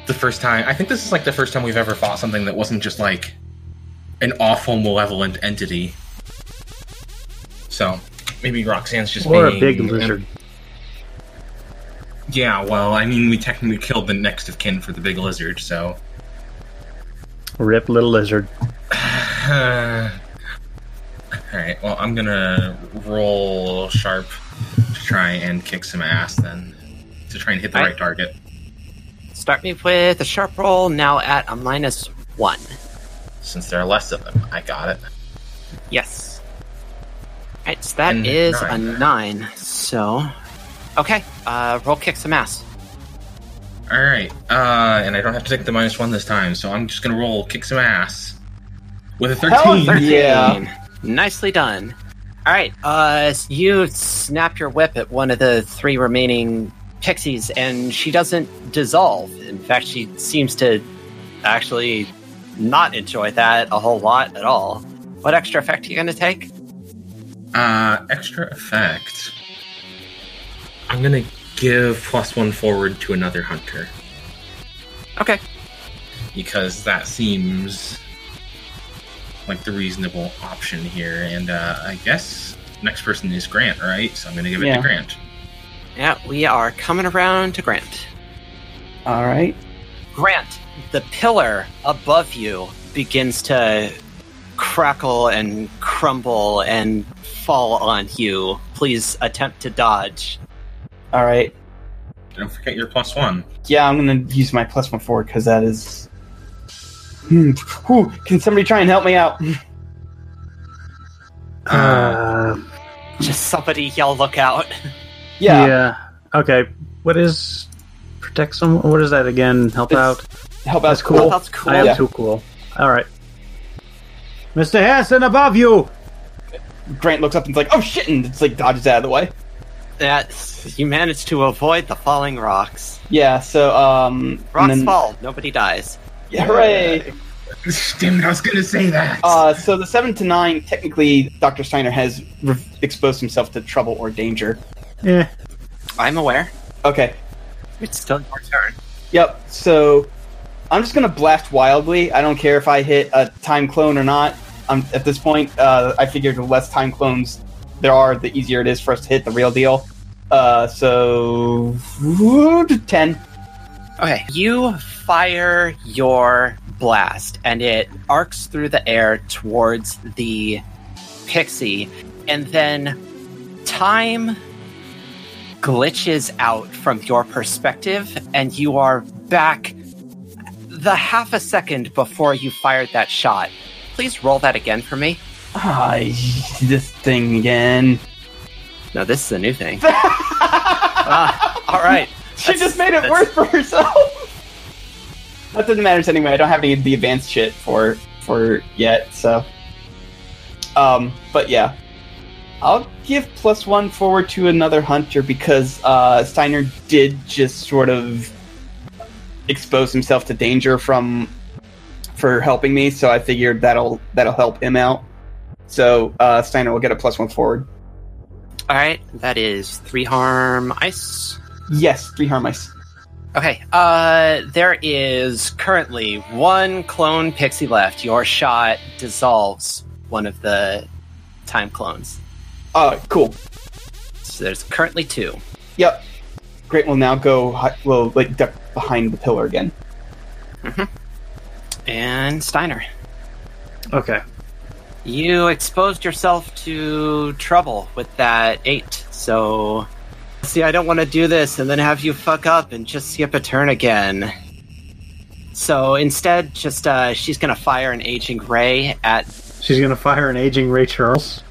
Speaker 4: the first time. I think this is like the first time we've ever fought something that wasn't just like an awful malevolent entity. So maybe Roxanne's just
Speaker 2: Or a
Speaker 4: being-
Speaker 2: big lizard.
Speaker 4: Yeah, well, I mean, we technically killed the next of kin for the big lizard, so
Speaker 2: Rip little lizard.
Speaker 4: Uh, all right. Well, I'm gonna roll sharp to try and kick some ass then, to try and hit the
Speaker 1: Alright.
Speaker 4: right target.
Speaker 1: Start me with a sharp roll now at a minus one.
Speaker 4: Since there are less of them, I got it.
Speaker 1: Yes. Right, so that
Speaker 4: And
Speaker 1: is a
Speaker 4: nine.
Speaker 1: nine. So, okay, uh, roll kick some ass.
Speaker 4: All right. Uh, and I don't have to take the minus one this time, so I'm just gonna roll kick some ass with a
Speaker 3: Hell
Speaker 4: thirteen.
Speaker 3: Yeah.
Speaker 1: Nicely done. All right, uh, s- you snap your whip at one of the three remaining pixies, and she doesn't dissolve. In fact, she seems to actually not enjoy that a whole lot at all. What extra effect are you going to take?
Speaker 4: Uh, extra effect. I'm gonna give plus one forward to another hunter.
Speaker 1: Okay.
Speaker 4: because that seems like the reasonable option here. And uh, I guess next person is Grant, right? So I'm going to give it
Speaker 3: Yeah.
Speaker 4: to Grant.
Speaker 1: Yeah, we are coming around to Grant.
Speaker 3: All right.
Speaker 1: Grant, the pillar above you begins to crackle and crumble and fall on you. Please attempt to dodge.
Speaker 3: All right.
Speaker 4: Don't forget your plus one.
Speaker 3: Yeah, I'm gonna use my plus one forward because that is. Hmm. Whew, can somebody try and help me out?
Speaker 2: Uh,
Speaker 1: Just somebody yell, look out.
Speaker 3: Yeah.
Speaker 2: Okay. What is protect someone? What is that again? Help
Speaker 3: It's-
Speaker 2: out.
Speaker 3: Help out.
Speaker 2: That's cool.
Speaker 1: That's cool.
Speaker 2: I am
Speaker 3: Yeah.
Speaker 2: too cool. All right. Mr. Hassan, above you.
Speaker 3: Grant looks up and's like, "Oh shit!" and it's like dodges out of the way.
Speaker 1: That's, you managed to avoid the falling rocks.
Speaker 3: Yeah. So um. and
Speaker 1: Rocks
Speaker 3: then-
Speaker 1: fall, nobody dies.
Speaker 3: Yeah, hooray!
Speaker 4: Damn it, I was going to say that.
Speaker 3: Uh, so the seven to nine, technically, Doctor Steiner has
Speaker 2: Eh,
Speaker 3: re- exposed himself to trouble or danger.
Speaker 2: Yeah.
Speaker 1: I'm aware.
Speaker 3: Okay.
Speaker 1: It's still your turn.
Speaker 3: Yep. So I'm just gonna blast wildly. I don't care if I hit a time clone or not. Um, at this point, uh, I figured the less time clones there are, the easier it is for us to hit the real deal. Uh, so ten.
Speaker 1: Okay. You fire your blast, and it arcs through the air towards the pixie, and then time glitches out from your perspective, and you are back the half a second before you fired that shot. Please roll that again for me.
Speaker 3: Ah, this thing again.
Speaker 1: No, this is a new thing. Ah, all right.
Speaker 3: She
Speaker 1: That's-
Speaker 3: just made it
Speaker 1: that's-
Speaker 3: worse for herself. that doesn't matter anyway. I don't have any of the advanced shit for for yet. So, um, but yeah, I'll give plus one forward to another hunter because uh, Steiner did just sort of expose himself to danger from for helping me. So I figured that'll that'll help him out. So uh, Steiner will get a plus one forward.
Speaker 1: All right. That is three harm ice.
Speaker 3: Yes, three harm ice.
Speaker 1: Okay, uh, there is currently one clone pixie left. Your shot dissolves one of the time clones.
Speaker 3: Uh, cool.
Speaker 1: So there's currently two.
Speaker 3: Yep. Great will now go, hi- will like duck behind the pillar again.
Speaker 1: And Steiner,
Speaker 2: Okay.
Speaker 1: you exposed yourself to trouble with that eight. So, see, I don't want to do this and then have you fuck up and just skip a turn again. So instead, just uh, she's gonna fire an aging ray at
Speaker 2: She's gonna fire an aging Ray Charles.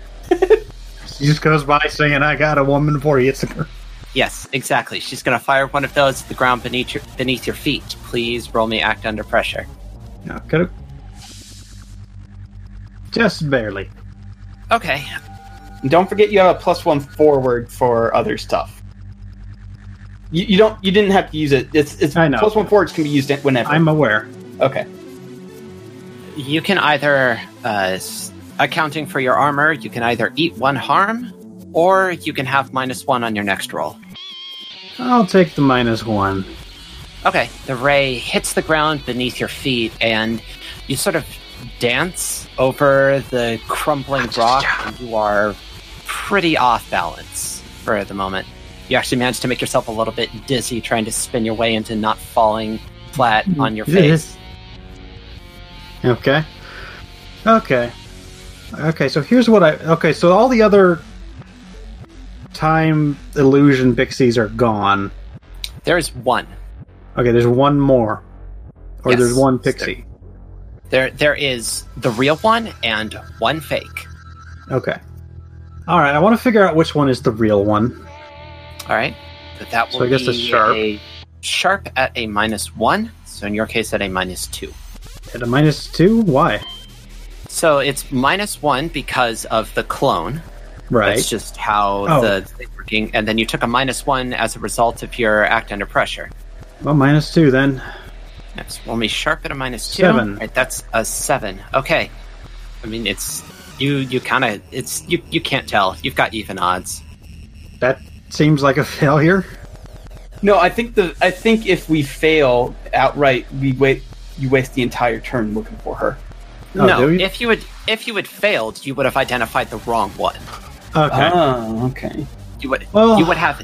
Speaker 2: she just goes by saying, "I got a woman for you." It's a-
Speaker 1: Yes, exactly. She's going to fire one of those at the ground beneath your, beneath your feet. Please roll me act under pressure.
Speaker 2: no, could have just barely.
Speaker 1: Okay.
Speaker 3: And don't forget you have a plus one forward for other stuff. You, you don't you didn't have to use it. It's it's
Speaker 2: I know.
Speaker 3: plus one forwards can be used whenever.
Speaker 2: I'm aware.
Speaker 3: okay.
Speaker 1: You can either, uh, s- accounting for your armor, you can either eat one harm or you can have minus one on your next roll.
Speaker 2: I'll take the minus one.
Speaker 1: Okay. The ray hits the ground beneath your feet and you sort of dance over the crumbling rock and you are pretty off balance for the moment. You actually managed to make yourself a little bit dizzy trying to spin your way into not falling flat
Speaker 2: Mm,
Speaker 1: on your face.
Speaker 2: Okay. Okay. Okay, so here's what I. Okay, so all the other time illusion pixies are gone.
Speaker 1: There is one.
Speaker 2: Okay, there's one more. Or
Speaker 1: Yes.
Speaker 2: there's one pixie.
Speaker 1: There there is the real one and one fake.
Speaker 2: Okay. Alright, I want to figure out which one is the real one.
Speaker 1: All right. But that will
Speaker 2: So I guess
Speaker 1: be
Speaker 2: it's sharp.
Speaker 1: a sharp at a minus 1, so in your case at a minus 2.
Speaker 2: At a minus two? Why?
Speaker 1: So it's minus one because of the clone.
Speaker 2: Right.
Speaker 1: That's just how
Speaker 2: Oh.
Speaker 1: the thing's working. And then you took a minus one as a result of your act under pressure.
Speaker 2: well, minus two then.
Speaker 1: Yes, roll me sharp at a minus two.
Speaker 2: Seven.
Speaker 1: Right, that's a seven. Okay. I mean, it's you. You kind of it's you. You can't tell. You've got even odds.
Speaker 2: That seems like a failure.
Speaker 3: No, I think the I think if we fail outright, we wait you waste the entire turn looking for her.
Speaker 2: Oh,
Speaker 1: no,
Speaker 2: do you?
Speaker 1: if you had if you had failed, you would have identified the wrong one.
Speaker 2: Okay.
Speaker 1: Uh.
Speaker 3: Oh, okay.
Speaker 1: You would
Speaker 2: Well-
Speaker 1: you would have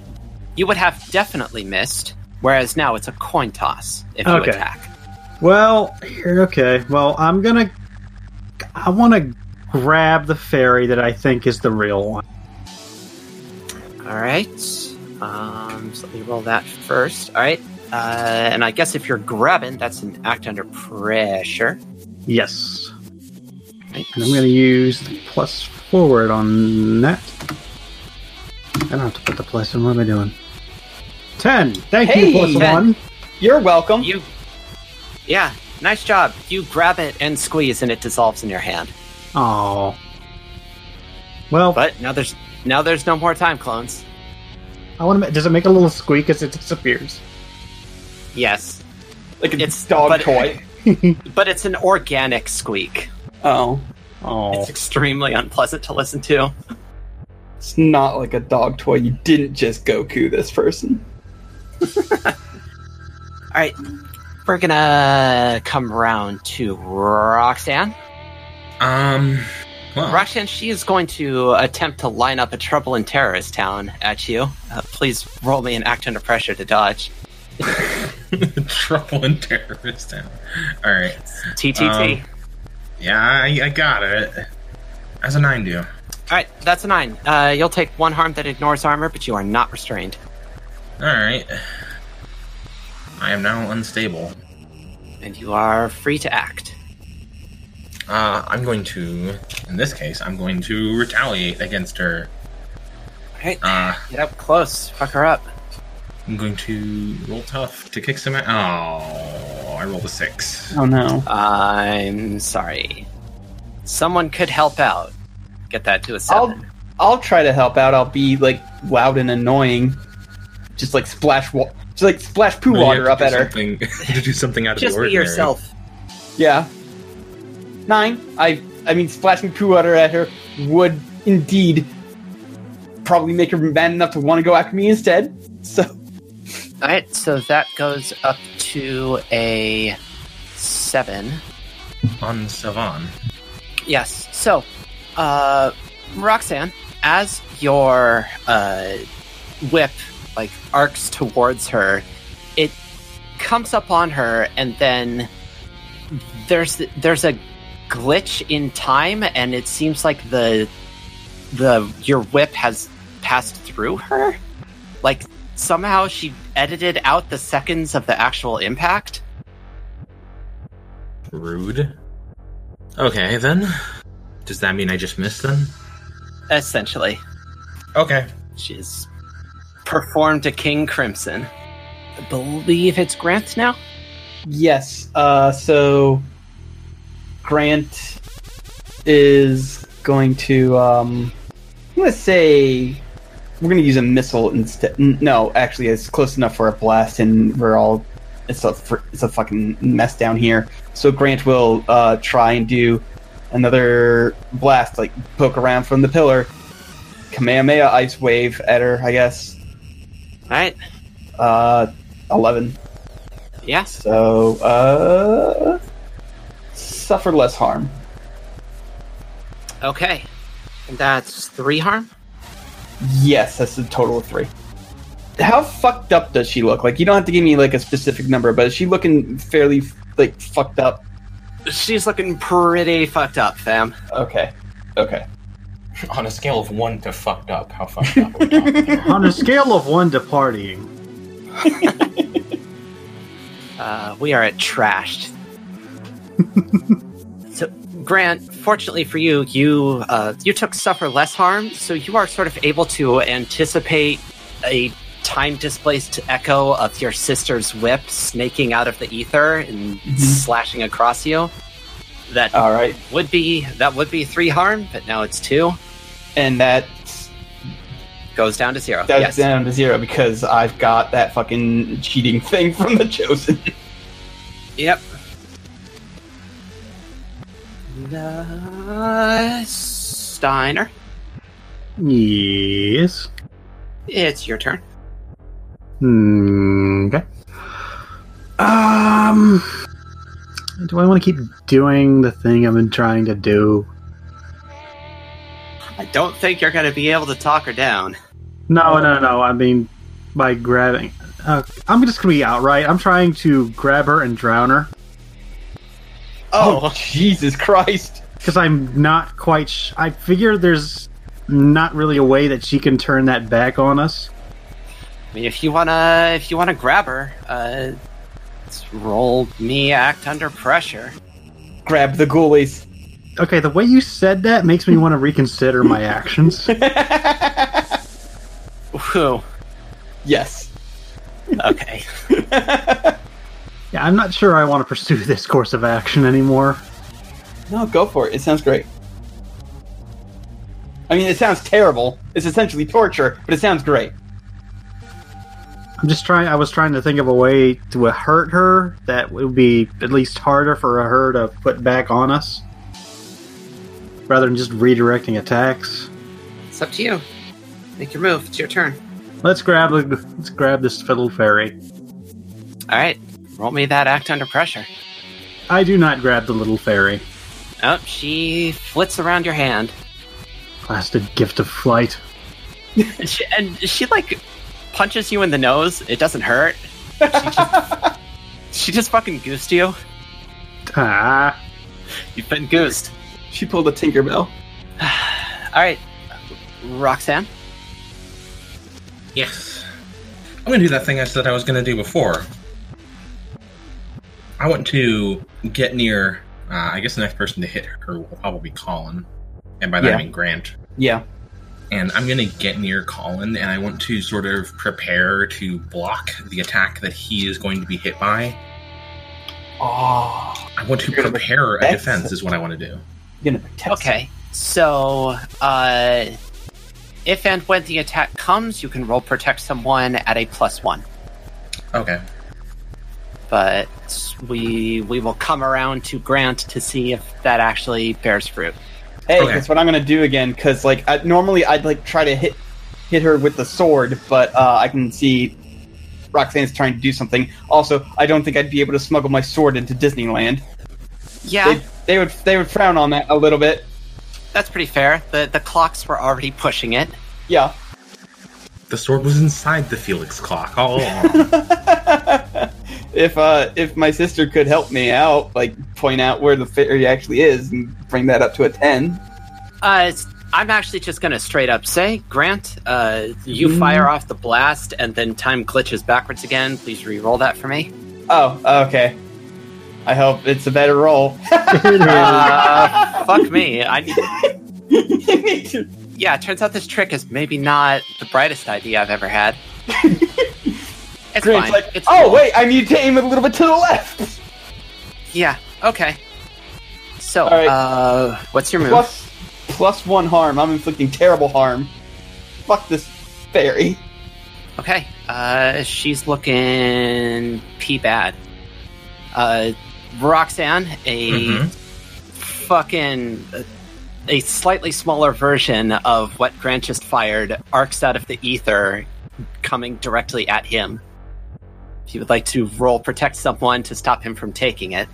Speaker 1: you would have definitely missed. Whereas now it's a coin toss if you
Speaker 2: Okay.
Speaker 1: attack.
Speaker 2: Well, here, okay. Well, I'm gonna. I want to grab the fairy that I think is the real one.
Speaker 1: All right. Um, so let me roll that first. All right. Uh, and I guess if you're grabbing, that's an act under pressure.
Speaker 2: Yes.
Speaker 1: Right?
Speaker 2: And I'm going to use the plus forward on that. I don't have to put the plus in. What am I doing? Ten. Thank
Speaker 3: Hey,
Speaker 2: you, plus
Speaker 1: 10.
Speaker 2: one.
Speaker 3: You're welcome.
Speaker 1: You. Yeah. Nice job. You grab it and squeeze, and it dissolves in your hand.
Speaker 2: Oh. Well,
Speaker 1: But now there's now there's no more time clones.
Speaker 2: I want to. Does it make a little squeak as it disappears?
Speaker 1: Yes,
Speaker 3: like a
Speaker 1: it's-
Speaker 3: dog
Speaker 1: but-
Speaker 3: toy.
Speaker 1: but it's an organic squeak.
Speaker 3: Oh.
Speaker 2: Oh.
Speaker 1: It's extremely unpleasant to listen to.
Speaker 3: It's not like a dog toy. You didn't just Goku this person.
Speaker 1: right, we're gonna come round to Roxanne.
Speaker 4: Um, well,
Speaker 1: Roxanne, she is going to attempt to line up a trouble in terrorist town at you. Uh, please roll me an act under pressure to dodge.
Speaker 4: trouble in terrorist town. All right.
Speaker 1: TTT.
Speaker 4: Um, Yeah, I, I got it. As a nine do.
Speaker 1: All right, that's a nine. Uh, you'll take one harm that ignores armor, but you are not restrained.
Speaker 4: All right. I am now unstable.
Speaker 1: and you are free to act.
Speaker 4: Uh, I'm going to, in this case, I'm going to retaliate against her.
Speaker 1: Alright,
Speaker 4: Uh,
Speaker 1: get up close, fuck her up.
Speaker 4: I'm going to roll tough to kick some ass. Oh, I rolled a six.
Speaker 3: Oh no.
Speaker 1: I'm sorry. Someone could help out. Get that to a 7
Speaker 3: I'll I'll try to help out. I'll be like loud and annoying. Just like splash wa- just like splash poo
Speaker 4: No, you
Speaker 3: water
Speaker 4: have to
Speaker 3: up
Speaker 4: do
Speaker 3: at her.
Speaker 4: something- to do something out of
Speaker 1: Just
Speaker 4: the
Speaker 1: be
Speaker 4: ordinary.
Speaker 1: yourself.
Speaker 3: Yeah. Nine. I I mean splashing poo water at her would indeed probably make her mad enough to want to go after me instead. So
Speaker 1: Alright, so that goes up to a seven.
Speaker 4: On Savan.
Speaker 1: Yes. So, uh, Roxanne, as your uh, whip like arcs towards her, it comes up on her, and then there's there's a glitch in time, and it seems like the the your whip has passed through her. Like somehow she edited out the seconds of the actual impact.
Speaker 4: Rude. Okay, then. Does that mean I just missed then?
Speaker 1: Essentially,
Speaker 4: Okay.
Speaker 1: She's performed to King Crimson. I believe it's Grant now.
Speaker 3: yes. Uh so Grant is going to um I'm gonna say we're gonna use a missile instead. n- No, actually, it's close enough for a blast, and we're all it's a fr- it's a fucking mess down here. So Grant will uh, try and do another blast, like poke around from the pillar, Kamehameha ice wave at her, I guess.
Speaker 1: All right.
Speaker 3: Uh, Eleven.
Speaker 1: Yes.
Speaker 3: So uh, suffer less harm.
Speaker 1: Okay. And that's three harm.
Speaker 3: Yes, that's a total of three. How fucked up does she look? Like you don't have to give me like a specific number, but is she looking fairly like fucked up?
Speaker 1: She's looking pretty fucked up, fam.
Speaker 3: Okay, okay.
Speaker 4: On a scale of one to fucked up, how fucked up? are we talking here?
Speaker 2: On a scale of one to partying,
Speaker 1: Uh, we are at trashed. so, Grant, fortunately for you, you uh, you took suffer less harm, so you are sort of able to anticipate a time displaced echo of your sister's whip snaking out of the ether and
Speaker 3: Mhm.
Speaker 1: slashing across you. That
Speaker 3: All right,
Speaker 1: would be that would be three harm, but now it's two.
Speaker 3: and that
Speaker 1: Goes down to zero.
Speaker 3: that's
Speaker 1: yes.
Speaker 3: down to zero because I've got that fucking cheating thing from the chosen.
Speaker 1: Yep. Uh, Steiner,
Speaker 2: yes.
Speaker 1: it's your turn.
Speaker 2: Mm, Okay. Um, do I want to keep doing the thing I've been trying to do?
Speaker 1: I don't think you're going to be able to talk her down.
Speaker 2: No, no, no. I mean, by grabbing, uh, I'm just gonna be outright. I'm trying to grab her and drown her
Speaker 1: Oh,
Speaker 3: Jesus Christ!
Speaker 2: because I'm not quite. Sh- I figure there's not really a way that she can turn that back on us.
Speaker 1: I mean, if you wanna, if you wanna grab her, uh, let's roll me act under pressure.
Speaker 3: Grab the ghoulies.
Speaker 2: Okay, the way you said that makes me want to reconsider my actions.
Speaker 1: Whew.
Speaker 3: yes.
Speaker 1: Okay.
Speaker 2: Yeah, I'm not sure I want to pursue this course of action anymore.
Speaker 3: No, go for it. It sounds great. I mean, it sounds terrible. It's essentially torture, but it sounds great.
Speaker 2: I'm just trying. I was trying to think of a way to hurt her that would be at least harder for her to put back on us, rather than just redirecting attacks.
Speaker 1: it's up to you. Make your move. It's your turn.
Speaker 2: Let's grab the let's grab this fiddle fairy.
Speaker 1: All right. Roll me that act under pressure.
Speaker 2: I do not grab the little fairy.
Speaker 1: Oh, she flits around your hand.
Speaker 2: Blasted gift of flight.
Speaker 1: And she, and she like punches you in the nose. It doesn't hurt. She just fucking goosed you.
Speaker 2: Ah.
Speaker 1: You've been goosed.
Speaker 3: She pulled a Tinkerbell.
Speaker 1: All right, Roxanne.
Speaker 4: Yes. I'm going to do that thing I said I was going to do before. I want to get near. Uh, I guess the next person to hit her will probably be Colin. And by that
Speaker 3: Yeah.
Speaker 4: I mean Grant.
Speaker 3: Yeah.
Speaker 4: And I'm going to get near Colin and I want to sort of prepare to block the attack that he is going to be hit by.
Speaker 3: Oh,
Speaker 4: I want to
Speaker 3: You're gonna
Speaker 4: prepare a
Speaker 3: protect-
Speaker 4: defense, is what I want to do.
Speaker 3: you're gonna protect.
Speaker 1: Okay, so uh, if and when the attack comes, you can roll protect someone at a plus one.
Speaker 4: Okay.
Speaker 1: But we we will come around to Grant to see if that actually bears fruit.
Speaker 3: Hey,
Speaker 4: Okay.
Speaker 3: that's what I'm gonna do again. Cause like I, normally I'd like try to hit hit her with the sword, but uh, I can see Roxanne's trying to do something. Also, I don't think I'd be able to smuggle my sword into Disneyland.
Speaker 1: Yeah,
Speaker 3: They, they would they would frown on that a little bit.
Speaker 1: that's pretty fair. The the clocks were already pushing it.
Speaker 3: Yeah.
Speaker 4: The sword was inside the Felix clock Oh. all along.
Speaker 3: if uh if my sister could help me out, like point out where the fairy actually is and bring that up to a ten.
Speaker 1: Uh, it's- I'm actually just going to straight up say, Grant, uh, you fire off the blast and then time glitches backwards again. Please re-roll that for me.
Speaker 3: Oh, okay. I hope it's a better roll.
Speaker 1: Uh, fuck me. I need.
Speaker 3: Me too.
Speaker 1: Yeah, it turns out this trick is maybe not the brightest idea I've ever had. it's
Speaker 3: Grant's
Speaker 1: fine.
Speaker 3: like,
Speaker 1: it's
Speaker 3: oh
Speaker 1: cool.
Speaker 3: wait, I need to aim it a little bit to the left.
Speaker 1: Yeah. Okay. So,
Speaker 3: All right.
Speaker 1: uh, what's your move?
Speaker 3: Plus, plus one harm. I'm inflicting terrible harm. Fuck this fairy.
Speaker 1: Okay. Uh, she's looking pee bad. Uh, Roxanne, a
Speaker 4: Mhm.
Speaker 1: fucking uh, a slightly smaller version of what Grant just fired arcs out of the ether, coming directly at him. If you would like to roll protect someone to stop him from taking it,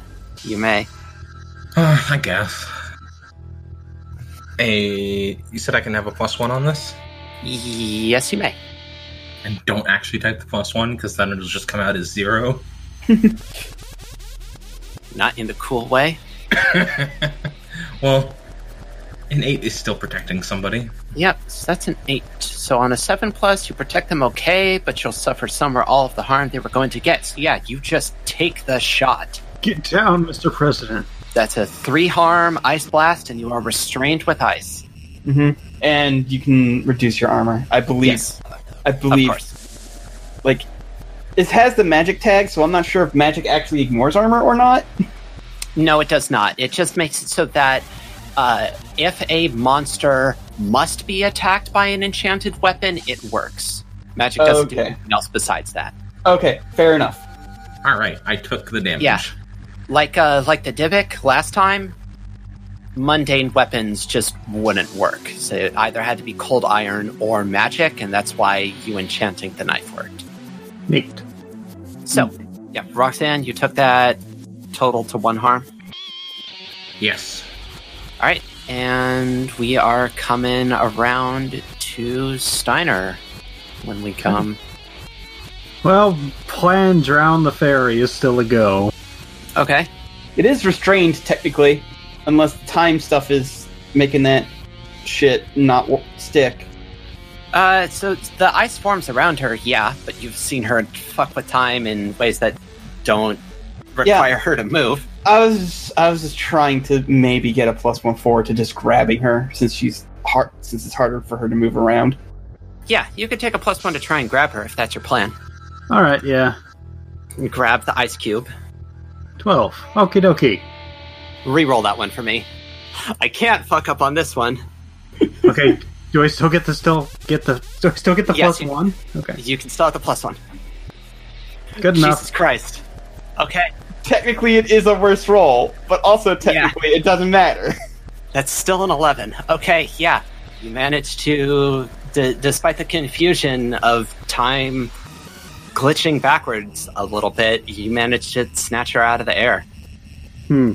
Speaker 1: you may.
Speaker 4: Uh, I guess. A. You said I can have a plus one on this?
Speaker 1: Yes, you may.
Speaker 4: and don't actually type the plus one because then it'll just come out as zero.
Speaker 1: Not in the cool way.
Speaker 4: well, an eight is still protecting somebody.
Speaker 1: Yep, so that's an eight. So on a seven plus, you protect them okay, but you'll suffer some or all of the harm they were going to get. So yeah, you just take the shot.
Speaker 2: Get down, Mr. President.
Speaker 1: That's a three harm ice blast, and you are restrained with ice.
Speaker 3: hmm And you can reduce your armor. I believe. I
Speaker 1: of
Speaker 3: believe.
Speaker 1: course.
Speaker 3: Like, it has the magic tag, so I'm not sure if magic actually ignores armor or not.
Speaker 1: No, it does not. It just makes it so that uh, if a monster must be attacked by an enchanted weapon, it works. Magic doesn't do
Speaker 3: Okay.
Speaker 1: anything else besides that.
Speaker 3: Okay, fair enough.
Speaker 4: All right, I took the damage.
Speaker 1: Yeah. Like uh, like the Divic last time, mundane weapons just wouldn't work. So it either had to be cold iron or magic, and that's why you enchanting the knife worked.
Speaker 2: Neat.
Speaker 1: So, yeah, Roxanne, you took that total to one harm.
Speaker 4: Yes.
Speaker 1: All right, and we are coming around to Steiner when we come.
Speaker 2: Well, plan drown the fairy is still a go.
Speaker 1: Okay,
Speaker 3: It is restrained technically, unless time stuff is making that shit not w- stick.
Speaker 1: uh, so the ice forms around her, yeah, but you've seen her fuck with time in ways that don't require her to move.
Speaker 3: I was I was just trying to maybe get a plus one forward to just grabbing her since she's hard since it's harder for her to move around.
Speaker 1: Yeah, you could take a plus one to try and grab her if that's your plan.
Speaker 2: Alright, yeah.
Speaker 1: Grab the ice cube.
Speaker 2: 12. Okie dokie.
Speaker 1: Reroll that one for me. I can't fuck up on this one.
Speaker 2: Okay, do I still get the still get the do I still get the
Speaker 1: Yes,
Speaker 2: plus
Speaker 1: you-
Speaker 2: one? Okay.
Speaker 1: You can still have the plus one.
Speaker 2: Good enough.
Speaker 1: Jesus Christ. Okay,
Speaker 3: Technically, it is a worse roll, but also technically, it doesn't matter.
Speaker 1: That's still an 11. Okay, yeah. You managed to, d- despite the confusion of time glitching backwards a little bit, you manage to snatch her out of the air.
Speaker 2: Hmm.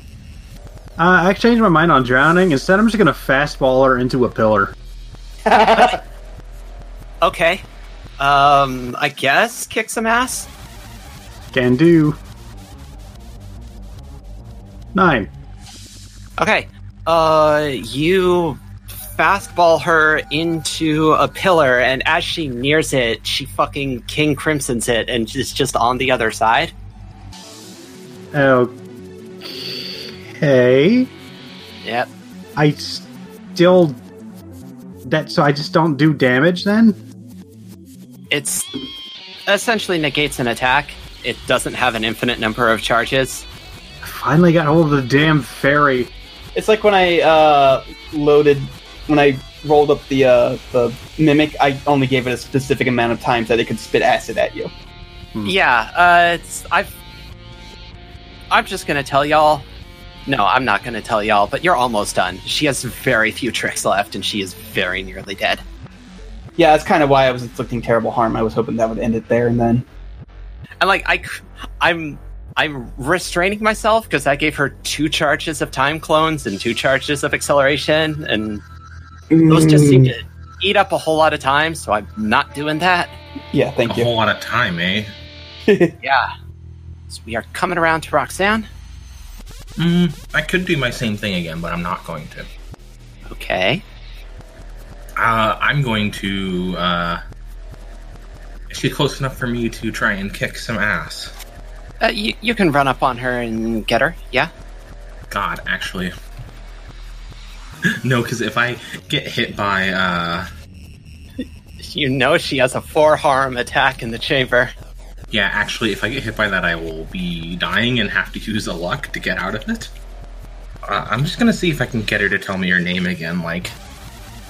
Speaker 2: Uh, I changed my mind on drowning. Instead, I'm just gonna fastball her into a pillar.
Speaker 1: Okay. Um, I guess kick some ass.
Speaker 2: Can do. Nine.
Speaker 1: Okay. Uh, you fastball her into a pillar, and as she nears it, she fucking King Crimson's it and is just on the other side.
Speaker 2: Okay.
Speaker 1: Yep.
Speaker 2: I still. That so I just don't do damage then.
Speaker 1: It's essentially negates an attack. It doesn't have an infinite number of charges.
Speaker 2: I finally got hold of the damn fairy.
Speaker 3: It's like when I uh, loaded, when I rolled up the uh, the mimic. I only gave it a specific amount of times that it could spit acid at you.
Speaker 1: Yeah, uh, it's, I've, I'm just gonna tell y'all. No, I'm not gonna tell y'all, but you're almost done. She has very few tricks left, and she is very nearly dead.
Speaker 3: Yeah, that's kind of why I was inflicting terrible harm. I was hoping that would end it there and then.
Speaker 1: And like I, c- I'm, I'm restraining myself because I gave her two charges of time clones and two charges of acceleration, and those just seem to eat up a whole lot of time. So I'm not doing that.
Speaker 3: Yeah,
Speaker 4: A
Speaker 3: thank you.
Speaker 4: whole lot of time, eh?
Speaker 1: Yeah. So we are coming around to Roxanne.
Speaker 4: Mm, I could do my same thing again, but I'm not going to.
Speaker 1: Okay.
Speaker 4: Uh, I'm going to. Uh, is she close enough for me to try and kick some ass?
Speaker 1: Uh, you, you can run up on her and get her. Yeah.
Speaker 4: God, actually. No, because if I get hit by, uh,
Speaker 1: You know she has a four harm attack in the chamber.
Speaker 4: yeah, actually, if I get hit by that, I will be dying and have to use a luck to get out of it. Uh, I'm just gonna see if I can get her to tell me her name again. Like,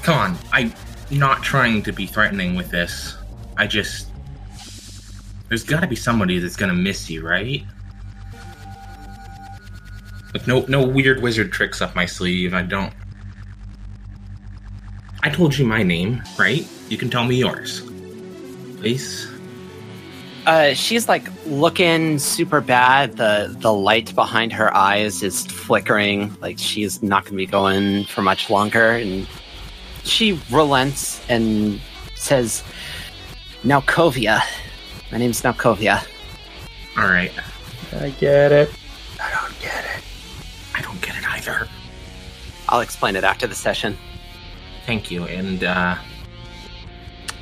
Speaker 4: come on, I'm not trying to be threatening with this. I just, there's got to be somebody that's gonna miss you, right? Like, no, no weird wizard tricks up my sleeve. I don't. I told you my name, right? You can tell me yours, please.
Speaker 1: Uh, she's like looking super bad. The the light behind her eyes is flickering. Like she's not going to be going for much longer. And she relents and says, "Nalkovia, my name's Nalkovia.
Speaker 4: All right.
Speaker 3: I get it.
Speaker 4: I don't get it either.
Speaker 1: I'll explain it after the session."
Speaker 4: Thank you, and uh,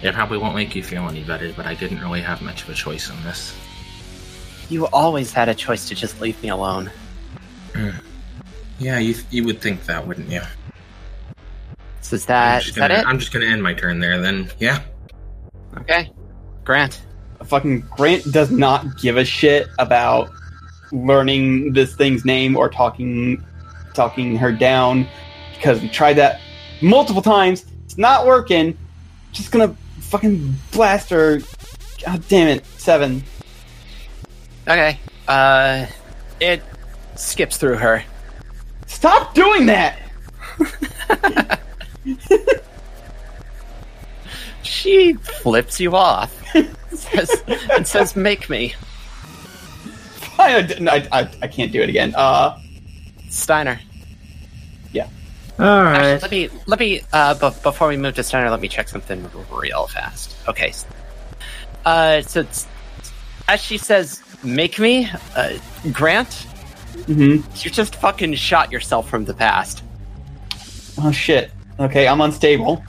Speaker 4: it probably won't make you feel any better, but I didn't really have much of a choice on this.
Speaker 1: You always had a choice to just leave me alone.
Speaker 4: Yeah, you you would think that, wouldn't you?
Speaker 1: So is
Speaker 4: I'm
Speaker 1: that
Speaker 4: just
Speaker 1: Uh, is that
Speaker 4: gonna-
Speaker 1: it?
Speaker 4: I'm just gonna end my turn there. Then, yeah.
Speaker 1: Okay, Grant.
Speaker 3: Fucking Grant does not give a shit about learning this thing's name or talking talking her down because we tried that multiple times. It's not working. Just gonna fucking blast her. God damn it, seven.
Speaker 1: Okay. Uh, it skips through her.
Speaker 3: Stop doing that.
Speaker 1: She flips you off says, and says, "Make me."
Speaker 3: I, I, I, I can't do it again. Uh,
Speaker 1: Steiner.
Speaker 2: All right.
Speaker 1: Actually, let me let me uh, b- before we move to Steiner, let me check something real fast. Okay. Uh, so it's, as she says, "Make me," uh, Grant,
Speaker 3: mhm.
Speaker 1: you just fucking shot yourself from the past.
Speaker 3: oh shit. Okay, I'm unstable.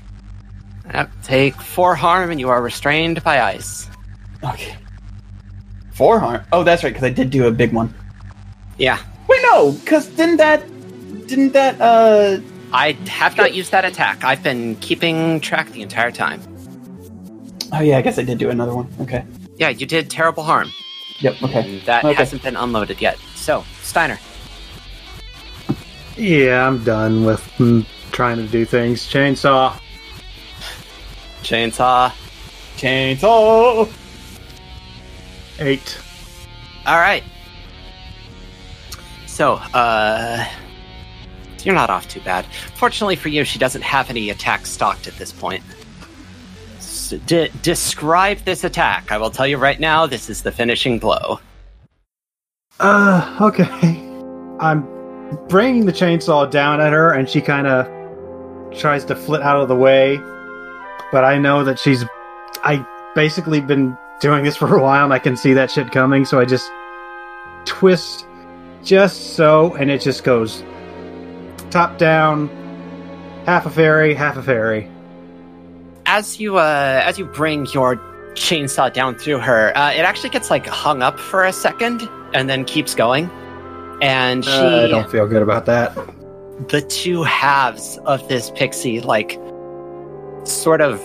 Speaker 1: Yep, Uh, Take four harm, and you are restrained by ice.
Speaker 3: Okay. Four harm. Oh, that's right, because I did do a big one.
Speaker 1: Yeah,
Speaker 3: Wait, no, because didn't that, didn't that, uh,
Speaker 1: I have not used that attack. I've been keeping track the entire time.
Speaker 3: oh yeah, I guess I did do another one. Okay.
Speaker 1: Yeah, you did terrible harm.
Speaker 3: Yep. Okay.
Speaker 1: And Mm, that
Speaker 3: Okay.
Speaker 1: hasn't been unloaded yet. So, Steiner.
Speaker 2: Yeah, I'm done with mm, trying to do things. Chainsaw.
Speaker 1: Chainsaw.
Speaker 3: Chainsaw.
Speaker 2: Eight.
Speaker 1: All right. So, uh, you're not off too bad. Fortunately for you, she doesn't have any attacks stocked at this point. S- de- describe this attack. I will tell you right now, this is the finishing blow.
Speaker 2: Uh, okay. I'm bringing the chainsaw down at her, and she kind of tries to flit out of the way. But I know that she's. I basically been doing this for a while, and I can see that shit coming, so I just twist just so, and it just goes top down, half a fairy, half a fairy.
Speaker 1: As you uh, as you bring your chainsaw down through her, uh, it actually gets like hung up for a second and then keeps going. And she,
Speaker 2: Uh, I don't feel good about that.
Speaker 1: the two halves of this pixie, like sort of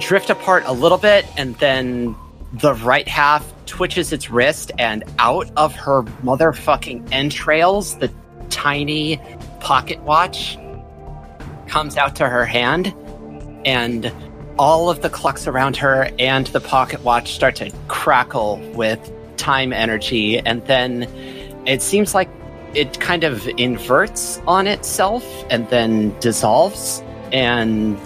Speaker 1: drift apart a little bit, and then the right half twitches its wrist, and out of her motherfucking entrails, the tiny pocket watch comes out to her hand, and all of the clocks around her and the pocket watch start to crackle with time energy, and then it seems like it kind of inverts on itself and then dissolves, and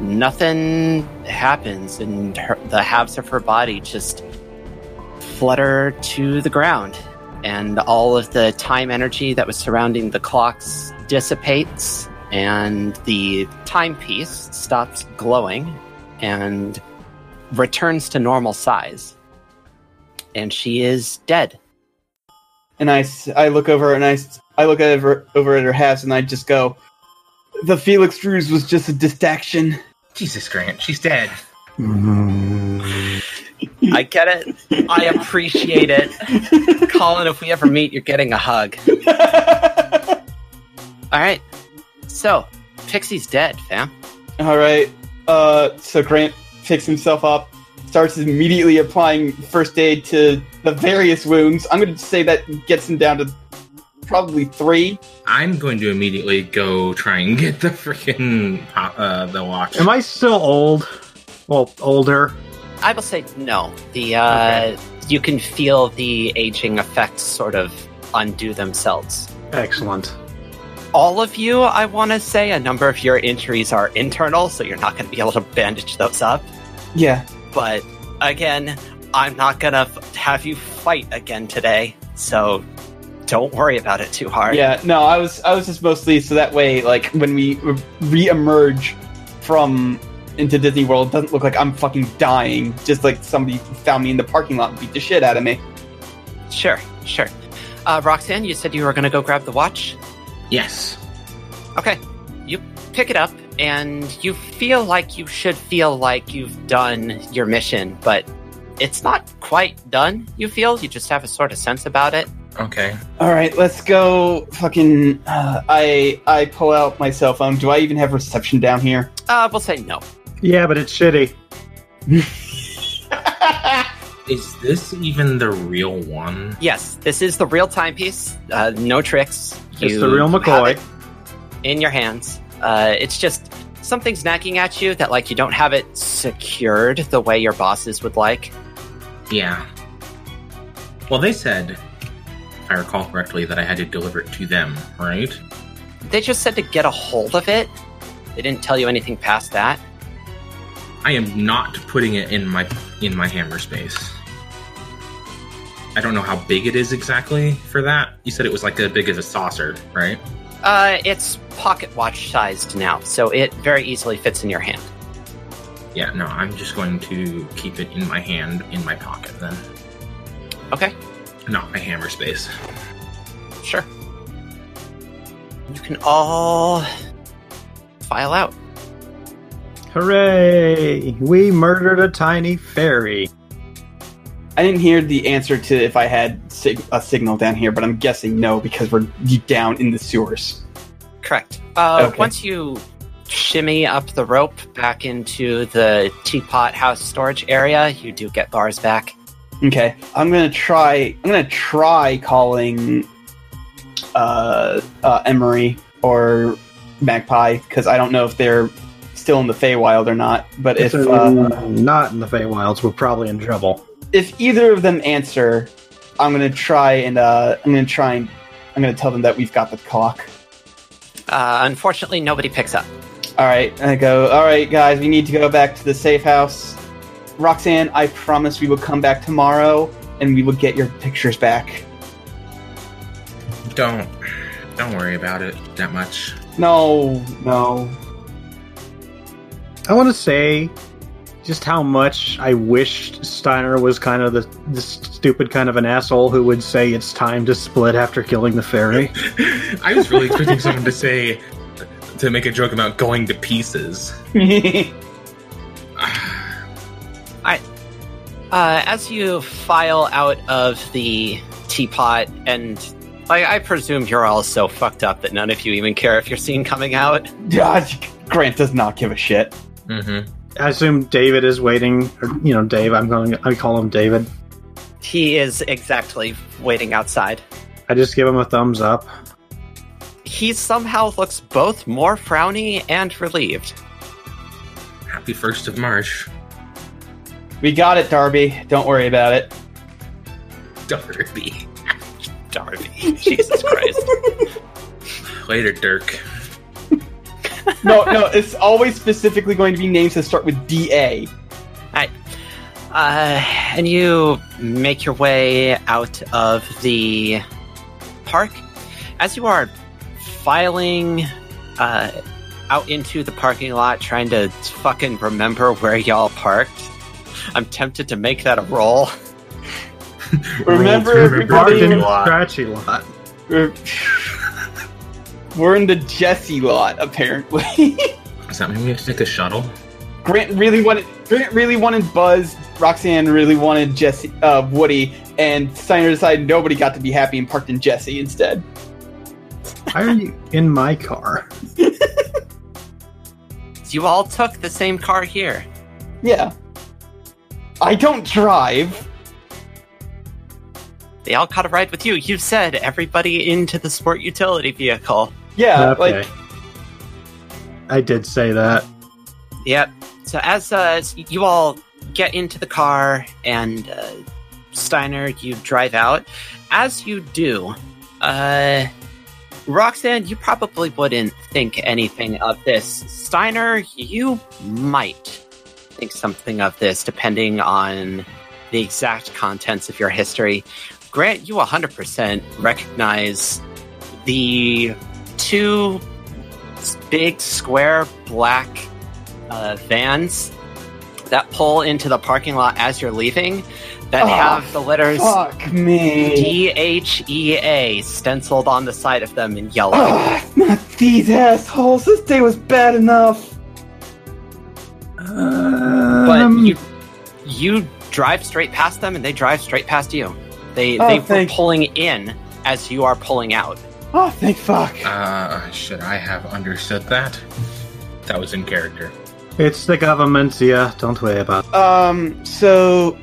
Speaker 1: nothing happens, and her, the halves of her body just flutter to the ground. And all of the time energy that was surrounding the clocks dissipates, and the timepiece stops glowing and returns to normal size. And she is dead.
Speaker 3: and I, s- I look over and I, s- I look over over at her halves and I just go, the Felix Drews was just a distraction.
Speaker 4: Jesus, Grant, she's dead.
Speaker 1: I get it. I appreciate it. Colin, if we ever meet, you're getting a hug. All right. So, Pixie's dead, fam.
Speaker 3: All right. Uh, so Grant picks himself up, starts immediately applying first aid to the various wounds. I'm going to say that gets him down to probably three.
Speaker 4: I'm going to immediately go try and get the freaking pop- uh, the watch.
Speaker 2: Am I still old? Well, older.
Speaker 1: I will say no. The uh, you can feel the aging effects sort of undo themselves.
Speaker 2: Excellent.
Speaker 1: All of you, I want to say, a number of your injuries are internal, so you're not going to be able to bandage those up.
Speaker 3: Yeah.
Speaker 1: But again, I'm not going to have you fight again today, so don't worry about it too hard.
Speaker 3: Yeah. No, I was I was just mostly so that way, like when we re-emerge from into Disney World, it doesn't look like I'm fucking dying. Just like somebody found me in the parking lot and beat the shit out of me.
Speaker 1: Sure, sure. Uh, Roxanne, you said you were going to go grab the watch.
Speaker 4: yes.
Speaker 1: Okay, you pick it up, and you feel like you should feel like you've done your mission, but it's not quite done, you feel. You just have a sort of sense about it.
Speaker 4: Okay.
Speaker 3: All right, let's go. Fucking, uh, I I pull out my cell phone. Do I even have reception down here?
Speaker 1: Uh, we'll say no.
Speaker 2: Yeah, but it's shitty.
Speaker 4: Is this even the real one?
Speaker 1: Yes, this is the real timepiece. Uh, no tricks.
Speaker 2: It's
Speaker 1: You
Speaker 2: the real
Speaker 1: have
Speaker 2: McCoy.
Speaker 1: it in your hands. Uh, it's just something's nagging at you that, like, you don't have it secured the way your bosses would like.
Speaker 4: Yeah. Well, they said, if I recall correctly, that I had to deliver it to them, right?
Speaker 1: They just said to get a hold of it. They didn't tell you anything past that.
Speaker 4: I am not putting it in my in my hammer space. I don't know how big it is exactly for that. You said it was like as big as a saucer, right?
Speaker 1: Uh, it's pocket watch sized now, so it very easily fits in your hand.
Speaker 4: Yeah, no, I'm just going to keep it in my hand, in my pocket then.
Speaker 1: Okay.
Speaker 4: Not my hammer space.
Speaker 1: Sure. You can all file out.
Speaker 2: Hooray! We murdered a tiny fairy.
Speaker 3: I didn't hear the answer to if I had sig- a signal down here, but I'm guessing no because we're deep down in the sewers.
Speaker 1: Correct. Uh,
Speaker 3: Okay.
Speaker 1: Once you shimmy up the rope back into the teapot house storage area, you do get bars back.
Speaker 3: Okay, I'm gonna try. I'm gonna try calling uh, uh, Emery or Magpie because I don't know if they're still in the Feywild or not. But if
Speaker 2: If
Speaker 3: uh,
Speaker 2: uh, not in the Feywilds, we're probably in trouble.
Speaker 3: if either of them answer, I'm gonna try and uh, I'm gonna try and I'm gonna tell them that we've got the clock.
Speaker 1: Uh, unfortunately, nobody picks up.
Speaker 3: All right, I go. All right, guys, we need to go back to the safe house. Roxanne, I promise we will come back tomorrow and we will get your pictures back.
Speaker 4: Don't. Don't worry about it that much.
Speaker 3: No, no.
Speaker 2: I want to say just how much I wished Steiner was kind of the, the stupid kind of an asshole who would say it's time to split after killing the fairy.
Speaker 4: I was really expecting someone to say, to make a joke about going to pieces.
Speaker 1: Uh, as you file out of the teapot, and like, I presume you're all so fucked up that none of you even care if you're seen coming out.
Speaker 3: God, Grant does not give a shit.
Speaker 4: Mm-hmm.
Speaker 2: I assume David is waiting, or, you know, Dave. I'm going. I call him David.
Speaker 1: He is exactly waiting outside.
Speaker 2: I just give him a thumbs up.
Speaker 1: He somehow looks both more frowny and relieved.
Speaker 4: Happy 1st of March.
Speaker 3: We got it, Darby. Don't worry about it.
Speaker 4: Darby.
Speaker 1: Darby, Jesus Christ!
Speaker 4: Later, Dirk.
Speaker 3: No, no, it's always specifically going to be names that start with DA.
Speaker 1: Uh, and you make your way out of the park. As you are filing uh, out into the parking lot, trying to fucking remember where y'all parked, I'm tempted to make that a roll.
Speaker 3: Remember,
Speaker 4: Roll through the
Speaker 2: Parked
Speaker 3: everybody,
Speaker 2: in
Speaker 4: parking
Speaker 2: a
Speaker 4: lot.
Speaker 2: scratchy lot.
Speaker 3: we're, we're in the Jesse lot, apparently.
Speaker 4: Does that mean we have to take the shuttle?
Speaker 3: Grant really wanted Grant really wanted Buzz, Roxanne really wanted Jesse uh, Woody, and Steiner decided nobody got to be happy and parked in Jesse instead.
Speaker 2: Why are you in my car?
Speaker 1: You all took the same car here.
Speaker 3: Yeah. I don't drive.
Speaker 1: They all caught a ride with you. You said everybody into the sport utility vehicle.
Speaker 3: Yeah,
Speaker 2: okay.
Speaker 3: Uh, like
Speaker 2: I did say that.
Speaker 1: Yep. So as uh, you all get into the car and uh, Steiner, you drive out. As you do, uh, Roxanne, you probably wouldn't think anything of this. Steiner, you might think something of this, depending on the exact contents of your history. Grant, you 100% recognize the two s- big square black uh, vans that pull into the parking lot as you're leaving that
Speaker 3: Oh,
Speaker 1: have the letters
Speaker 3: fuck me.
Speaker 1: D H E A stenciled on the side of them in yellow.
Speaker 3: Ugh, Ah, not these assholes. This day was bad enough.
Speaker 1: but
Speaker 2: Um,
Speaker 1: you you drive straight past them and they drive straight past you. They
Speaker 3: Oh,
Speaker 1: they
Speaker 3: thank-
Speaker 1: were pulling in as you are pulling out.
Speaker 3: Oh, thank fuck.
Speaker 4: Uh, should I have understood that? That was in character.
Speaker 2: it's the government, yeah. Don't worry about it.
Speaker 3: Um. So,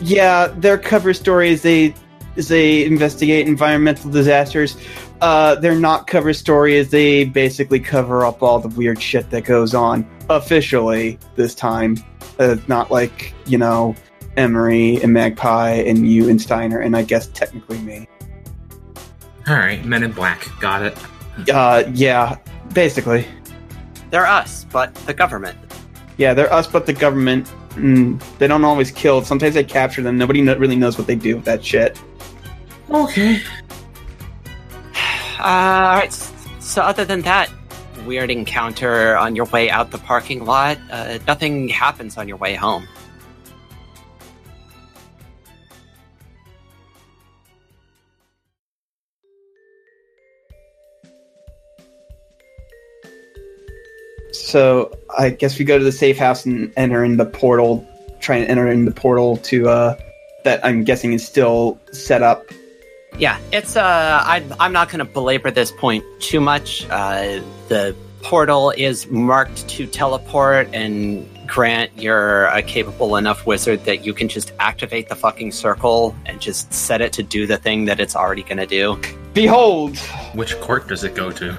Speaker 3: yeah, their cover story is they is they investigate environmental disasters. Uh, their not cover story is they basically cover up all the weird shit that goes on officially this time. Uh, not like you know Emery and Magpie and you and Steiner and I guess technically me.
Speaker 4: Alright, Men in Black. Got it.
Speaker 3: Uh, yeah, basically,
Speaker 1: They're us, but the government.
Speaker 3: yeah, they're us but the government. Mm, they don't always kill. Sometimes they capture them. Nobody kn- really knows what they do with that shit.
Speaker 4: Okay.
Speaker 1: Uh, all right. s- So other than that weird encounter on your way out the parking lot, uh, nothing happens on your way home.
Speaker 3: So I guess we go to the safe house and enter in the portal. Try and enter in the portal to uh, that I'm guessing is still set up.
Speaker 1: Yeah, it's uh, I'm I'm not going to belabor this point too much. Uh, the portal is marked to teleport, and Grant, you're a capable enough wizard that you can just activate the fucking circle and just set it to do the thing that it's already going to do.
Speaker 3: Behold,
Speaker 4: Which court does it go to?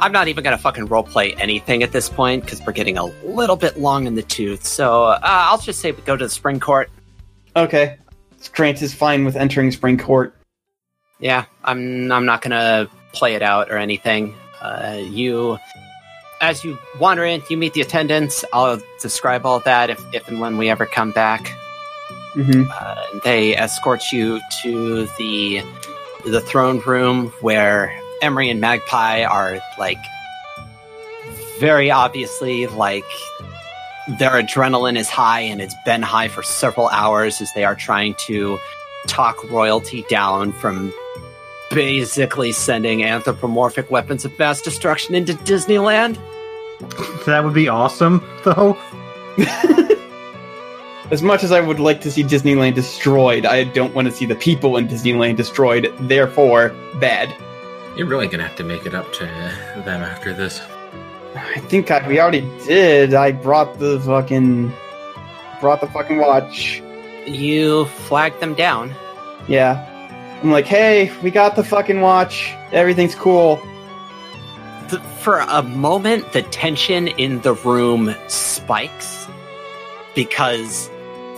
Speaker 1: I'm not even going to fucking roleplay anything at this point because we're getting a little bit long in the tooth. So uh, I'll just say we go to the spring court.
Speaker 3: okay. Grant is fine with entering Spring Court.
Speaker 1: Yeah, I'm. I'm not gonna play it out or anything. Uh, you as you wander in, you meet the attendants. I'll describe all that if, if and when we ever come back.
Speaker 3: Mm-hmm.
Speaker 1: Uh, they escort you to the the throne room where Emery and Magpie are like very obviously like their adrenaline is high and it's been high for several hours as they are trying to talk royalty down from basically sending anthropomorphic weapons of mass destruction into Disneyland.
Speaker 2: That would be awesome, though.
Speaker 3: As much as I would like to see Disneyland destroyed, I don't want to see the people in Disneyland destroyed. Therefore, bad.
Speaker 4: You're really gonna have to make it up to them after this.
Speaker 3: I think I, we already did. I brought the fucking brought the fucking watch.
Speaker 1: You flag them down.
Speaker 3: Yeah. I'm like, hey, we got the fucking watch. Everything's cool.
Speaker 1: Th- for a moment, the tension in the room spikes because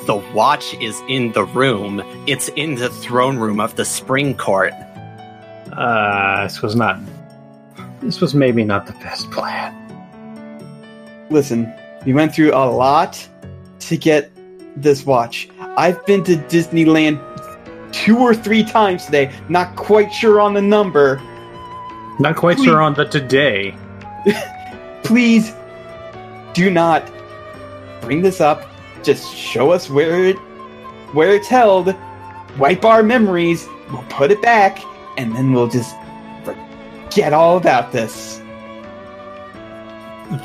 Speaker 1: the watch is in the room. It's in the throne room of the Spring Court.
Speaker 2: Uh, this was not. This was maybe not the best plan.
Speaker 3: Listen, we went through a lot to get this watch. I've been to Disneyland two or three times today, not quite sure on the number.
Speaker 2: Not quite sure on the today.
Speaker 3: Please do not bring this up. Just show us where it where it's held. Wipe our memories. We'll put it back, and then we'll just forget all about this.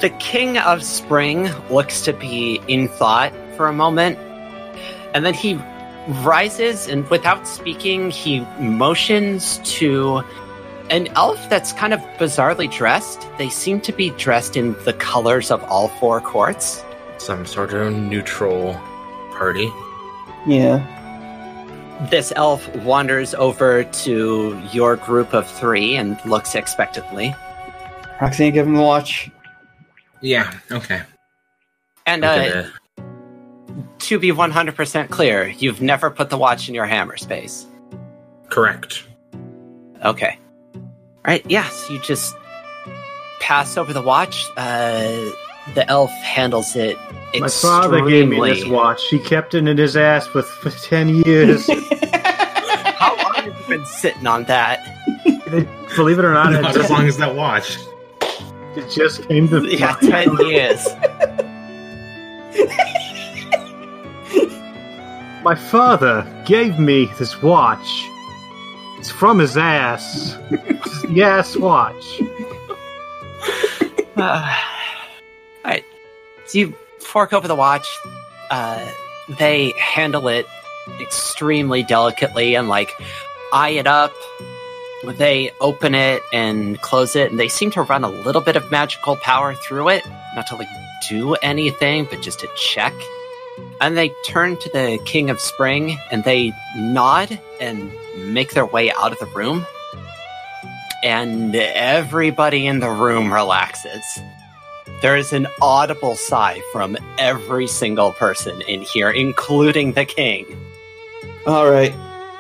Speaker 1: The King of Spring looks to be in thought for a moment, and then he rises and without speaking, he motions to an elf that's kind of bizarrely dressed. They seem to be dressed in the colors of all four courts.
Speaker 4: Some sort of neutral party.
Speaker 3: Yeah.
Speaker 1: This elf wanders over to your group of three and looks expectantly.
Speaker 3: Roxanne, give him the watch.
Speaker 4: Yeah. Okay.
Speaker 1: And
Speaker 4: Look
Speaker 1: uh,
Speaker 4: at that.
Speaker 1: to be 100% clear, you've never put the watch in your hammer space.
Speaker 4: correct.
Speaker 1: Okay. All right, yes, you just pass over the watch. Uh, the elf handles it extremely.
Speaker 2: My father gave me this watch. He kept it in his ass with for ten years.
Speaker 1: How long have you been sitting on that?
Speaker 2: Believe it or not,
Speaker 4: Not
Speaker 2: it
Speaker 4: as long as that watch.
Speaker 2: it just came to
Speaker 1: Yeah, 10 years.
Speaker 2: My father gave me this watch. It's from his ass. It's the ass watch.
Speaker 1: Uh, all right. So you fork over the watch. Uh, they handle it extremely delicately and like eye it up. They open it and close it, and they seem to run a little bit of magical power through it, not to like do anything, but just to check. And they turn to the King of Spring, and they nod and make their way out of the room. And everybody in the room relaxes. There is an audible sigh from every single person in here, including the king.
Speaker 3: All right,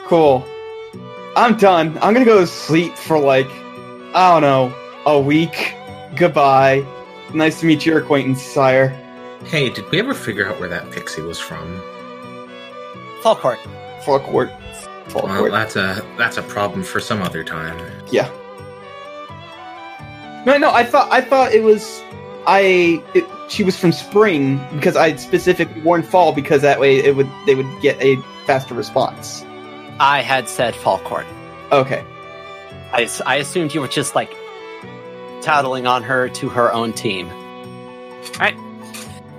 Speaker 3: cool. I'm done. I'm gonna go to sleep for like, I don't know, a week. Goodbye. Nice to meet your acquaintance, sire.
Speaker 4: Hey, did we ever figure out where that pixie was from?
Speaker 1: Fall court.
Speaker 3: Fuck court. Fuck
Speaker 4: Well,
Speaker 3: court.
Speaker 4: that's a that's a problem for some other time.
Speaker 3: No, no. I thought I thought it was. I it, she was from spring because I specifically warned fall because that way it would they would get a faster response.
Speaker 1: I had said fall court.
Speaker 3: Okay.
Speaker 1: I, s- I assumed you were just like tattling on her to her own team. Alright.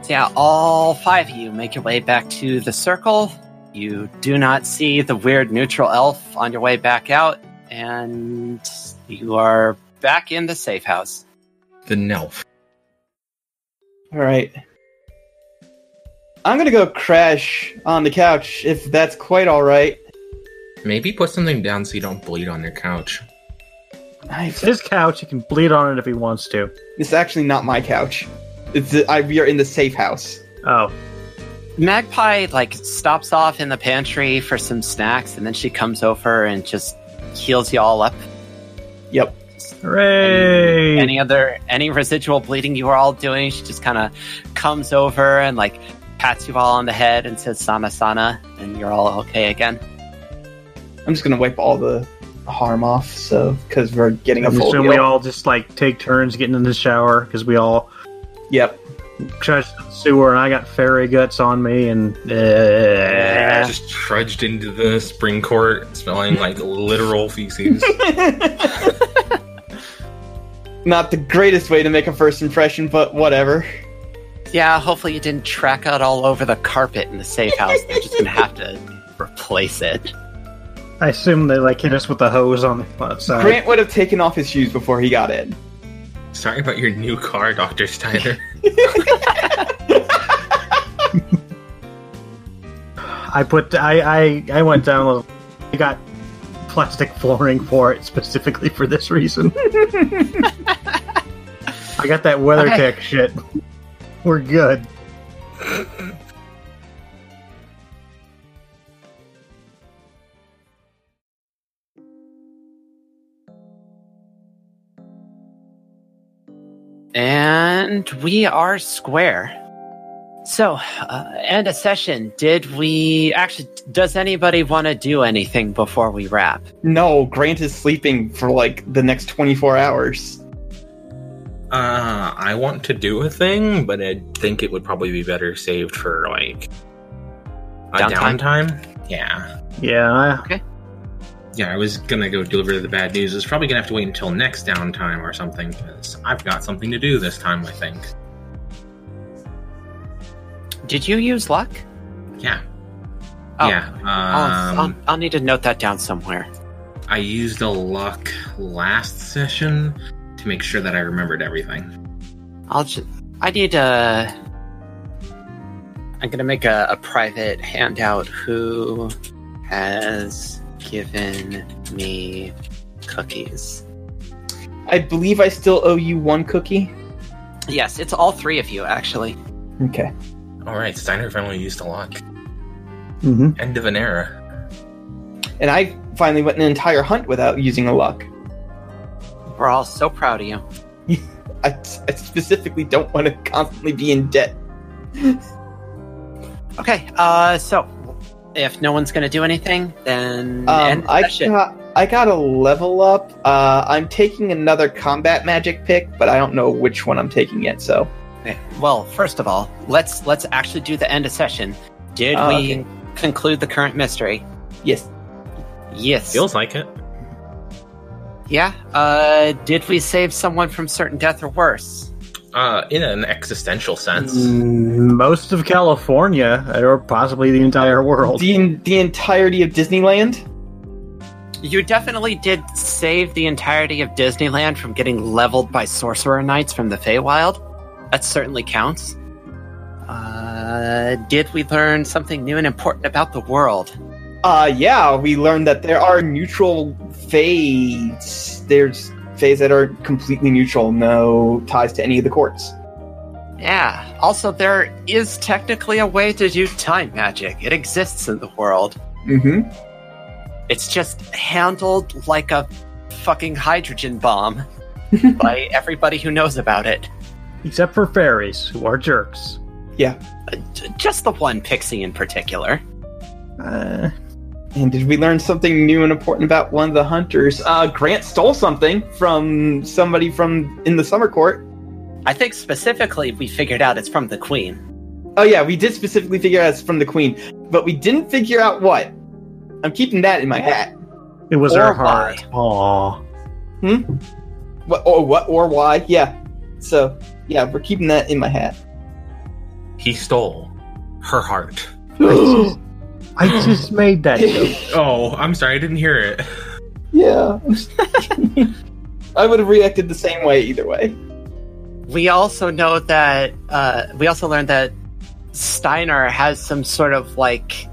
Speaker 1: So yeah, all five of you make your way back to the circle. You do not see the weird neutral elf on your way back out, and you are back in the safe house.
Speaker 4: The Nelf.
Speaker 3: All right. I'm gonna go crash on the couch if that's quite all right.
Speaker 4: Maybe put something down so you don't bleed on your couch.
Speaker 3: I
Speaker 2: It's his couch. He can bleed on it if he wants to.
Speaker 3: It's actually not my couch. It's I, we are in the safe house.
Speaker 2: Oh,
Speaker 1: Magpie like stops off in the pantry for some snacks, and then she comes over and just heals you all up.
Speaker 3: Yep.
Speaker 1: Just
Speaker 2: Hooray!
Speaker 1: any other any residual bleeding you were all doing she just kind of comes over and like pats you all on the head and says sana sana and you're all okay again
Speaker 3: I'm just gonna wipe all the harm off. So because we're getting
Speaker 2: I
Speaker 3: a full
Speaker 2: assume
Speaker 3: heal.
Speaker 2: we all just like take turns getting in the shower because we all
Speaker 3: yep.
Speaker 2: trudged to the sewer and I got fairy guts on me and uh,
Speaker 1: Yeah.
Speaker 4: I just trudged into the spring court smelling like literal feces.
Speaker 3: Not the greatest way to make a first impression, but whatever.
Speaker 1: yeah hopefully you didn't track out all over the carpet in the safe house they're just gonna have to replace it
Speaker 2: I assume they like hit us with the hose on the outside.
Speaker 3: Grant would have taken off his shoes before he got in.
Speaker 4: Sorry about your new car, Dr. Steiner.
Speaker 2: I put I, I I went down. a little- I got plastic flooring for it specifically for this reason. I got that WeatherTech shit. We're good.
Speaker 1: and we are square so uh, end of session did we actually does anybody want to do anything before we wrap
Speaker 3: No, Grant is sleeping for like the next 24 hours.
Speaker 4: Uh, I want to do a thing, but I think it would probably be better saved for like a
Speaker 1: Downtime?
Speaker 4: downtime. Yeah,
Speaker 2: Yeah. I,
Speaker 4: yeah. I was gonna go deliver the bad news. It's probably gonna have to wait until next downtime or something because I've got something to do this time. I think.
Speaker 1: did you use luck
Speaker 4: Yeah.
Speaker 1: Oh.
Speaker 4: Yeah.
Speaker 1: I'll-
Speaker 4: Um,
Speaker 1: I'll, I'll need to note that down somewhere
Speaker 4: I used a luck last session to make sure that I remembered everything.
Speaker 1: I'll just. I need a. I'm gonna make a, a private handout. Who has given me cookies?
Speaker 3: I believe I still owe you one cookie.
Speaker 1: Yes, it's all three of you actually.
Speaker 3: Okay.
Speaker 4: All right, Steiner finally used a luck.
Speaker 2: Mhm.
Speaker 4: End of an era.
Speaker 3: And I finally went an entire hunt without using a luck.
Speaker 1: We're all so proud of you.
Speaker 3: I, I specifically don't want to constantly be in debt.
Speaker 1: Okay, uh, so if no one's gonna do anything, then
Speaker 3: Um,
Speaker 1: end
Speaker 3: I
Speaker 1: session.
Speaker 3: got I got a level up. Uh, I'm taking another combat magic pick, but I don't know which one I'm taking yet. So
Speaker 1: Okay, Well, first of all, let's let's actually do the end of session. Did
Speaker 3: Oh,
Speaker 1: we
Speaker 3: okay.
Speaker 1: conclude the current mystery?
Speaker 3: yes,
Speaker 1: Yes.
Speaker 4: Feels like it.
Speaker 1: Yeah. Uh, did we save someone from certain death or worse?
Speaker 4: Uh, in an existential sense.
Speaker 2: Mm, Most of California, or possibly the entire world.
Speaker 3: the the entirety of Disneyland.
Speaker 1: You definitely did save the entirety of Disneyland from getting leveled by sorcerer knights from the Feywild. That certainly counts. Uh, did we learn something new and important about the world?
Speaker 3: Uh, yeah, we learned that there are neutral fays. There's fays that are completely neutral, no ties to any of the courts.
Speaker 1: Yeah. Also, there is technically a way to do time magic. It exists in the world.
Speaker 3: Mm-hmm.
Speaker 1: It's just handled like a fucking hydrogen bomb by everybody who knows about it.
Speaker 2: Except for fairies, who are jerks.
Speaker 1: Uh, j- Just the one pixie in particular.
Speaker 2: Uh,
Speaker 3: And did we learn something new and important about one of the hunters? Uh, Grant stole something from somebody from in the summer court.
Speaker 1: I think specifically we figured out it's from the Queen.
Speaker 3: Oh yeah, we did specifically figure out it's from the queen, but we didn't figure out what. I'm keeping that in my hat.
Speaker 2: it was
Speaker 1: Or
Speaker 2: our heart. Aw.
Speaker 3: What or what or why? Yeah. So yeah, we're keeping that in my hat.
Speaker 4: He stole her heart.
Speaker 2: I just made that joke.
Speaker 4: Oh, I'm sorry, I didn't hear it.
Speaker 3: yeah. I would have reacted the same way either way.
Speaker 1: We also know that uh, we also learned that Steiner has some sort of like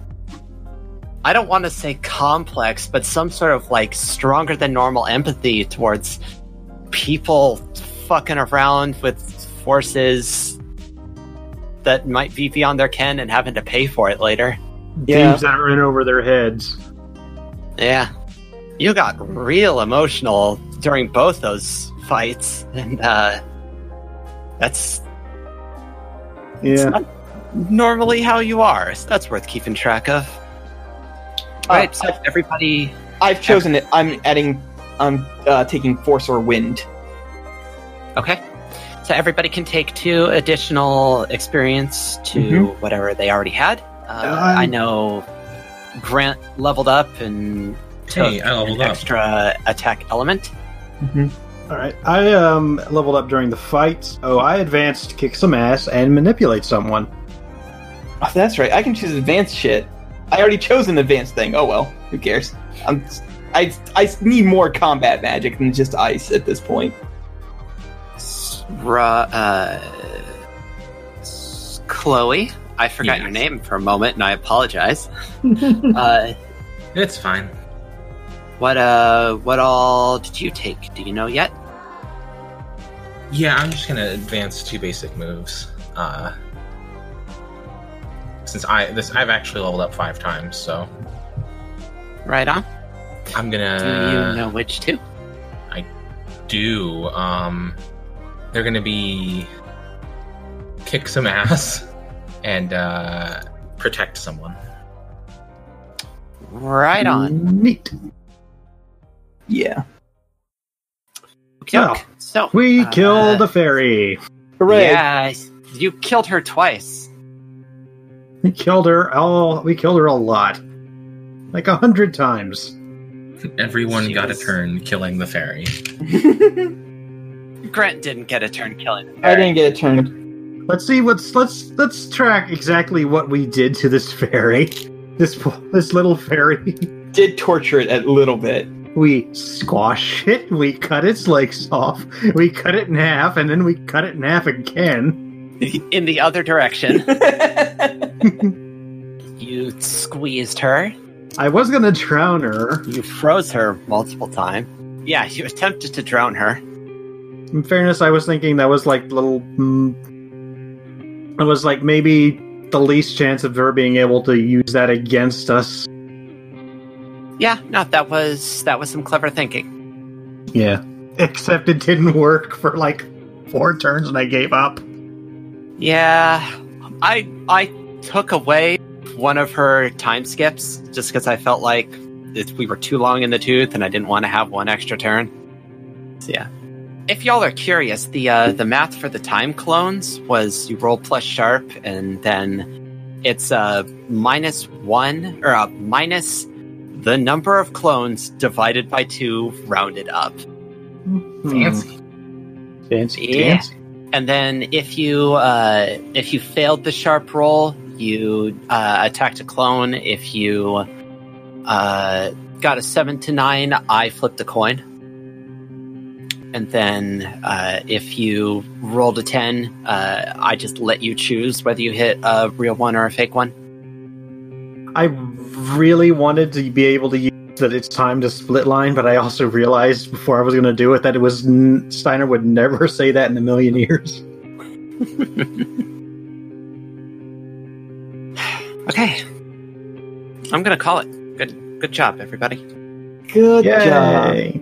Speaker 1: I don't want to say complex, but some sort of like stronger than normal empathy towards people fucking around with forces that might be beyond their ken and having to pay for it later.
Speaker 3: Yeah.
Speaker 2: Themes that are in over their heads.
Speaker 1: Yeah. You got real emotional during both those fights, and uh, that's
Speaker 2: Yeah.
Speaker 1: normally how you are. So that's worth keeping track of. All right, so everybody.
Speaker 3: I've chosen it. I'm adding. I'm uh, taking force or wind.
Speaker 1: Okay, so everybody can take two additional experience to
Speaker 3: Mhm.
Speaker 1: whatever they already had. Uh,
Speaker 2: Mm-hmm. Um,
Speaker 1: I know Grant leveled up and took
Speaker 4: Hey, I leveled
Speaker 1: an
Speaker 4: up.
Speaker 1: extra attack element.
Speaker 2: All right. I um leveled up during the fight. Oh, I advanced, to kick some ass, and manipulate someone.
Speaker 3: Oh, that's right. I can choose advanced shit. I already chose an advanced thing. Oh well, who cares? I'm. I, I need more combat magic than just ice at this point.
Speaker 1: S- Ra- uh, s- Chloe, I forgot
Speaker 4: Yes.
Speaker 1: your name for a moment, and I apologize. uh,
Speaker 4: It's fine.
Speaker 1: what uh, what all did you take? Do you know yet?
Speaker 4: Yeah, I'm just gonna advance two basic moves. Uh, since I this I've actually leveled up five times, so
Speaker 1: Right on.
Speaker 4: I'm
Speaker 1: Do
Speaker 4: gonna
Speaker 2: Uh,
Speaker 1: you know which two?
Speaker 4: do. Um, they're gonna be kick some ass and uh, protect someone.
Speaker 1: Right on.
Speaker 2: Neat.
Speaker 3: Yeah.
Speaker 2: Well,
Speaker 1: Okey-doke. Mm, so
Speaker 2: We
Speaker 1: uh,
Speaker 2: killed a fairy.
Speaker 3: Hooray!
Speaker 1: Yeah, you killed her twice.
Speaker 2: We killed her all. We killed her a lot, like a hundred times.
Speaker 4: Everyone got a
Speaker 1: Jeez.
Speaker 4: turn killing the fairy.
Speaker 1: Grant didn't get a turn killing.
Speaker 3: I didn't get a turn.
Speaker 2: Let's see. Let's let's let's track exactly what we did to this fairy. This po- this little fairy.
Speaker 3: Did torture it a little bit.
Speaker 2: We squash it. We cut its legs off. We cut it in half, and then we cut it in half again.
Speaker 1: In the other direction,
Speaker 3: I
Speaker 1: you squeezed her.
Speaker 2: I was gonna drown her.
Speaker 1: You froze her multiple times. Yeah, you attempted to drown her.
Speaker 2: In fairness, I was thinking that was like little. Mm, it was like maybe the least chance of her being able to use that against us.
Speaker 1: Yeah, no, that was that was some clever thinking.
Speaker 2: Yeah. Except it didn't work for like four turns and I gave up.
Speaker 1: Yeah, I I took away one of her time skips just because I felt like it, we were too long in the tooth and I didn't want to have one extra turn. So yeah, if y'all are curious, the uh, the math for the time clones was you roll plus sharp and then it's uh, minus one or uh, minus the number of clones divided by two rounded up.
Speaker 4: Fancy.
Speaker 2: Hmm. Fancy.
Speaker 1: Yeah. And then if you uh, if you failed the sharp roll, you uh, attacked a clone. If you uh, got a seven to nine, I flipped a coin. And then uh, if you rolled a ten, uh, I just let you choose whether you hit a real one or a fake one.
Speaker 2: I really wanted to be able to use that it's time to split line, but I also realized before I was going to do it that it was n- Steiner would never say that in a million years.
Speaker 1: Okay, I'm gonna call it. Good good job, everybody.
Speaker 3: Good job.
Speaker 2: Yay.